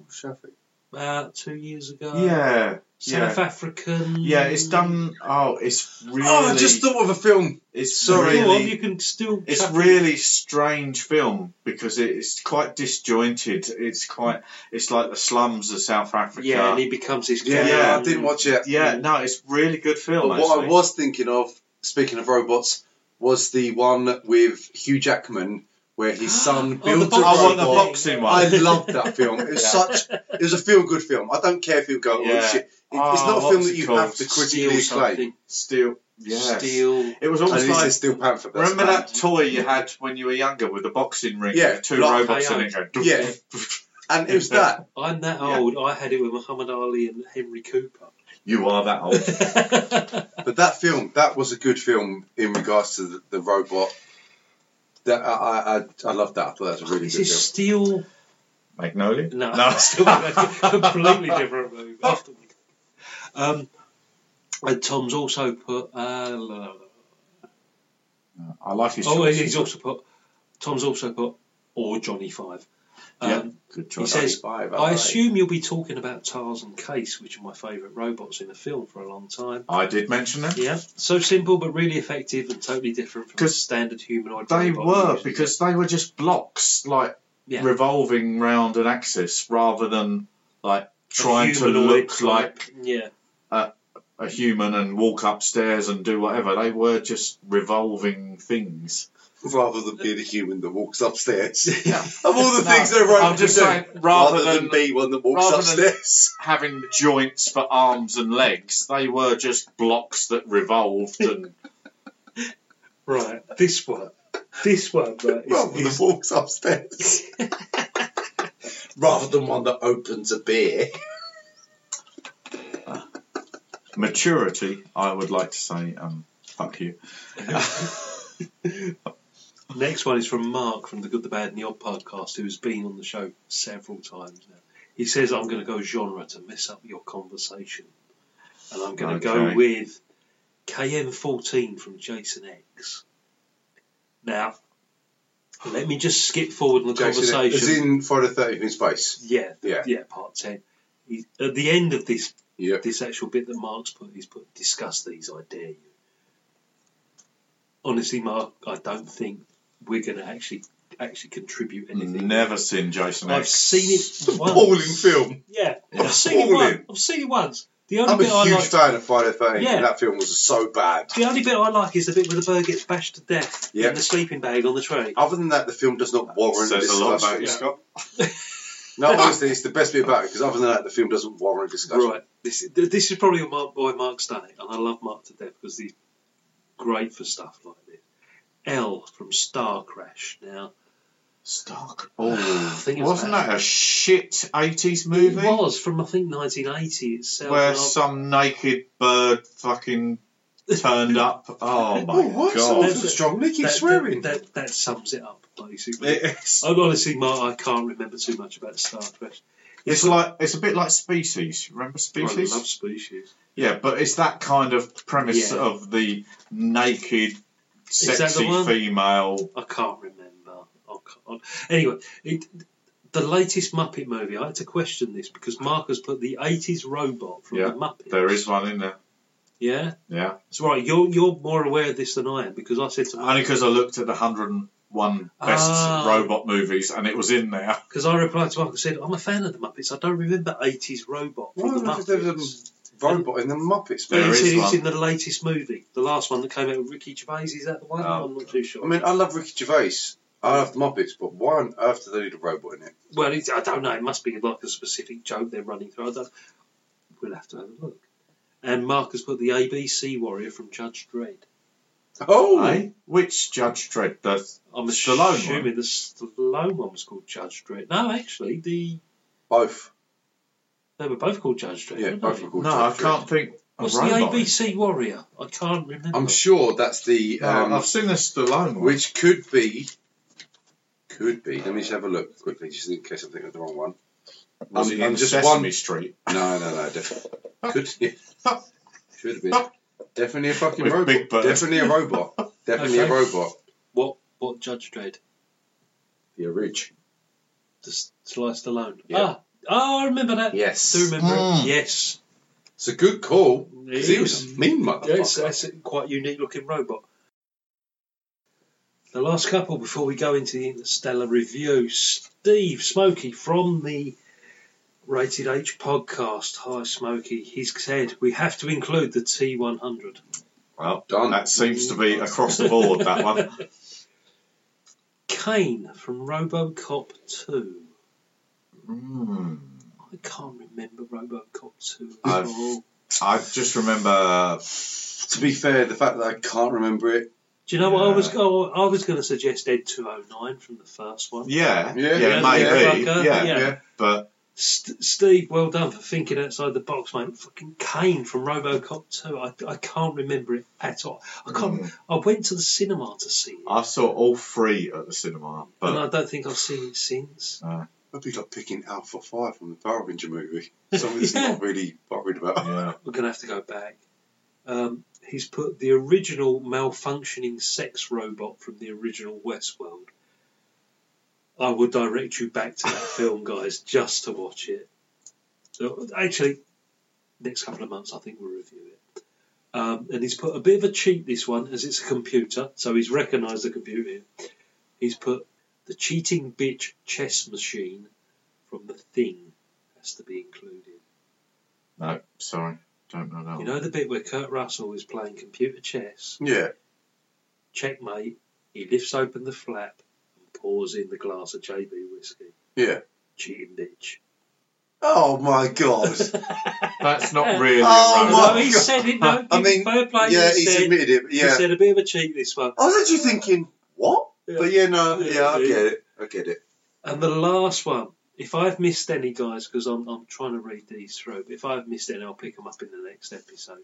S4: Shafi.
S3: About two years ago.
S5: Yeah.
S3: South African.
S5: Yeah, it's done. Oh, it's really.
S4: Oh, I just thought of a film.
S5: It's
S4: Sorry.
S3: Go on, you
S5: really.
S3: can still.
S5: It's
S3: Chappie.
S5: really strange film because it- it's quite disjointed. It's quite. It's like the slums of South Africa.
S3: Yeah, and he becomes this.
S4: Yeah,
S5: Yeah.
S4: I didn't watch it.
S5: Yeah, no, it's really good film.
S4: But what I
S5: actually.
S4: was thinking of, speaking of robots, was the one with Hugh Jackman where his son
S3: Oh, the
S4: built
S3: box-
S5: I
S4: a
S5: want the
S4: robot.
S5: boxing one.
S4: I loved that film. It was
S5: Yeah.
S4: such. It was a feel good film. I don't care if you go, oh
S5: Yeah.
S4: shit. It- it's
S5: Oh,
S4: not a
S5: what
S4: film
S5: was
S4: that
S5: it
S4: you
S5: called?
S4: have to
S3: Steal
S4: critically acclaim.
S3: something.
S5: Steel. Yes.
S3: Steal.
S5: It was
S4: And
S5: almost
S4: it's
S5: like.
S4: like, still Panther. that's
S5: Remember
S4: bad.
S5: that toy you had when you were younger with the boxing ring?
S4: Yeah,
S5: with two
S4: block
S5: robots in
S3: KO.
S5: it. Going,
S4: Yeah. And it was that.
S3: I'm that
S5: Yeah.
S3: old. I had it with Muhammad Ali and Henry Cooper.
S5: You are that old.
S4: But that film, that was a good film in regards to the, the robot. That I, I, I, I loved that. I thought that was a really
S3: Is
S4: good
S3: this
S4: film.
S3: Steel?
S5: Magnolia?
S3: No,
S5: No.
S3: it's still a completely different movie. Afterwards. Um, and Tom's also put. Uh, la- la- Oh, la-
S5: I like his
S3: oh,
S5: choice.
S4: Oh,
S3: he's also put. Tom's also put. Or Johnny Five. Um,
S5: Yeah, good
S3: He
S5: choice.
S3: says,
S4: five,
S3: I
S4: alright."
S3: assume you'll be talking about Tars and Case, which are my favourite robots in the film for a long time.
S5: I did mention them.
S3: Yeah, so simple but really effective and totally different from the
S5: 'Cause
S3: standard humanoid.
S5: They
S3: robot
S5: were
S3: used.
S5: because they were just blocks, like
S3: yeah.
S5: revolving round an axis, rather than like trying to
S3: Humanoid
S5: look
S3: type.
S5: like
S3: yeah,
S5: a human and walk upstairs and do whatever. They were just revolving things.
S4: rather than being a human that walks upstairs.
S5: Yeah.
S4: of all the
S5: No,
S4: things they're right
S5: I'm
S4: to
S5: just
S4: do,
S5: saying, rather than-
S4: be one that walks
S5: rather than-
S4: upstairs.
S5: Having joints for arms and legs, they were just blocks that revolved and
S3: right. This one, this one, right, is,
S4: rather than
S3: is-
S4: walks upstairs. rather than one that opens a beer.
S5: maturity. I would like to say, um, fuck you.
S3: next one is from Mark from the Good, the Bad, and the Odd podcast, who's been on the show several times now. He says, "I'm going to go genre to mess up your conversation, and I'm going to
S5: Okay.
S3: go with KM14 from Jason X." Now, let me just skip forward in the conversation.
S4: Is in Friday the 13th in space.
S3: Yeah,
S4: Yeah.
S3: yeah, part ten. He, at the end of this
S4: Yep.
S3: this actual bit that Mark's put, he's put discuss these. I dare you. Honestly, Mark, I don't think we're going to actually actually contribute
S4: Mm,
S3: anything.
S5: Never seen Jason.
S3: I've
S5: X.
S3: seen it once.
S4: All in film.
S3: Yeah,
S5: Yeah.
S3: I've seen it once.
S4: Appalling.
S3: I've seen it once. The only
S4: I'm a
S3: bit I
S4: huge
S3: like.
S4: fan of Friday the 13th.
S3: Yeah.
S4: and That film was so bad.
S3: The only bit I like is the bit where the bird gets bashed to death
S4: Yeah. Oh,
S3: in the sleeping bag on the tray.
S4: Other than that, the film does not warrant
S5: Says a lot
S4: discussion.
S5: about you, Scott.
S4: No, honestly, it's the best bit about it because other than that, the film doesn't warrant discussion.
S3: Right. This this is probably Mark, why Mark's done it, and I love Mark to death because he's great for stuff like this. L from Star Crash. Now,
S5: Stark.
S3: I
S5: Oh,
S3: think it was
S5: wasn't
S3: bad.
S5: that a shit eighties movie?
S3: it was from I think 1980 itself.
S5: where
S3: and I-
S5: some naked bird fucking turned up. Oh my
S4: Oh, what?
S5: god!
S3: That's-
S4: strong. Nick
S3: that,
S4: keeps swearing.
S3: That, that, that sums it up basically.
S5: It's,
S3: I honestly, Mark, I can't remember too much about Star Crash.
S5: it's like it's a bit like Species. Remember
S3: I
S5: Species?
S3: love species.
S5: yeah, but it's that kind of premise
S3: Yeah.
S5: of the naked,
S3: that the
S5: sexy
S3: one?
S5: female.
S3: I can't remember. I can't. Anyway, it, the latest Muppet movie. I had to question this because Mark has put the 80s robot from
S5: Yeah,
S3: the Muppets.
S5: There is one in there.
S3: Yeah.
S5: Yeah,
S3: That's right. You're you're more aware of this than I am because I said to
S5: only because I looked at the hundred and one best
S3: Ah.
S5: robot movies and it was in there.
S3: because I replied to Mark and said I'm a fan of the Muppets. I don't remember '80s robot
S4: Why
S3: from the
S4: the fuck there
S3: Muppets.
S4: was a robot in the Muppets?
S3: But
S5: There
S3: he
S5: is
S4: Man?
S3: said it was
S5: one.
S3: in the latest movie, the last one that came out with Ricky Gervais. Is that the one?
S5: Oh,
S3: I'm not too sure.
S4: I mean, I love Ricky Gervais. I love the Muppets, but why on earth do they need a robot in it?
S3: well, it's, I don't know. It must be like a specific joke they're running through. I don't. We'll have to have a look. And Mark has put the ABC warrior from Judge Dredd.
S4: Oh,
S5: Eh? Which Judge Dredd? The
S3: I'm
S5: Stallone one?
S3: assuming the Stallone one was called Judge Dredd. No, actually, the
S4: both.
S3: they were both called Judge Dredd.
S4: Yeah,
S3: weren't
S4: both
S3: they?
S4: were called
S5: no, I
S4: Oh, Judge Dredd.
S5: can't think. of
S3: What's
S5: robot.
S3: the ABC Warrior? I can't remember.
S4: I'm sure that's the
S5: No,
S4: um,
S5: Oh, I've seen the Stallone one.
S4: which could be, could be. Let me just have a look quickly, just in case I'm thinking of the wrong one.
S5: was
S4: I'm-
S5: it
S4: I'm
S5: in
S4: just
S5: Sesame
S4: one-
S5: Street
S4: No, no, no, definitely could should have been definitely a fucking
S5: With
S4: robot.
S5: Big Bird.
S4: Definitely a robot. Definitely
S3: Okay.
S4: a robot.
S3: What what Judge Dredd?
S4: Yeah, Ridge.
S3: The S- Sliced Alone.
S4: Yeah.
S3: Ah, oh, I remember that.
S4: Yes.
S3: do remember
S5: Mm.
S3: it. Yes,
S4: It's a good call. 'cause
S3: It
S4: He
S3: is.
S4: was a mean
S3: yeah, it's,
S4: motherfucker.
S3: that's a quite unique looking robot. The last couple before we go into the Interstellar review. Steve Smokey from the Rated H podcast. Hi, Smokey. He said we have to include the T100.
S5: well
S4: Done.
S5: that seems to be across the board that one
S3: Kane from RoboCop 2.
S5: mm.
S3: I can't remember RoboCop 2 at
S5: I've-
S3: all.
S5: I just remember
S4: To be fair, the fact that I can't remember it.
S3: Do you know what I was
S5: Yeah.
S3: going? I was going to suggest Ed two hundred nine from the first one.
S5: yeah
S4: Yeah,
S5: yeah,
S4: yeah,
S5: maybe
S3: yeah.
S5: yeah,
S3: Yeah.
S5: but
S3: St- Steve, well done for thinking outside the box, mate. Fucking Kane from RoboCop two. I, I can't remember it at all. I can't. I went to the cinema to see it,
S5: I saw all three at the cinema
S3: and I
S5: but
S3: don't think I've seen it since.
S4: I'd be like picking Alpha Five from the Power Ranger movie. Something that's
S3: Yeah.
S4: not really worried about.
S5: yeah
S3: We're going to have to go back. Um, he's put the original malfunctioning sex robot from the original Westworld. I will direct you back to that film, guys, just to watch it. So, actually, next couple of months, I think we'll review it. Um, and he's put a bit of a cheat this one, as it's a computer, so he's recognised the computer. He's put the cheating bitch chess machine from The Thing has to be included.
S5: No, sorry, don't know that.
S3: You know the bit where Kurt Russell is playing computer chess?
S4: Yeah.
S3: Checkmate. He lifts open the flap and pours in the glass of JB whiskey.
S4: Yeah.
S3: Cheating bitch.
S4: Oh my god.
S5: That's not really
S4: Oh,
S5: a
S3: no,
S5: runner.
S4: my
S3: he
S4: God.
S3: said it. No,
S4: I mean,
S3: fair play.
S4: yeah,
S3: he
S4: he's
S3: said,
S4: admitted it. but
S3: He
S4: Yeah.
S3: said a bit of a cheat this one.
S4: I was actually thinking, what?
S3: Yeah.
S4: But yeah, no,
S3: Yeah,
S4: yeah, I
S3: yeah.
S4: get it. I get it.
S3: And the last one, if I've missed any, guys, because I'm, I'm trying to read these through, but if I've missed any, I'll pick them up in the next episode.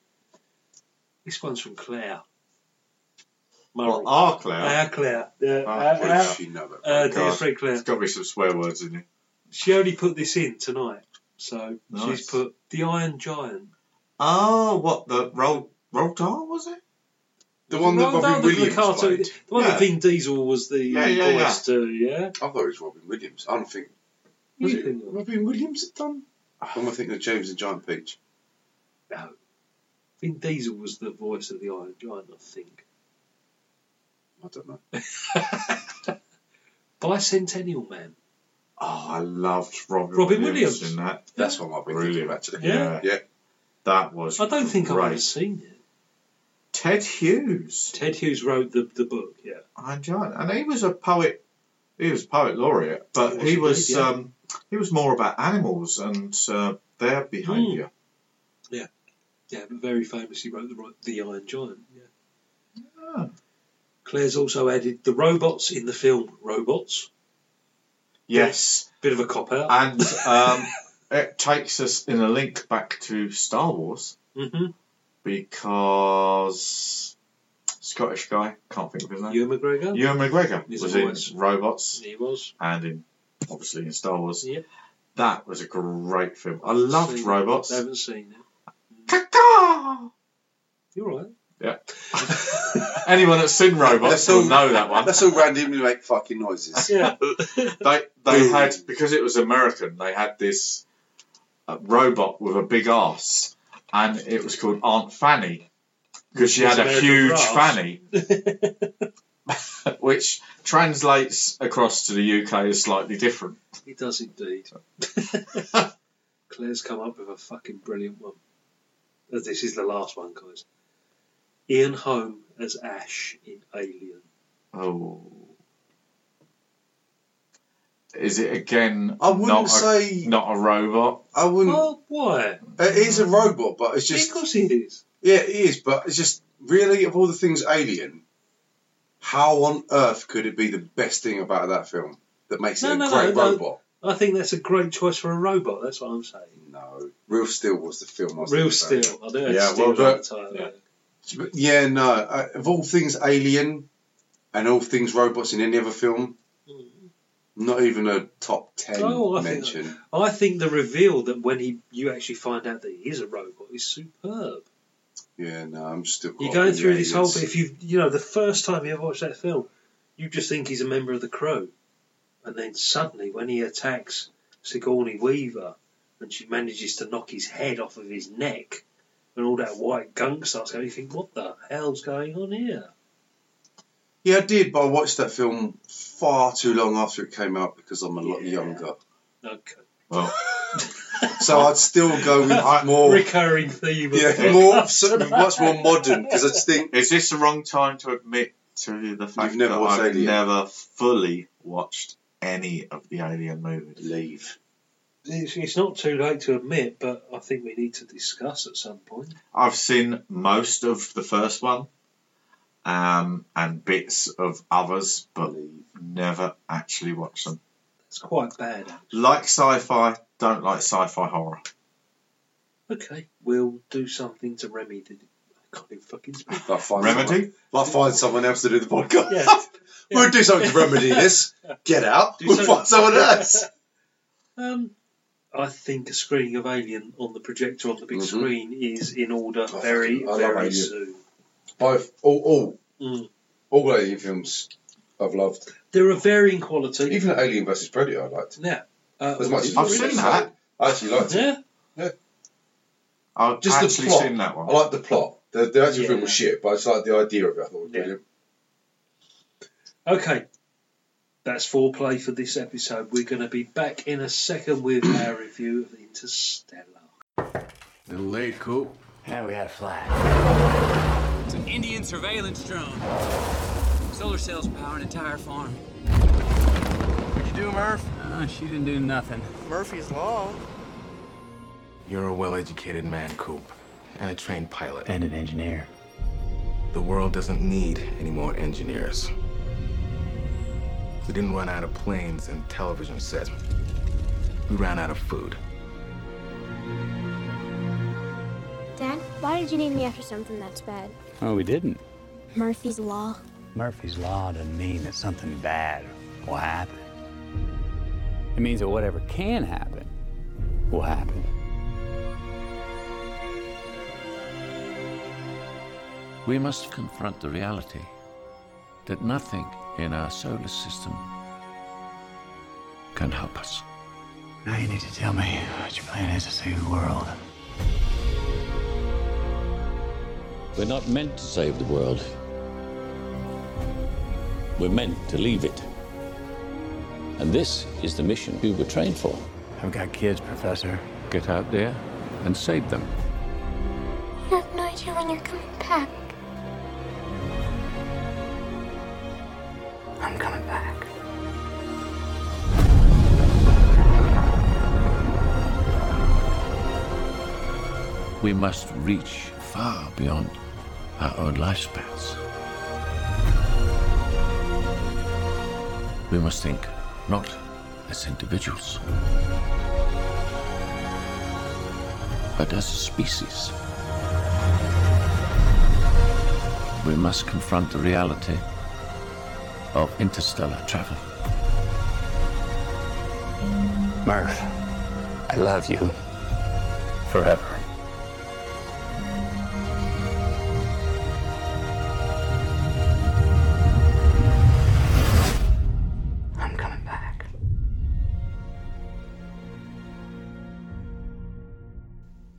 S3: This one's from Claire. Murray.
S5: Well, our Claire.
S3: Our Claire. Yeah,
S5: Ah,
S3: our-
S4: What
S3: our-
S4: does she know about
S3: uh,
S4: podcast?
S3: dear friend Claire.
S5: There's got to be some swear words in it.
S3: She only put this in tonight, so she's
S5: Nice.
S3: put the Iron Giant.
S5: Oh, what the roll? Roll Dahl was it?
S4: the one that
S3: Well,
S4: Robin
S3: was the
S4: Williams
S3: cartoon-
S4: played.
S3: The one that
S5: Yeah.
S3: Vin Diesel was the
S5: Yeah, yeah,
S3: voice
S5: yeah.
S3: to, yeah?
S4: I thought it was Robin Williams. I don't think.
S3: What
S4: Was
S3: do you
S4: it
S3: think of?
S4: Robin Williams had done? Or am I thinking of James and Giant Peach?
S3: Vin Diesel was the voice of the Iron Giant, I think.
S4: I don't know.
S3: Bicentennial Man.
S5: Oh, I loved Robin,
S3: Robin
S5: Williams,
S3: Williams.
S5: in that.
S4: That's what I've been thinking
S5: Brilliant.
S4: of, actually.
S3: Yeah.
S5: Yeah.
S4: Yeah.
S5: That was.
S3: I don't think I've
S5: great.
S3: ever seen it.
S5: Ted Hughes.
S3: Ted Hughes wrote the, the book, yeah.
S5: I don't- And he was a poet. He was poet laureate, but
S3: Yes,
S5: he
S3: he
S5: was
S3: did, yeah.
S5: um, he was more about animals and uh, their behaviour.
S3: Yeah, but very famously wrote the, ro- the Iron Giant, yeah. Hmm.
S5: Ah.
S3: Claire's also added the robots in the film Robots.
S5: Yes,
S3: Bit of a cop out.
S5: and um, it takes us in a link back to Star Wars
S3: hmm
S5: because Scottish guy can't think of his name.
S3: Ewan McGregor?
S5: Ewan McGregor
S3: He's
S5: was
S3: a
S5: in
S3: voice.
S5: Robots
S3: He was.
S5: and in obviously in Star Wars.
S3: Yeah.
S5: That was a great film. I loved
S3: Seen it.
S5: Robots.
S3: I haven't seen it.
S5: Caca!
S3: You're right.
S5: Yeah. Anyone that's seen robots
S4: That's
S5: will
S4: all-
S5: know that one.
S4: That's all randomly make fucking noises.
S3: Yeah.
S5: They they
S4: Boom.
S5: had because it was American. They had this uh, robot with a big ass, and it was called Aunt Fanny because she
S3: It's
S5: had a
S3: American
S5: huge
S3: brass.
S5: fanny, which translates across to the UK as slightly different.
S3: he does indeed. Claire's come up with a fucking brilliant one. Uh, This is the last one, guys. Ian Holm as Ash in Alien.
S5: Oh. Is it again?
S4: I wouldn't
S5: not a-
S4: say-
S5: not a robot.
S4: I wouldn't. uh,
S3: Oh, why?
S4: It is a robot, but it's just.
S3: because he is.
S4: Yeah, it is, but it's just really of all the things Alien, how on earth could it be the best thing about that film that makes it
S3: No,
S4: a
S3: no, no,
S4: great
S3: no.
S4: robot?
S3: I think that's a great choice for a robot. That's what I'm saying.
S4: No. Real Steel was the film I was
S3: Real
S4: thinking
S3: steel.
S4: about.
S3: I think that's
S5: Yeah,
S3: steel
S5: well,
S3: right
S5: but-
S3: title.
S5: yeah.
S4: But yeah, no. Uh, of all things Alien and all things robots in any other film, not even a top 10
S3: Oh, I think
S4: mention.
S3: I think the reveal that when he you actually find out that he is a robot is superb.
S4: Yeah, no, I'm still. quite
S3: You're going
S4: with
S3: through
S4: the
S3: this whole
S4: aliens.
S3: bit. If you you know the first time you ever watch that film, you just think he's a member of the crew, and then suddenly when he attacks Sigourney Weaver, and she manages to knock his head off of his neck, and all that white gunk starts going, you think, what the hell's going on here?
S4: Yeah, I did, but I watched that film far too long after it came out because I'm a lot
S3: Yeah.
S4: younger.
S3: Okay.
S5: Well,
S4: So I'd still go with more.
S3: Recurring theme. Of
S4: Yeah, more sort of much more modern because I just think
S5: Is this the wrong time to admit to the fact
S4: You've never
S5: that
S4: watched
S5: I've
S4: Alien?
S5: never fully watched any of the Alien movies?
S4: leave.
S3: It's, it's not too late to admit, but I think we need to discuss at some point.
S5: I've seen most of the first one, um, and bits of others, but never actually watched them.
S3: It's quite bad.
S5: Like sci-fi, don't like sci-fi horror.
S3: Okay, we'll do something to remedy. I can't even fucking speak.
S4: Like find
S5: Remedy?
S4: Someone, like find someone else to do the podcast.
S3: Yeah.
S4: We'll do something to remedy this. Get out.
S3: Do
S4: we'll
S3: something-
S4: find someone else.
S3: Um, I think a screening of Alien on the projector on the big
S4: Mhm.
S3: screen is in order
S4: fucking-
S3: very,
S4: I love
S3: very
S4: Alien.
S3: soon.
S4: Both all all
S3: Mm.
S4: all alien films. I've loved.
S3: They're of varying quality.
S4: Even Alien versus Predator, I liked.
S3: yeah. Uh,
S4: As much as
S5: I've
S4: we
S5: seen
S4: liked
S5: that.
S4: it, I actually liked it.
S3: yeah.
S5: I've
S4: Just
S5: actually
S4: the plot.
S5: seen that one.
S4: I liked the plot. The, the actual
S3: Yeah.
S4: film was shit, but I just liked the idea of it. I thought it was
S3: Yeah.
S4: brilliant.
S3: Okay. That's foreplay for this episode. We're going to be back in a second with our review of Interstellar.
S7: Now we had a flag.
S8: It's an Indian surveillance drone. Solar cells power an entire farm.
S6: What'd you do, Murph?
S8: Uh, she didn't do nothing.
S6: Murphy's Law.
S9: You're a well educated man, Coop, and a trained pilot.
S7: And an engineer.
S9: The world doesn't need any more engineers. We didn't run out of planes and television sets, we ran out of food.
S10: Dad, why did you name me after something that's bad?
S7: Oh, we didn't.
S10: Murphy's Law.
S7: Murphy's Law doesn't mean that something bad will happen. It means that whatever can happen will happen.
S11: We must confront the reality that nothing in our solar system can help us.
S7: Now you need to tell me what your plan is to save the world.
S11: We're not meant to save the world, we're meant to leave it. And this is the mission we were trained for.
S7: I've got kids, Professor.
S11: Get out there and save them.
S10: You have no idea when you're coming back.
S7: I'm coming back.
S11: We must reach far beyond our own lifespans. We must think not as individuals, but as a species. We must confront the reality of interstellar travel.
S7: Murph, I love you. Forever. I'm coming back.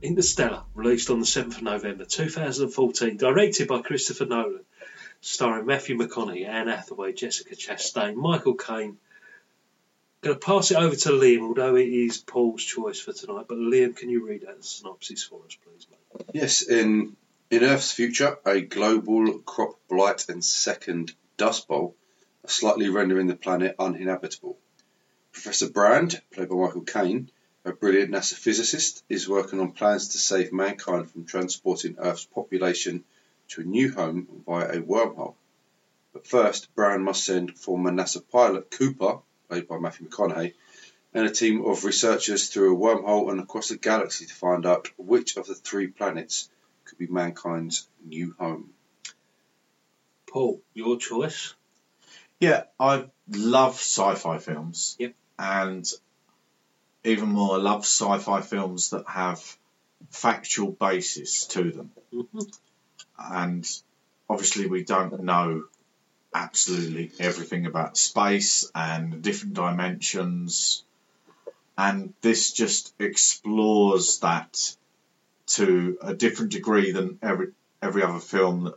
S3: Interstellar, released on the 7th of November 2014, directed by Christopher Nolan, starring Matthew McConaughey, Anne Hathaway, Jessica Chastain, Michael Caine. Going to pass it over to Liam, although it is Paul's choice for tonight. But Liam, can you read out the synopsis for us, please? Mate?
S4: Yes, in in Earth's future, a global crop blight and second dust bowl are slightly rendering the planet uninhabitable. Professor Brand, played by Michael Caine, a brilliant NASA physicist, is working on plans to save mankind from transporting Earth's population to a new home via a wormhole. But first, Brand must send former NASA pilot Cooper, played by Matthew McConaughey, and a team of researchers through a wormhole and across the galaxy to find out which of the three planets could be mankind's new home.
S3: Paul, your choice.
S5: Yeah, I love sci-fi films.
S3: Yep.
S5: And even more, I love sci-fi films that have factual basis to them. And obviously, we don't know absolutely everything about space and the different dimensions. And this just explores that to a different degree than every every other film that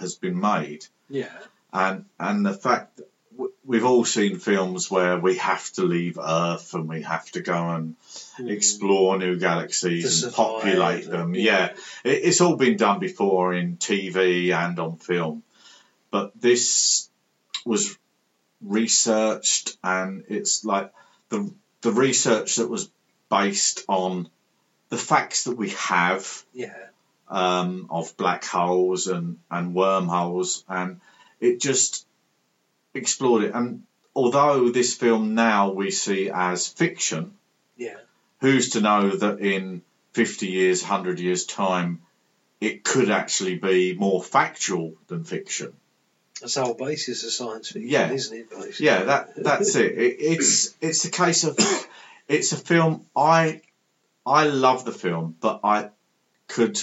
S5: has been made
S3: Yeah.
S5: and and the fact that w- we've all seen films where we have to leave Earth and we have to go and explore new
S3: Hmm. To
S5: galaxies and
S3: survive
S5: populate
S3: and-
S5: them. Yeah, it, it's all been done before in TV and on film, but this was researched and it's like the the research that was based on the facts that we have
S3: Yeah.
S5: um, of black holes and, and wormholes, and it just explored it. And although this film now we see as fiction,
S3: Yeah.
S5: who's to know that in 50 years, 100 years' time, it could actually be more factual than fiction?
S3: That's the whole basis of science fiction,
S5: Yeah.
S3: isn't it? Basically?
S5: yeah, that that's it. it. It's it's a case of it's a film. I I love the film, but I could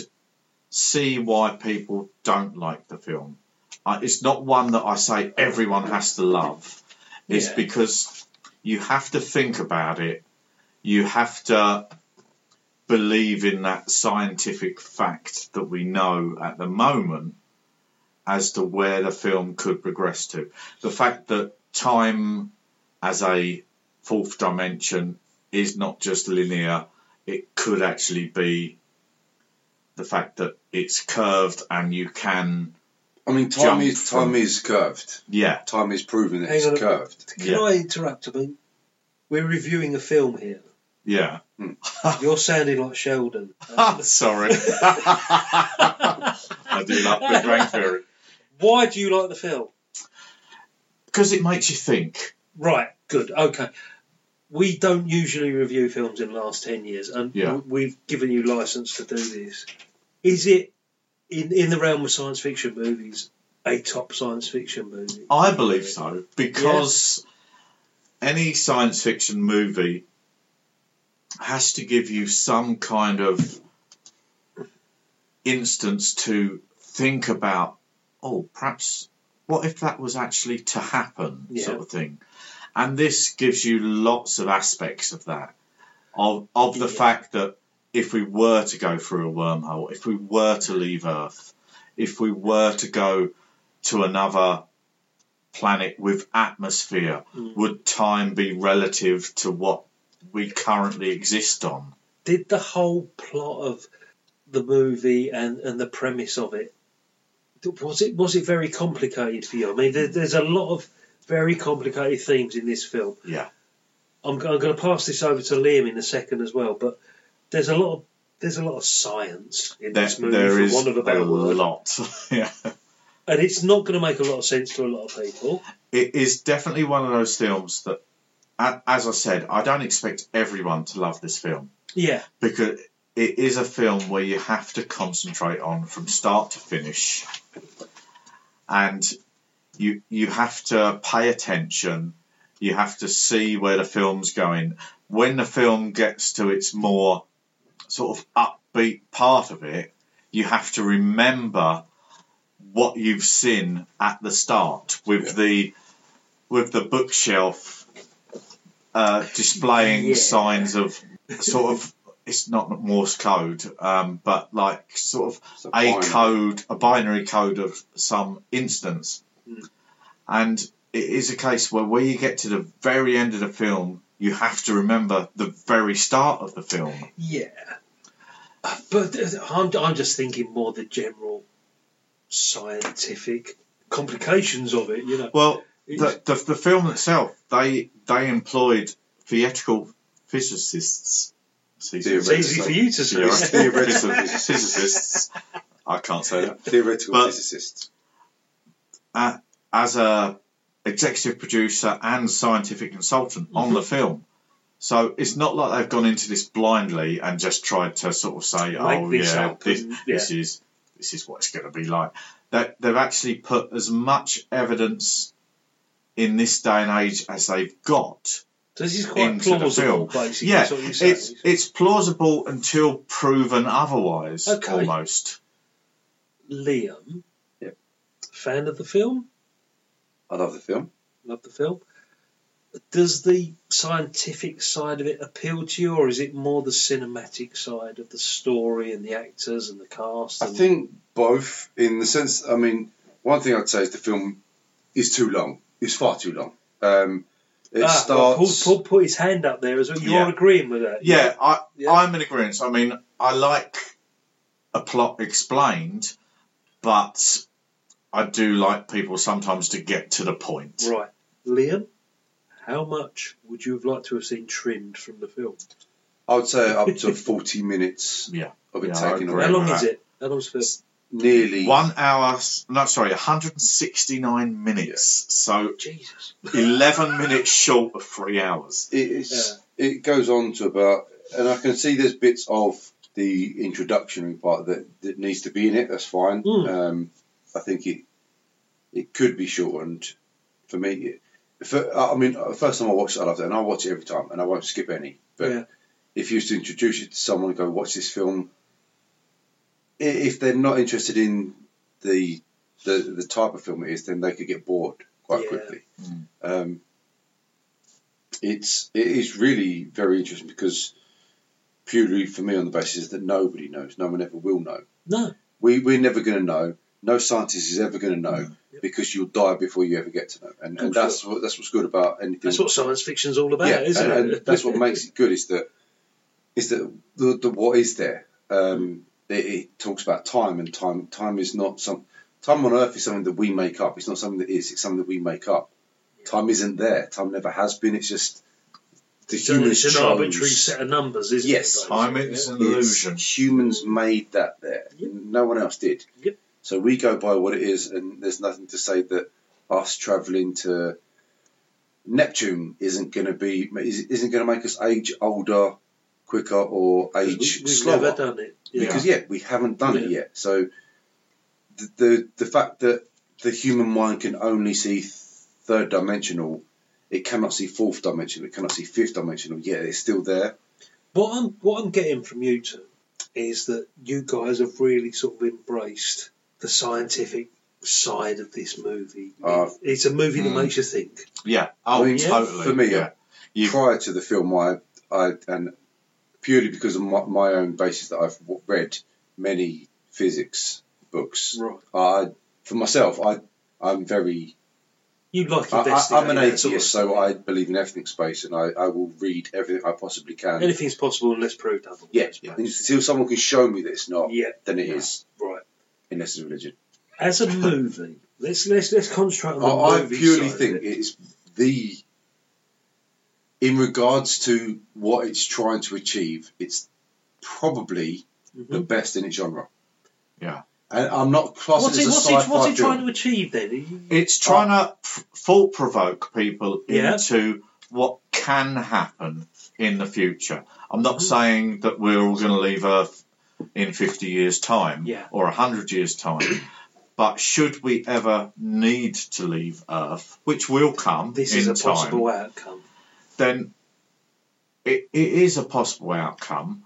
S5: see why people don't like the film. I, it's not one that I say everyone has to love. It's
S3: Yeah.
S5: because you have to think about it. You have to believe in that scientific fact that we know at the moment as to where the film could progress to. The fact that time as a fourth dimension is not just linear, it could actually be the fact that it's curved and you can.
S4: I mean, time
S5: jump
S4: is
S5: from-
S4: time is curved.
S5: Yeah.
S4: Time is proven that
S3: Hang on
S4: it's
S3: a-
S4: curved.
S3: Can
S5: Yeah.
S3: I interrupt? I mean, we're reviewing a film here.
S5: Yeah.
S3: You're sounding like Sheldon.
S5: Sorry. I do love Big Bang Theory.
S3: Why do you like the film?
S5: Because it makes you think.
S3: Right, good, okay. We don't usually review films in the last 10 years, and
S5: Yeah.
S3: w- we've given you license to do this. Is it, in, in the realm of science fiction movies, a top science fiction movie?
S5: I believe so. Because any science fiction movie has to give you some kind of instance to think about, oh, perhaps what if that was actually to happen,
S3: Yeah.
S5: sort of thing. And this gives you lots of aspects of that, of, of the
S3: Yeah.
S5: fact that if we were to go through a wormhole, if we were to leave Earth, if we were to go to another planet with atmosphere,
S3: Hmm.
S5: would time be relative to what we currently exist on?
S3: Did the whole plot of the movie and, and the premise of it was it was it very complicated for you? I mean, there, there's a lot of very complicated themes in this film.
S5: Yeah.
S3: I'm, go- I'm going to pass this over to Liam in a second as well, but there's a lot of there's a lot of science in
S5: There,
S3: this movie,
S5: there
S3: for
S5: is
S3: want of a
S5: a
S3: better word,
S5: lot. yeah.
S3: and it's not going to make a lot of sense to a lot of people.
S5: It is definitely one of those films that, a- as I said, I don't expect everyone to love this film.
S3: Yeah,
S5: because it is a film where you have to concentrate on from start to finish, and you you have to pay attention. You have to see where the film's going. When the film gets to its more sort of upbeat part of it, you have to remember what you've seen at the start with the with the bookshelf uh, displaying
S3: Yeah.
S5: signs of sort of it's not Morse code, um, but like sort of
S4: It's a
S5: a
S4: binary.
S5: code, a binary code of some instance.
S4: Hmm.
S5: And it is a case where when you get to the very end of the film, you have to remember the very start of the film.
S3: yeah, Uh, but uh, I'm I'm just thinking more the general scientific complications of it. You know,
S5: Well,
S3: It's-
S5: the, the, the film itself, they they employed theatrical physicists.
S3: it's easy for you to
S5: Yeah,
S3: say.
S5: right. physicists. I can't say that.
S4: Theoretical
S5: But-
S4: physicist.
S5: as a executive producer and scientific consultant on the
S3: Mm-hmm.
S5: film. So it's not like they've gone into this blindly and just tried to sort of say, "Oh
S3: this
S5: yeah,
S3: up
S5: this,
S3: and-
S5: this is this is what it's going to be like." That they've actually put as much evidence in this day and age as they've got
S3: So this is quite
S5: into the
S3: plausible,
S5: film.
S3: basically.
S5: Yeah,
S3: is what you're saying.
S5: it's it's plausible until proven otherwise,
S3: Okay.
S5: almost.
S3: Liam,
S4: Yep.
S3: fan of the film,
S4: I love the film.
S3: love the film. Does the scientific side of it appeal to you, or is it more the cinematic side of the story and the actors and the cast?
S4: I
S3: and-
S4: think both in the sense. I mean, one thing I'd say is the film is too long. It's far too long. Um, it
S3: Ah, well,
S4: starts.
S3: Paul, Paul put his hand up there as well. You're
S5: Yeah.
S3: agreeing with that.
S5: yeah, I,
S3: Yeah.
S5: I'm in agreement. I mean, I like a plot explained, but I do like people sometimes to get to the point.
S3: Right, Liam. How much would you have liked to have seen trimmed from the film?
S4: I would say up to forty minutes
S5: Yeah.
S4: of it
S5: Yeah, I
S4: taking
S5: agree.
S4: away.
S3: How long
S5: right.
S3: is it? How long's the film?
S4: Nearly.
S5: One hour, s- no, sorry, 169 minutes.
S3: Jesus.
S5: So 11 minutes short of three hours.
S4: It's it goes on to about, and I can see there's bits of the introductory part that, that needs to be in it. That's fine.
S3: Mm.
S4: Um, I think it it could be shortened. For me, it, for, I mean, the first time I watched it, I loved it, and I watch it every time, and I won't skip any. But
S3: Yeah.
S4: if you was to introduce it to someone and go watch this film, i- if they're not interested in the the the type of film it is, then they could get bored quite quickly. Um, it's it is really very interesting because purely for me on the basis that nobody knows, no one ever will know.
S3: No.
S4: We we're never going to know. No scientist is ever going to know because you'll die before you ever get to know. And,
S3: Cool,
S4: and that's what that's what's good about anything.
S3: That's what science fiction's all about,
S4: yeah,
S3: isn't
S4: and,
S3: it?
S4: and that's what makes it good is that is that the, the what is there. Um, it, it talks about time, and time time is not some time on Earth is something that we make up. It's not something that is. It's something that we make up. Time isn't there. Time never has been. It's just the
S3: So
S4: humans
S3: it's an
S4: chose.
S3: arbitrary set of numbers, isn't
S4: Yes,
S3: it?
S4: It's humans made that there. No one else did.
S3: Yep.
S4: So we go by what it is, and there's nothing to say that us travelling to Neptune isn't going to be isn't going to make us age older, quicker, or
S3: We,
S4: age
S3: we've
S4: slower.
S3: never done it. Yeah.
S4: Because yeah, we haven't done it yet. So the, the the fact that the human mind can only see third dimensional, it cannot see fourth dimensional, it cannot see fifth dimensional. Yeah, it's still there.
S3: What I'm what I'm getting from you two is that you guys have really sort of embraced the scientific side of this movie.
S4: Uh,
S3: It's a movie that
S4: Hmm.
S3: makes you think.
S5: Yeah.
S3: Oh,
S4: I mean,
S3: yeah.
S4: For me,
S3: Yeah.
S4: prior to the film, I, I and purely because of my, my own basis that I've w- read many physics books.
S3: Right.
S4: I, for myself, I, I'm very.
S3: You like
S4: I, I,
S3: investigating.
S4: I'm an
S3: that
S4: atheist,
S3: sort of
S4: so I believe in everything space, and I, I will read everything I possibly can.
S3: Anything's possible unless proved otherwise.
S4: yeah, until someone can show me that it's not,
S3: Yeah.
S4: then it is.
S3: Right.
S4: Unless it's religion.
S3: As a movie, let's let's let's concentrate on the
S4: I, I
S3: movie
S4: purely
S3: side.
S4: think it's the in regards to what it's trying to achieve, it's probably the best in its genre.
S5: Yeah.
S4: And I'm not classing
S3: What's
S4: it
S3: it,
S4: as
S3: what's,
S4: a
S3: it,
S4: sci-fi
S3: what's it
S4: film.
S3: trying to achieve then?
S5: It's trying to f- thought provoke people
S3: Oh. Yeah.
S5: into what can happen in the future. I'm
S3: Mm.
S5: not saying that we're all going to leave Earth in 50 years' time
S3: Yeah.
S5: or 100 years' time, but should we ever need to leave Earth, which will come
S3: This
S5: in
S3: is a
S5: time,
S3: possible outcome.
S5: then it, it is a possible outcome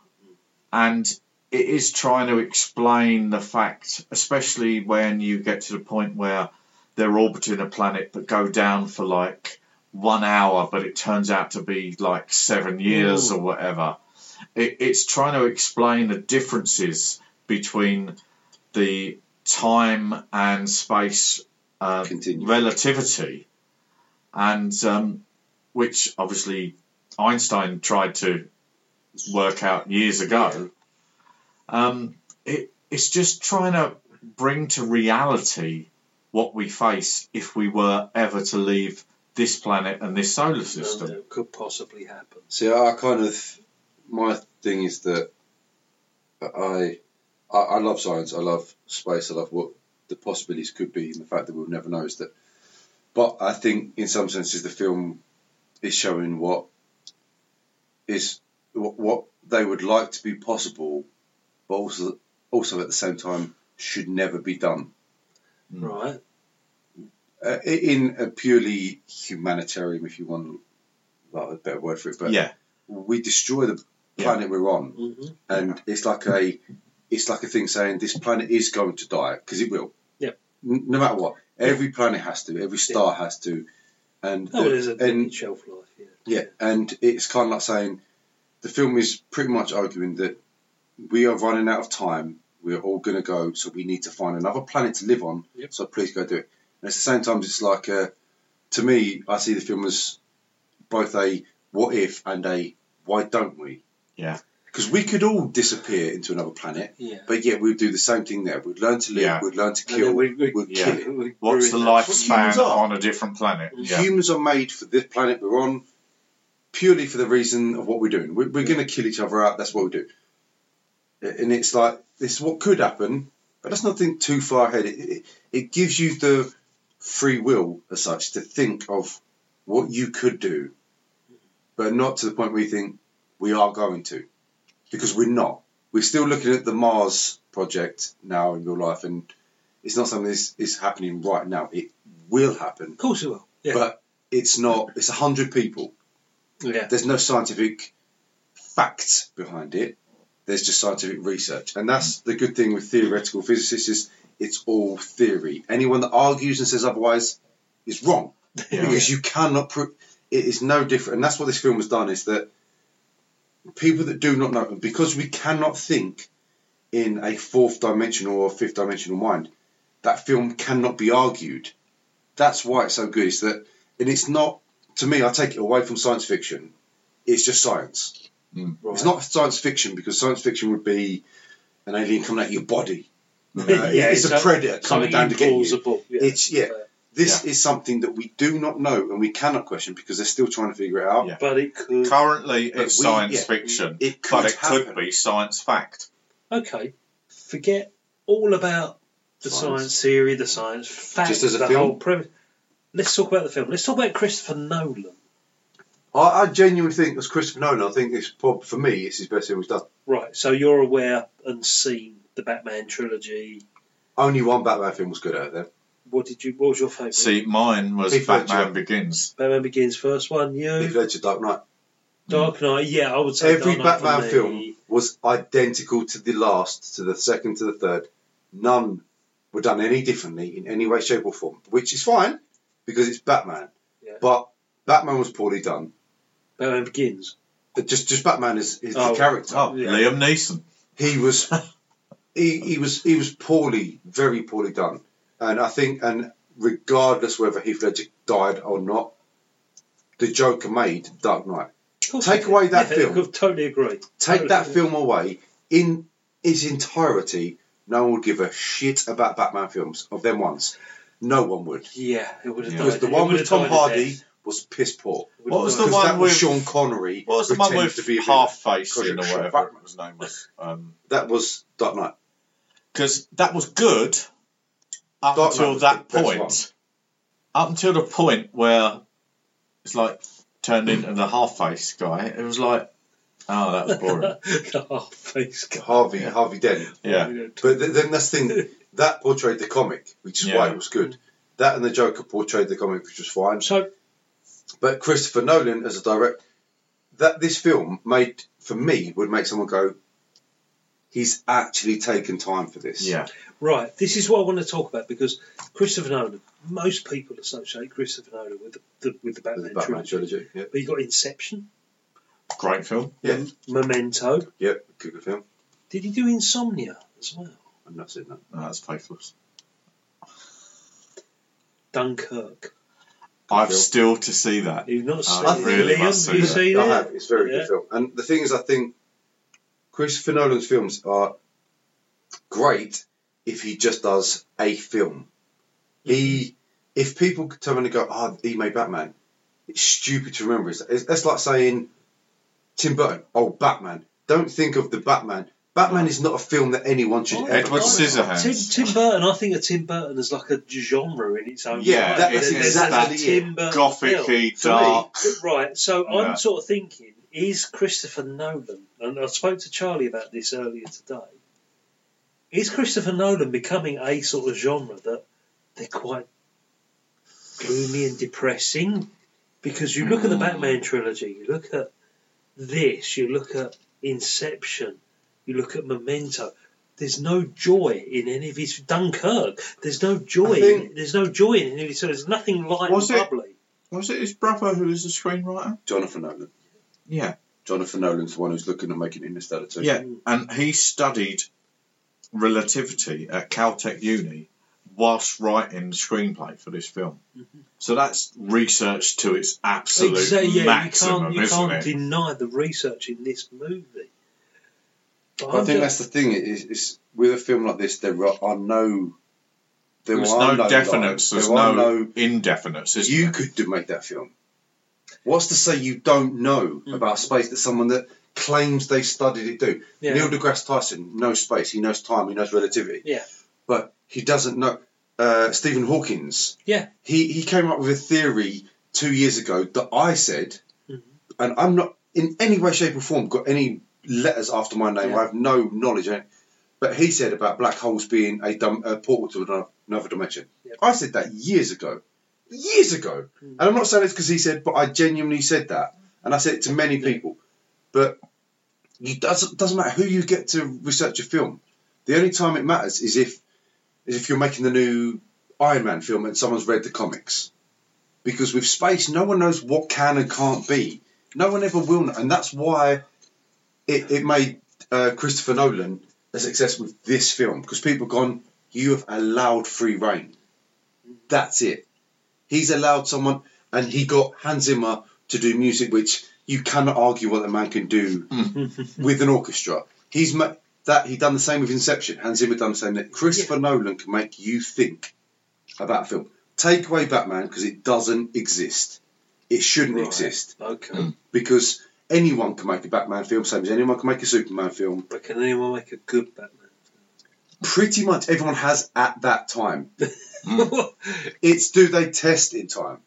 S5: and it is trying to explain the fact, especially when you get to the point where they're orbiting a planet but go down for like one hour, but it turns out to be like seven years or whatever. It, it's trying to explain the differences between the time and space uh, relativity, and um, which obviously Einstein tried to work out years ago. Um, it, it's just trying to bring to reality what we face if we were ever to leave this planet and this solar system.
S3: It could possibly happen.
S4: See, I kind of my thing is that I, I I love science. I love space. I love what the possibilities could be, and the fact that we'll never know is that. But I think, in some senses, the film is showing what is what, what they would like to be possible, but also also at the same time should never be done Mm.
S3: Right.
S4: uh, in a purely humanitarian, if you want well, a better word for it. But
S5: Yeah.
S4: we destroy the planet we're on,
S3: Mm-hmm.
S4: and it's like a it's like a thing saying this planet is going to die because it will.
S3: Yeah.
S4: N- no matter what, every planet has to, every star has to, and
S3: Oh, well, there's a
S4: and
S3: shelf life. Yeah.
S4: yeah, and it's kind of like saying the film is pretty much arguing that we are running out of time. We're all going to go, so we need to find another planet to live on. So please go do it. And at the same time, it's like, uh, to me, I see the film as both a what if and a why don't we?
S5: Yeah.
S4: Because we could all disappear into another planet,
S3: Yeah.
S4: but yet we'd do the same thing there. We'd learn to live,
S5: Yeah.
S4: we'd learn to
S3: And then
S4: kill,
S3: we-
S4: we,
S3: we-
S4: would
S5: yeah.
S4: kill it.
S5: What's the
S4: Humans
S5: lifespan
S4: are.
S5: on a different planet? Yeah.
S4: Humans are made for this planet we're on purely for the reason of what we're doing. We're, we're going to kill each other out. That's what we do. And it's like this is what could happen, but that's not think too far ahead. It, it, it gives you the free will as such to think of what you could do, but not to the point where you think we are going to, because we're not. We're still looking at the Mars project now in real life, and it's not something that's is happening right now. It will happen,
S3: Of course it will. Yeah.
S4: but it's not. It's a hundred people.
S3: yeah.
S4: There's no scientific fact behind it. There's just scientific research, and that's the good thing with theoretical physicists is it's all theory. Anyone that argues and says otherwise is wrong because you cannot prove. It is no different, and that's what this film has done: is that people that do not know, because we cannot think in a fourth dimensional or fifth dimensional mind, that film cannot be argued. That's why it's so good. Is that, and it's not to me. I take it away from science fiction. It's just science. It's not science fiction because science fiction would be an alien coming out of your body.
S3: Mm.
S4: You know,
S3: Yeah,
S4: it's
S3: it's
S4: a predator
S3: something
S4: coming down to get you.
S3: implausible, yeah.
S4: It's yeah. This is something that we do not know and we cannot question because they're still trying to figure it out.
S3: But it could.
S5: Currently,
S4: But
S5: it's
S4: we-
S5: science
S4: yeah,
S5: fiction,
S4: it could
S5: but it could
S4: happen.
S5: be science fact.
S3: Okay, forget all about the science,
S5: Science.
S3: theory, the science fact,
S4: Just as a
S3: the
S4: film?
S3: whole premise. Let's talk about the film. Let's talk about Christopher Nolan.
S4: I, I genuinely think as Christopher Nolan, I think it's prob- for me it's his best film he's done.
S3: Right, so you're aware and seen the Batman trilogy.
S4: Only one Batman film was good out there.
S3: What did you? What was your favourite?
S5: See, mine was
S4: Heath Ledger.
S5: Batman Begins.
S3: Batman Begins, first one. You,
S4: Heath Ledger, Dark Knight.
S3: Dark Knight. Yeah, I would say
S4: Every
S3: Dark Knight for
S4: Batman
S3: me.
S4: film was identical to the last, to the second, to the third. None were done any differently in any way, shape, or form, which is fine because it's Batman.
S3: Yeah.
S4: But Batman was poorly done.
S3: Batman Begins.
S4: But Just, just Batman is, is
S3: Oh.
S4: the character.
S5: Oh,
S3: Yeah.
S5: Liam Neeson.
S4: He was, he, he was, he was poorly, very poorly done. And I think, and regardless whether Heath Ledger died or not, the Joker made Dark Knight.
S3: Of course
S4: Take
S3: it-
S4: away that
S3: yeah,
S4: film.
S3: I could Totally agree.
S4: Take
S3: Totally
S4: that
S3: agree.
S4: film away in its entirety. No one would give a shit about Batman films of them ones. No one would.
S3: Yeah, it would have
S5: Yeah.
S3: died.
S4: Because the
S3: It
S4: one
S3: would
S4: with
S3: have died
S4: Tom
S3: a
S4: Hardy
S3: death.
S4: was piss poor.
S3: It would
S5: What
S3: have
S5: was
S3: died.
S5: the
S4: Because
S5: one
S4: that was
S5: with-
S4: Sean Connery.
S5: What was the one
S4: pretending
S5: with
S4: to be a villain.
S5: half face in or
S4: Project
S5: whatever
S4: Batman.
S5: it was known as?
S4: That was Dark Knight.
S5: Because that was good up
S4: Dark Knight
S5: until
S4: was
S5: that
S4: the best one.
S5: point. Up until the point where it's like turned into the half face guy. It was like, oh, that was boring.
S3: the half face guy.
S4: Harvey Harvey Dent.
S5: yeah.
S4: But th- then that's the thing that portrayed the comic, which is why
S5: Yeah.
S4: it was good. That and the Joker portrayed the comic, which was fine.
S3: So
S4: But Christopher Nolan as a director, that this film made for me would make someone go, he's actually taken time for this.
S5: Yeah.
S3: right, this is what I want to talk about because Christopher Nolan. Most people associate Christopher Nolan with the, the with the
S4: The
S3: Batman,
S4: Batman
S3: trilogy.
S4: trilogy. Yeah.
S3: But you got Inception,
S5: Great film.
S4: Yeah.
S3: Memento.
S4: Yeah. Good, good film.
S3: Did he do Insomnia as well?
S4: I've not seen that.
S5: No, that's faithless.
S3: Dunkirk.
S5: I've
S4: film.
S5: still to see that.
S3: You've not seen
S5: I
S3: it,
S5: really
S3: Liam?
S5: must see
S3: you
S5: that.
S3: seen
S4: I
S3: it?
S4: have. It's a very
S3: Yeah.
S4: good film. And the thing is, I think Christopher Nolan's films are great if he just does a film. He,
S5: Mm-hmm.
S4: if people could turn around and go, "Oh, he made Batman," it's stupid to remember. It's, it's- that's like saying Tim Burton, "Oh, Batman." Don't think of the Batman. Batman is not a film that anyone should
S3: Oh,
S4: ever.
S5: Edward
S3: God. Tim,
S5: Scissorhands.
S3: Tim Burton, I think of Tim Burton as like a genre in its own
S4: Yeah,
S3: right.
S4: that is
S3: There's- there's
S4: exactly
S3: a
S4: it.
S3: Tim Burton film.
S5: Gothic-y,
S4: For me,
S5: dark.
S3: But, Right, so
S5: Yeah.
S3: I'm sort of thinking, is Christopher Nolan, and I spoke to Charlie about this earlier today, is Christopher Nolan becoming a sort of genre that they're quite gloomy and depressing? Because you look at
S5: Hmm.
S3: the Batman trilogy, you look at this, you look at Inception, you look at Memento. There's no joy in any of his Dunkirk. There's no joy.
S4: I think-
S3: in, there's no joy in any of his. So there's nothing light
S5: Was
S3: and
S5: it-
S3: bubbly.
S5: Was it his brother who was the screenwriter?
S4: Jonathan Nolan.
S5: Yeah.
S4: Jonathan Nolan's the one who's looking at making Interstellar too.
S5: Yeah, and he studied relativity at Caltech Uni whilst writing the screenplay for this film. So that's research to its absolute
S3: Exactly, Mm-hmm. yeah,
S5: maximum,
S3: you can't, you
S5: isn't
S3: can't
S5: it?
S3: deny the research in this movie. But
S4: I
S3: I'm
S4: think
S3: ju-
S4: that's the thing. Is, is with a film like this, there are no. There
S5: There's
S4: are
S5: no definites,
S4: lines,
S5: there's
S4: there are
S5: no,
S4: no
S5: indefinites. Is
S4: you
S5: there?
S4: could do make that film. What's to say you don't know
S5: Hmm.
S4: about space that someone that claims they studied it do?
S3: Yeah.
S4: Neil deGrasse Tyson knows space, he knows time, he knows relativity,
S3: yeah,
S4: but he doesn't know. Uh, Stephen Hawkins,
S3: yeah,
S4: he he came up with a theory two years ago that I said,
S3: Mm-hmm.
S4: and I'm not in any way, shape, or form got any letters after my name.
S3: Yeah.
S4: I have no knowledge. of it. But he said about black holes being a, dum- a portal to ano- another dimension.
S3: Yeah. Mm.
S4: I said that years ago, years ago, and I'm not saying it's because he said, but I genuinely said that, and I said it to many people. But it doesn't doesn't matter who you get to research a film. The only time it matters is if is if you're making the new Iron Man film and someone's read the comics. Because with space, no one knows what can and can't be. No one ever will know. And that's why it, it made uh, Christopher Nolan a success with this film. Because people have gone, you have allowed free reign. That's it. He's allowed someone, and he got Hans Zimmer to do music, which you cannot argue what a man can do with an orchestra. He's ma- that he done the same with Inception. Hans Zimmer done the same. That Christopher Nolan can make you think about a film. Take away Batman because it doesn't exist. It shouldn't
S3: Right.
S4: exist
S3: Okay.
S5: Hmm.
S4: because anyone can make a Batman film, same as anyone can make a Superman film.
S3: But can anyone make a good Batman?
S4: Pretty much everyone has at that time.
S5: Hmm.
S4: it's do they test in time?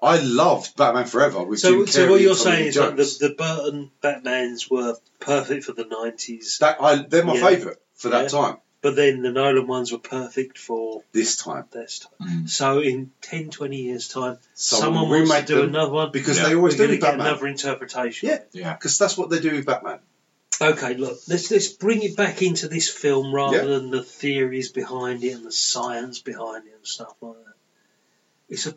S4: I loved Batman Forever with
S3: So,
S4: Jim Carrey.
S3: so what you're
S4: and Tommy
S3: saying
S4: Lee
S3: is that the,
S4: Jones.
S3: the Burton Batmans were perfect for the 90s,
S4: That- I, they're my
S3: Yeah.
S4: favourite for that
S3: Yeah.
S4: time.
S3: but then the Nolan ones were perfect for
S4: This time,
S3: this time. So in 10, 20 years' time,
S4: Someone
S3: someone,
S4: will
S3: wants to
S4: remake
S3: do
S4: them
S3: another one
S4: because
S5: Yeah.
S4: they always
S3: we're
S4: do
S3: gonna
S4: with
S3: get
S4: Batman.
S3: another interpretation.
S4: Yeah,
S5: Yeah.
S4: because that's what they do with Batman.
S3: Okay, look, let's let's bring it back into this film rather
S4: Yeah.
S3: than the theories behind it and the science behind it and stuff like that. It's a,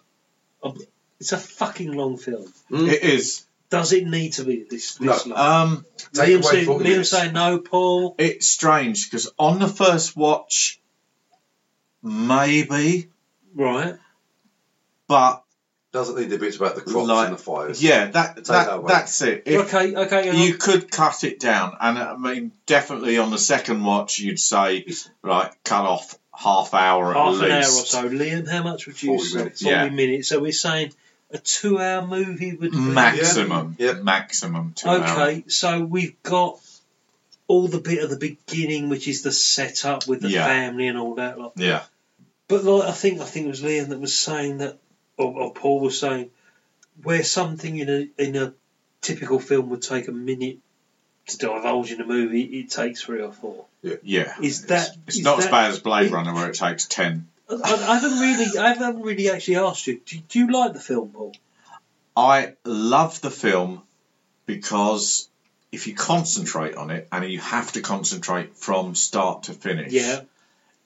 S3: a it's a fucking long film.
S5: It is.
S3: Does it need to be this, this
S4: No, Uh,
S3: long?
S5: Um,
S4: Take
S3: Liam,
S4: away
S3: say,
S4: 40
S3: Liam
S4: minutes.
S3: say no, Paul.
S5: it's strange because on the first watch, maybe,
S3: Right.
S5: but
S4: Doesn't need the bits about the crops
S5: like,
S4: and the fires.
S5: yeah, that,
S4: Take that
S5: that
S4: away.
S5: that's it. If-
S3: okay, okay. and
S5: you could cut it down, and I mean, definitely on the second watch, you'd say, right, cut off half hour
S3: I'll-
S5: at
S3: half
S5: least.
S3: an hour or so. Liam, how much would you
S4: 40
S3: say?
S4: minutes.
S3: 40
S5: Yeah.
S3: minutes. So we're saying a two hour movie would be.
S5: Maximum,
S4: Yeah. Yeah.
S5: maximum two
S3: Okay,
S5: hours.
S3: so we've got all the bit at the beginning, which is the setup with the
S5: Yeah.
S3: family and all that. Lot.
S5: Yeah,
S3: But like, I think I think it was Liam that was saying that, or, or Paul was saying, where something in a in a typical film would take a minute to divulge in a movie, it takes three or four.
S5: yeah.
S3: Is
S5: It's-
S3: that-
S5: It's
S3: is
S5: not as
S3: that-
S5: bad as Blade Runner, where it takes ten.
S3: I, I haven't really, I haven't really actually asked you. Do, do you like the film, Paul?
S5: I love the film because if you concentrate on it, and you have to concentrate from start to finish,
S3: Yeah.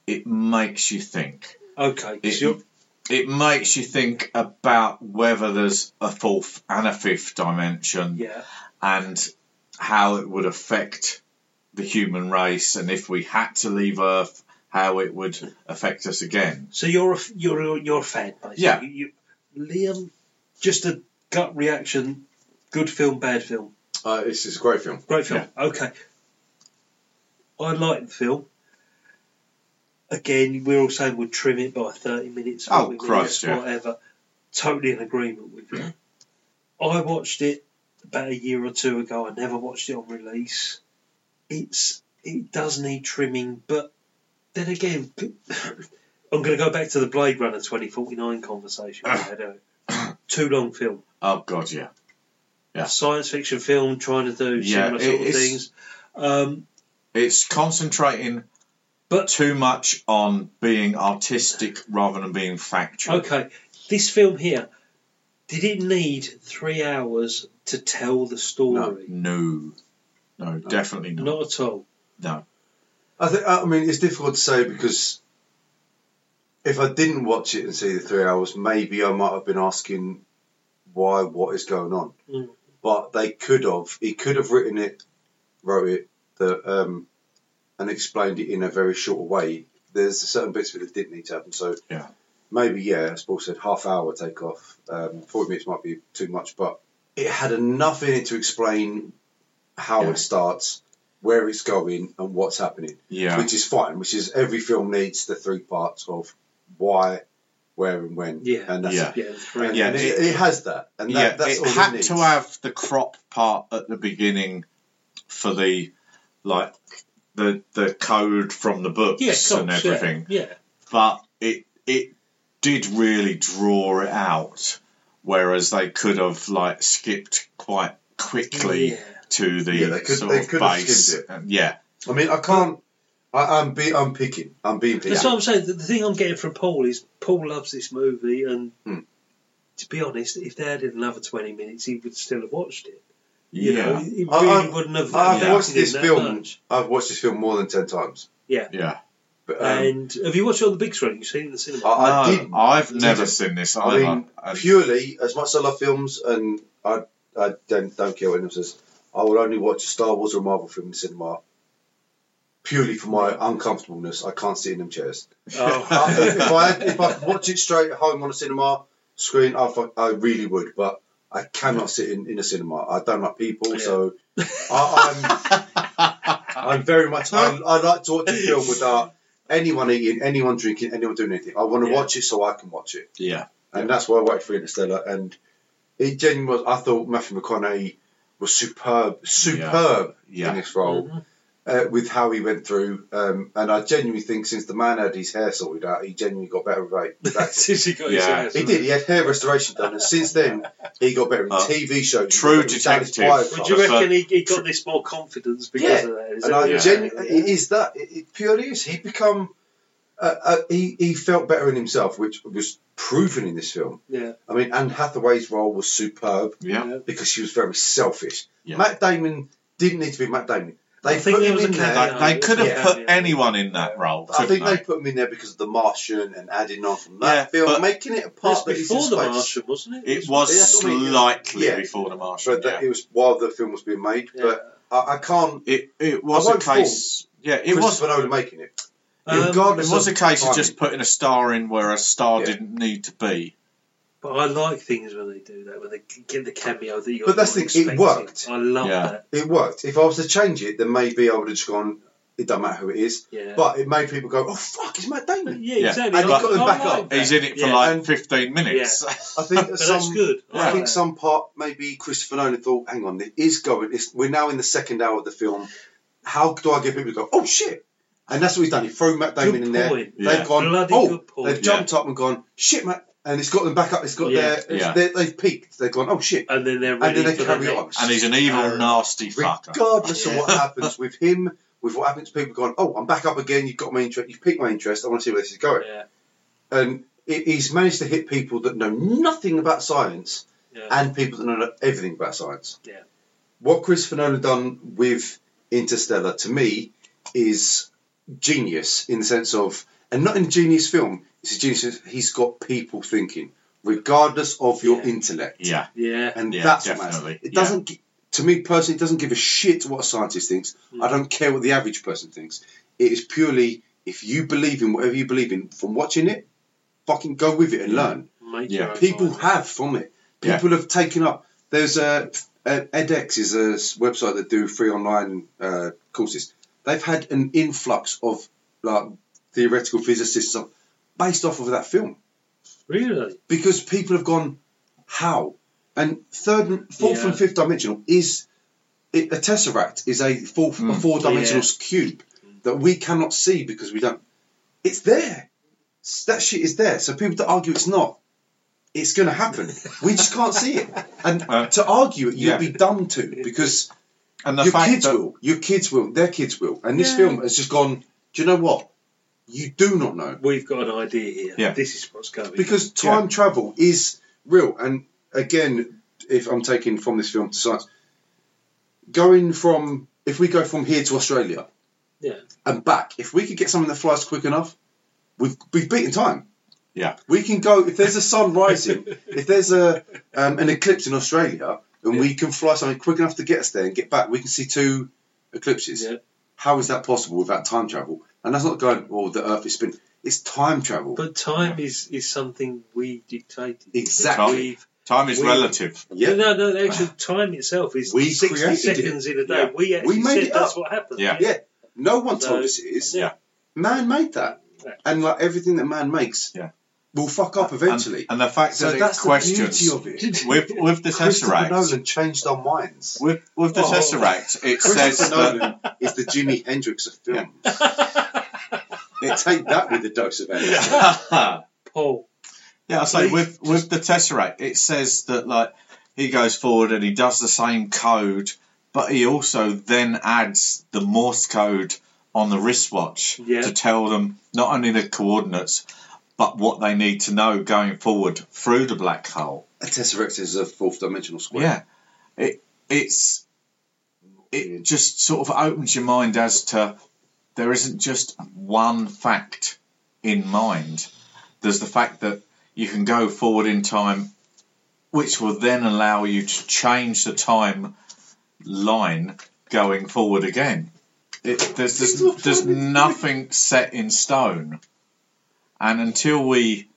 S5: it makes you think.
S3: Okay. 'cause
S5: it,
S3: you're-
S5: it makes you think about whether there's a fourth and a fifth dimension
S3: yeah.
S5: and how it would affect the human race and if we had to leave earth how it would affect us again
S3: So you're a, f- you're a, you're a fan, basically.
S5: Yeah.
S3: You, you, Liam, just a gut reaction. Good film, bad film.
S4: Uh, this is a great film.
S3: Great film. Okay. I like the film. Again, we're all saying we'll trim it by 30 minutes,
S5: Oh,
S3: 40
S5: Christ,
S3: minutes,
S5: yeah.
S3: whatever. Totally in agreement with you. I watched it about a year or two ago. I never watched it on release. It's It does need trimming, but then again, I'm going to go back to the Blade Runner 2049 conversation we had. earlier. Too long film
S5: oh god yeah Yeah.
S3: science fiction film trying to do
S5: Yeah,
S3: similar
S5: it-
S3: sort of
S5: it's-
S3: things. Um,
S5: it's concentrating
S3: But-
S5: too much on being artistic rather than being factual
S3: okay, this film here, did it need three hours to tell the story?
S5: no no definitely not
S3: Not at all.
S5: no
S4: I think. I mean, it's difficult to say because if I didn't watch it and see the three hours, maybe I might have been asking why, what is going on.
S3: Mm.
S4: But they could have. He could have written it, wrote it, the, um, and explained it in a very short way. There's certain bits of it that didn't need to happen. So
S5: Yeah.
S4: maybe yeah, as Paul said, half hour take off. Um, Forty minutes might be too much, but it had enough in it to explain how
S5: Yeah.
S4: it starts, where it's going, and what's happening
S5: yeah
S4: which is fine, which is every film needs the three parts of why, where, and when.
S3: Yeah.
S4: and that's
S5: Yeah.
S3: Yeah, three
S4: And
S5: Yeah,
S4: it,
S5: it-
S4: it has that, and that,
S5: yeah,
S4: that's
S5: it
S4: all
S5: had
S4: it needs.
S5: to have the crop part at the beginning for the like the the code from the books
S3: Yeah, cops,
S5: and everything.
S3: Yeah, yeah.
S5: But it it did really draw it out, whereas they could have like skipped quite quickly
S3: Yeah.
S5: to the
S4: Yeah, they could-
S5: sort
S4: they
S5: of
S4: could have
S5: base.
S4: skimmed
S5: and- yeah,
S4: I mean, I can't. I, I'm be, I'm picking. I'm being picky.
S3: That's what I'm saying. The, the thing I'm getting from Paul is Paul loves this movie, and
S4: Hmm.
S3: to be honest, if they added another 20 minutes, he would still have watched it. You
S5: yeah,
S3: know, he really
S4: I- I've-
S3: wouldn't have.
S4: I've
S3: impacted
S4: watched
S3: him
S4: this
S3: that
S4: film.
S3: much.
S4: I've watched this film more than ten times.
S5: yeah.
S4: But, um,
S3: and have you watched it on the big screen? You seen it in the cinema?
S4: I, I
S5: No,
S4: did.
S5: I've
S4: did
S5: never
S4: it.
S5: seen this
S4: I
S5: either.
S4: mean, purely as much as I love films, and I, I don't, don't care what anyone says. I will only watch a Star Wars or a Marvel film in the cinema. Purely for my uncomfortableness, I can't sit in them chairs.
S3: Oh,
S4: I- if I had, if I could watch it straight at home on a cinema screen, I, fu- I really would. But I cannot sit in, in a cinema. I don't like people, so I, I'm I'm very much I, I like to watch a film without anyone eating, anyone drinking, anyone doing anything. I want to
S3: Yeah.
S4: watch it so I can watch it,
S5: yeah.
S4: and that's why I waited for Interstellar. And it genuinely was. I thought Matthew McConaughey was superb, superb
S5: Yeah.
S4: in this role uh, with how he went through. Um, and I genuinely think since the man had his hair sorted out, he genuinely got better with age. With acting.
S3: since you got his
S5: Yeah.
S3: ass,
S4: he did. He had hair restoration done, and since then he got better in
S5: Uh,
S4: TV shows. he
S5: True
S4: got better with Dallas
S5: Detective.
S4: Buyers
S3: Would
S4: Club.
S3: you
S5: That's
S3: reckon he, he got this more confidence because
S4: Yeah.
S3: of that? Is that
S4: And I
S3: what you're
S4: genu-
S3: saying?
S4: it is that it, it purely is. He become uh, uh, he he felt better in himself, which was proven in this film.
S3: Yeah.
S4: I mean, Anne Hathaway's role was superb
S5: Yeah.
S4: because she was very selfish.
S5: Yeah.
S4: Matt Damon didn't need to be Matt Damon. They
S3: I think
S4: put
S3: there
S4: him
S3: was a
S4: in there.
S3: cameo.
S5: Like, they could have
S4: Yeah.
S5: put anyone in that role.
S4: I think
S5: couldn't
S4: they put him in there because of The Martian and adding on from that
S5: Yeah,
S4: film,
S5: but
S4: making it a
S3: That's
S4: part that he's in
S3: before the
S4: space.
S3: Martian, wasn't it?
S5: It was
S4: That's what I mean.
S5: slightly
S4: Yeah.
S5: before the Martian.
S4: But that
S5: yeah.
S4: it was while the film was being made.
S3: Yeah.
S4: But I, I can't.
S5: it, it was
S4: I
S5: a
S4: won't
S5: case. Yeah, it
S4: It
S5: was.
S4: was Nolan making it.
S3: Um,
S5: It was a case of just putting a star in where a star
S4: Yeah.
S5: didn't need to be.
S3: But I like things when they do that, when they get the cameo that you're
S4: But that's
S3: not
S4: the thing, it
S3: expecting.
S4: worked.
S3: I love
S5: Yeah.
S3: that.
S4: It worked. If I was to change it, then maybe I would have just gone. It doesn't matter who it is.
S3: Yeah.
S4: But it made people go, "Oh fuck, it's Matt Damon."
S3: yeah,
S5: Yeah.
S3: exactly.
S4: And he
S3: I-
S4: got him
S3: I
S4: back
S3: like
S4: up.
S3: that.
S5: He's in it for
S3: Yeah.
S5: like
S4: And-
S5: 15 minutes.
S4: I think
S3: But
S4: some,
S3: that's good. I
S4: I
S3: like
S4: think
S3: that.
S4: some part maybe Christopher Nolan thought, "Hang on, it is going. It's, we're now in the second hour of the film. How do I get people to go? Oh shit!" And that's what he's done. He threw Matt Damon
S3: Good
S4: in there.
S3: point.
S5: Yeah.
S4: They've gone.
S3: Bloody
S4: oh,
S3: good point.
S4: they've jumped up and gone. Shit, Matt. And it's got them back up. It's got
S3: Yeah.
S4: their. It's,
S5: Yeah.
S4: they- They've peaked. They've gone. Oh shit!
S3: And then they're
S4: And
S3: ready
S4: then they
S3: for
S4: carry
S3: the
S4: on.
S3: next.
S5: and he's an evil,
S3: Uh,
S5: nasty fucker.
S4: Um, regardless of
S3: Yeah.
S4: what happens with him, with what happens, people going, "Oh, I'm back up again. You've got my interest. You've piqued my interest. I want to see where this is going."
S3: Yeah,
S4: And it, he's managed to hit people that know nothing about science
S3: yeah.
S4: and people that know everything about science.
S3: Yeah.
S4: What Christopher Nolan done with Interstellar to me is genius in the sense of, and not in a genius film. It's a genius. He's got people thinking, regardless of your
S3: Yeah.
S4: intellect
S5: Yeah,
S3: yeah.
S4: and
S5: Yeah,
S4: that's what
S5: definitely,
S4: matters. It
S5: yeah.
S4: doesn't. gi- To me personally, it doesn't give a shit what a scientist thinks. I don't care what the average person thinks. It is purely if you believe in whatever you believe in from watching it, fucking go with it and learn.
S3: Make
S5: Yeah.
S3: your own
S4: People
S3: mind.
S4: have from it. People have taken up. There's a, a edX is a s- website that do free online uh, courses. They've had an influx of like theoretical physicists of- based off of that film
S3: really.
S4: because people have gone how and third and fourth
S3: Yeah.
S4: and fifth dimensional is it, a tesseract is a fourth a
S5: Mm.
S4: four dimensional
S3: Yeah.
S4: cube that we cannot see because we don't it's there S- that shit is there so people that argue it's not it's going to happen we just can't see it and
S5: Uh,
S4: to argue it you'd
S5: yeah.
S4: be dumb to because
S5: and the
S4: your
S5: fact
S4: kids
S5: that
S4: will your kids will their kids will and this film has just gone do you know what you do not know
S3: We've got an idea here.
S5: Yeah.
S3: This is what's coming.
S4: because time travel is real. And again, if I'm taking from this film to science, going from if we go from here to Australia,
S3: Yeah.
S4: and back, if we could get something that flies quick enough, we've we've beaten time.
S5: Yeah.
S4: we can go if there's a sun rising, if there's a um, an eclipse in Australia, and we can fly something quick enough to get us there and get back, we can see two eclipses.
S3: Yeah.
S4: How is that possible without time travel? And that's not going, well, the Earth is spinning. It's time travel.
S3: But time is, is something we dictated.
S4: Exactly.
S3: We've,
S5: time is
S3: we-
S5: relative.
S4: Yeah.
S3: No, no, the actual time itself is
S4: We
S3: 60
S4: created
S3: seconds in a day.
S5: Yeah.
S3: We actually
S4: We made
S3: said
S4: it
S3: that's
S4: up.
S3: what happened.
S5: Yeah.
S4: Yeah, no one
S3: So-
S4: told us it is.
S5: Yeah.
S4: Man made that.
S3: Yeah.
S4: And like everything that man makes
S5: Yeah.
S4: will fuck up
S5: And-
S4: eventually.
S5: And, the fact
S4: so
S5: that
S4: that's
S5: it
S4: the beauty
S5: questions
S4: of it.
S5: with with the
S4: Christopher
S5: tesseract.
S4: Nolan changed our minds.
S5: With with the
S3: Oh.
S5: tesseract, it says
S4: Christopher
S5: that
S4: Nolan is the Jimi Hendrix of films. They take that with a dose of energy.
S5: yeah,
S3: Paul.
S5: I say with with the tesseract, it says that like he goes forward and he does the same code, but he also then adds the Morse code on the wristwatch
S3: Yeah.
S5: to tell them not only the coordinates but what they need to know going forward through the black hole.
S4: A tesseract is a fourth dimensional square.
S5: Yeah, it it's it just sort of opens your mind as to there isn't just one fact in mind. There's the fact that you can go forward in time, which will then allow you to change the time line going forward again. It, there's there's, there's nothing set in stone, and until we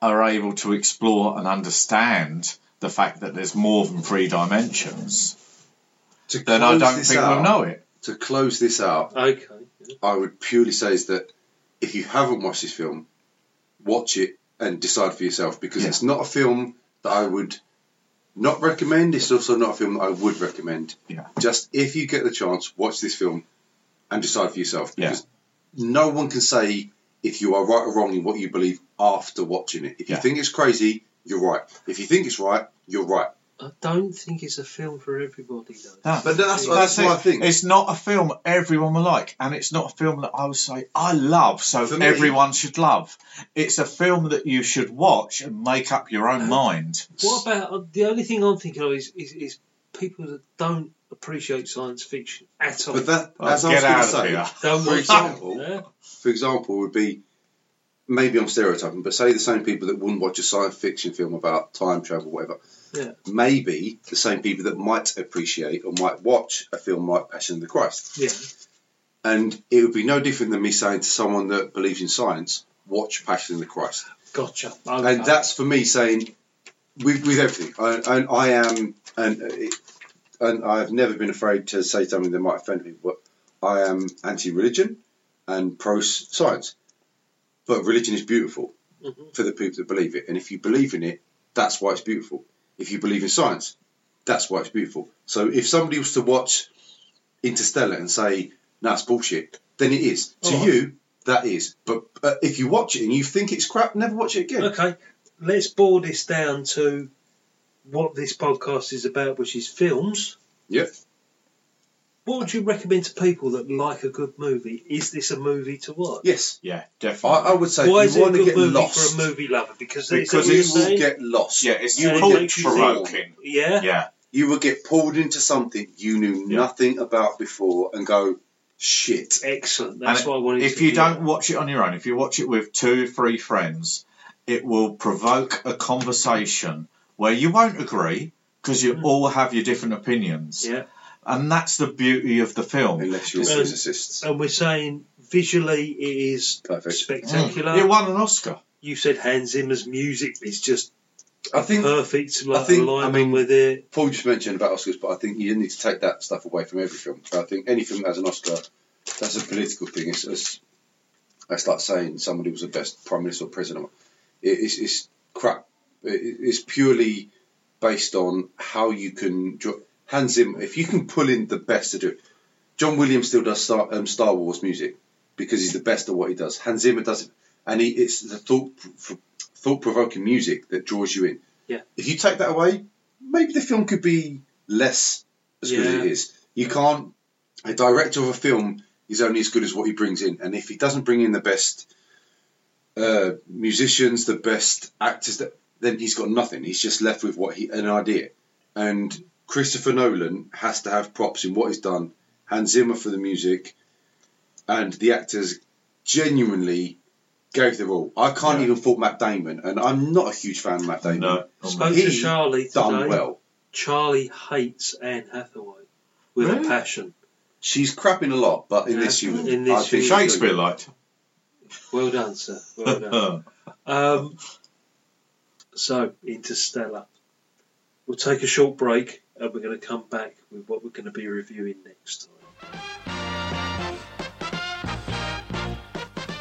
S5: are able to explore and understand the fact that there's more than three dimensions, then I
S4: close
S5: don't
S4: this
S5: think
S4: out-
S5: we'll know it.
S4: To close this out,
S3: okay,
S4: I would purely say is that if you haven't watched this film, watch it and decide for yourself because it's not a film that I would not recommend. It's also not a film that I would recommend.
S5: Yeah.
S4: Just if you get the chance, watch this film and decide for yourself because no one can say if you are right or wrong in what you believe after watching it. If you
S5: Yeah.
S4: think it's crazy, you're right. If you think it's right, you're right.
S3: I don't think it's a film for everybody, though.
S5: No.
S4: But that's- that's
S5: it.
S4: my thing.
S5: It's not a film everyone will like, and it's not a film that I would say I love, so
S4: For me-
S5: everyone should love. It's a film that you should watch and make up your own mind.
S3: What about uh, the only thing I'm thinking of is, is, is people that don't appreciate science fiction at all.
S4: But that,
S5: Oh,
S4: as I was going
S5: get
S4: to
S5: out of
S4: say,
S5: here.
S3: Don't watch
S4: for
S3: that.
S4: example,
S3: Yeah.
S4: for example, would be maybe I'm stereotyping, but say the same people that wouldn't watch a science fiction film about time travel, whatever.
S3: Yeah.
S4: Maybe the same people that might appreciate or might watch a film like Passion of the Christ.
S3: yeah,
S4: And it would be no different than me saying to someone that believes in science, watch Passion of the Christ.
S3: gotcha.
S4: And that's for me saying, with, with everything, I, and I am, and it, and I've never been afraid to say something that might offend people, but I am anti-religion and pro-science. But religion is beautiful
S3: Mhm.
S4: for the people that believe it, and if you believe in it, that's why it's beautiful. If you believe in science, that's why it's beautiful. So if somebody was to watch Interstellar and say, "No, it's bullshit," then it is to
S3: Oh.
S4: you. That is, but uh, if you watch it and you think it's crap, never watch it again.
S3: okay. Let's boil this down to what this podcast is about, which is films.
S4: Yep.
S3: What would you recommend to people that like a good movie? Is this a movie to watch?
S4: Yes,
S5: Yeah,
S4: I,
S5: definitely.
S4: I would say
S3: Why
S4: if
S3: is it
S4: you
S3: a
S4: want to
S3: good
S4: get
S3: movie
S4: lost
S3: for a movie lover? Because, is that what
S4: because you
S3: you're
S4: will
S3: saying?
S4: get lost.
S5: yeah, it's
S3: Yeah,
S5: thought
S3: don't you
S5: provoking.
S3: yeah.
S5: Yeah,
S4: You will get pulled into something you knew
S5: Yeah.
S4: nothing about before and go, shit.
S3: Excellent.
S5: And
S3: That's what I wanted.
S5: if
S3: to
S5: you
S3: hear.
S5: don't watch it on your own, if you watch it with two, three friends, it will provoke a conversation where you won't agree because you all have your different opinions.
S3: Mm. yeah.
S5: And that's the beauty of the film.
S4: Unless you're a
S3: Um,
S4: physicist.
S3: And we're saying visually it is
S4: Perfect.
S3: spectacular.
S5: Mm.
S4: Mm.
S5: It won an Oscar.
S3: You said Hans Zimmer's music is just
S4: I think
S3: perfect, like
S4: think- I
S3: alignment
S4: mean-
S3: with it.
S4: Paul just mentioned about Oscars, but I think you need to take that stuff away from every film. I think any film that has an Oscar, that's a political thing. It's, it's, that's like saying somebody was the best prime minister or president. It, it's, it's crap. It, it's purely based on how you can. dr- Hans Zimmer, if you can pull in the best to do it. John Williams still does Star, um, Star Wars music because he's the best at what he does. Hans Zimmer does it, and he, it's the thought thought provoking music that draws you in.
S3: Yeah.
S4: If you take that away, maybe the film could be less as good as
S3: Yeah.
S4: it is. You can't. A director of a film is only as good as what he brings in, and if he doesn't bring in the best uh, musicians, the best actors, that, then he's got nothing. He's just left with what he an idea. And Christopher Nolan has to have props in what he's done. Hans Zimmer for the music, and the actors genuinely gave their all. I can't
S5: Yeah.
S4: even fault Matt Damon, and I'm not a huge fan of Matt Damon.
S5: No.
S3: Spoke to
S4: He's
S3: Charlie today.
S4: Done well.
S3: Charlie hates Anne Hathaway with
S5: Really?
S3: a passion.
S4: She's crapping a lot, but in
S3: Yeah.
S4: this unit,
S3: In this
S4: I think
S3: unit.
S5: Shakespeare liked.
S3: Well done, sir. Well done.
S5: That's
S3: um, so, Interstellar. We'll take a short break, and we're going to come back with what we're going to be reviewing next time.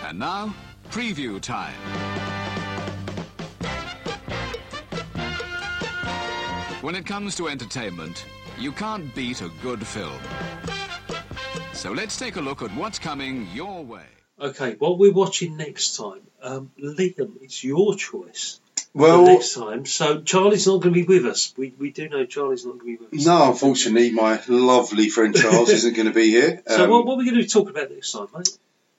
S6: And now, preview time. When it comes to entertainment, you can't beat a good film. So let's take a look at what's coming your way.
S3: Okay, what we're watching next time, um, Liam, it's your choice
S4: Well,
S3: for next time. So Charlie's not going to be with us. We, we do know Charlie's not going to be with us.
S4: no, unfortunately, my lovely friend Charles isn't going to be here.
S3: So
S4: Um,
S3: what, what are we going to be talking about next time, mate?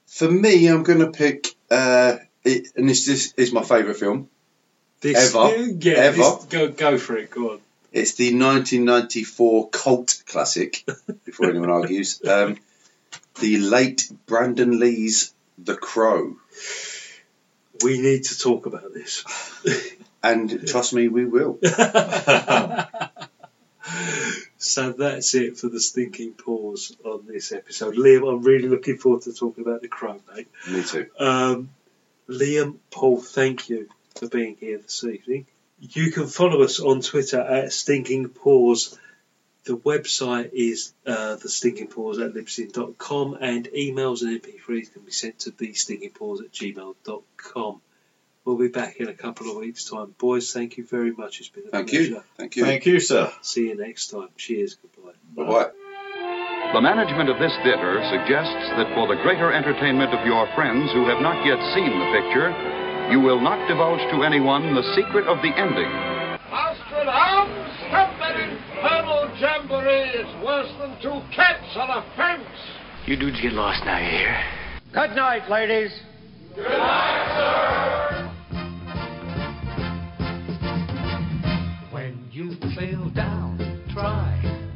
S4: For me, I'm going to pick, uh, it, and this, this is my favourite film.
S3: This,
S4: Ever.
S3: yeah,
S4: Ever.
S3: this- go go for it. Go on.
S4: It's the 1994 cult classic, before anyone argues. Um, the late Brandon Lee's The Crow.
S3: We need to talk about this.
S4: and trust me, we will.
S3: so that's it for the stinking pause on this episode. Liam, I'm really looking forward to talking about The Crow, mate.
S4: Me too.
S3: Um, Liam, Paul, thank you for being here this evening. You can follow us on Twitter at Stinking Paws. The website is uh, the Stinking Paws at libsyn.com and emails and MP3s can be sent to the Stinking Paws at gmail.com. We'll be back in a couple of weeks' time. Boys, thank you very much. It's been a
S4: Thank
S3: pleasure.
S4: you. Thank you.
S5: Thank you, sir.
S3: See you next time. Cheers. Goodbye.
S4: Bye bye.
S12: The management of this theater suggests that for the greater entertainment of your friends who have not yet seen the picture, you will not divulge to anyone the secret of the ending.
S13: Master at arms, stop that infernal jamboree. It's worse than two cats on a fence.
S14: You dudes get lost now, you hear?
S13: Good night, ladies.
S15: When you feel down, try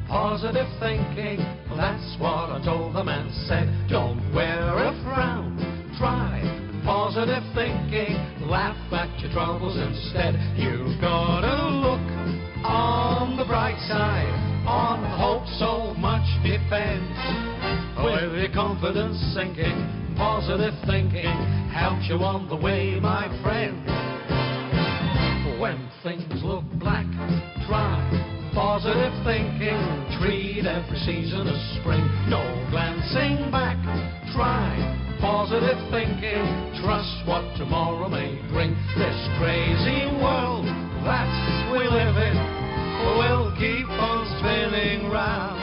S15: positive thinking. That's what I told the man said. Don't wear a frown. Try positive thinking. Laugh at your troubles instead. You've got to look on the bright side. On hope so much depends. With your confidence sinking, positive thinking helps you on the way, my friend. When things look black, try positive thinking. Treat every season as spring. No glancing back. Try positive thinking. Trust what tomorrow may bring. This crazy world that we live in will keep on spinning round.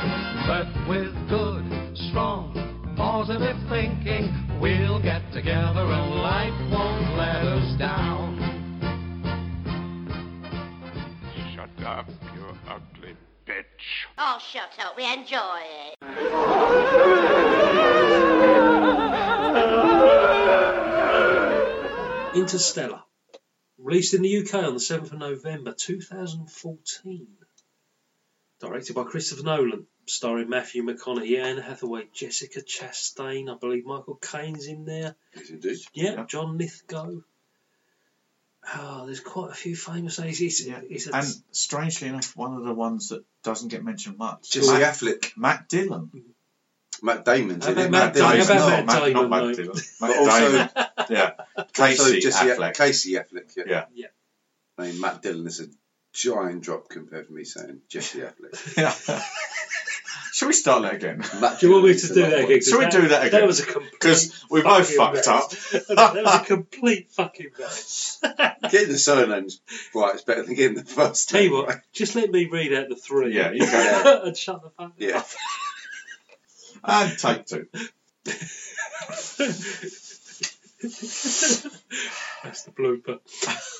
S15: But with good, strong, positive thinking, we'll get together and life won't let us down.
S2: Shut up, you ugly bitch.
S16: Oh, shut up. We enjoy it.
S3: Interstellar. Released in the UK on the 7th of November 2014. Directed by Christopher Nolan. Starring Matthew McConaughey, Anne Hathaway, Jessica Chastain, I believe Michael Caine's in there.
S4: Indeed.
S3: Yeah, John Lithgow. Oh, there's quite a few famous names. Yeah. It's a,
S5: And strangely enough, one of the ones that doesn't get mentioned much.
S4: Jesse
S5: Matt,
S4: Affleck.
S5: Matt Dillon.
S4: Matt Damon's in
S5: How
S4: it.
S5: about Matt Damon?
S4: Damon's
S5: How about
S4: not.
S5: Matt Damon, though?
S4: But
S5: Matt
S4: also,
S5: Damon. Yeah.
S4: also
S5: Casey
S4: Jesse
S5: Affleck.
S4: Casey Affleck. Yeah.
S5: Yeah.
S3: Yeah.
S4: I mean, Matt Dillon is a giant drop compared to me saying Jesse Affleck.
S5: Shall we start that again?
S4: Matt
S3: do you want me
S4: Dillon
S3: to
S4: is a
S3: do
S4: lot
S3: that
S4: more-
S3: again?
S5: Shall we do that again?
S3: That was a complete.
S5: Because we both
S3: fucking
S5: fucked
S3: mess.
S5: up.
S3: that was a complete fucking mess.
S4: Getting the surnames right is better than getting the first
S3: Tell you
S4: name
S3: what,
S4: right.
S3: just let me read out the three.
S5: Yeah, you
S4: go.
S3: and shut the fuck
S4: Yeah.
S5: And take two.
S3: That's the blooper.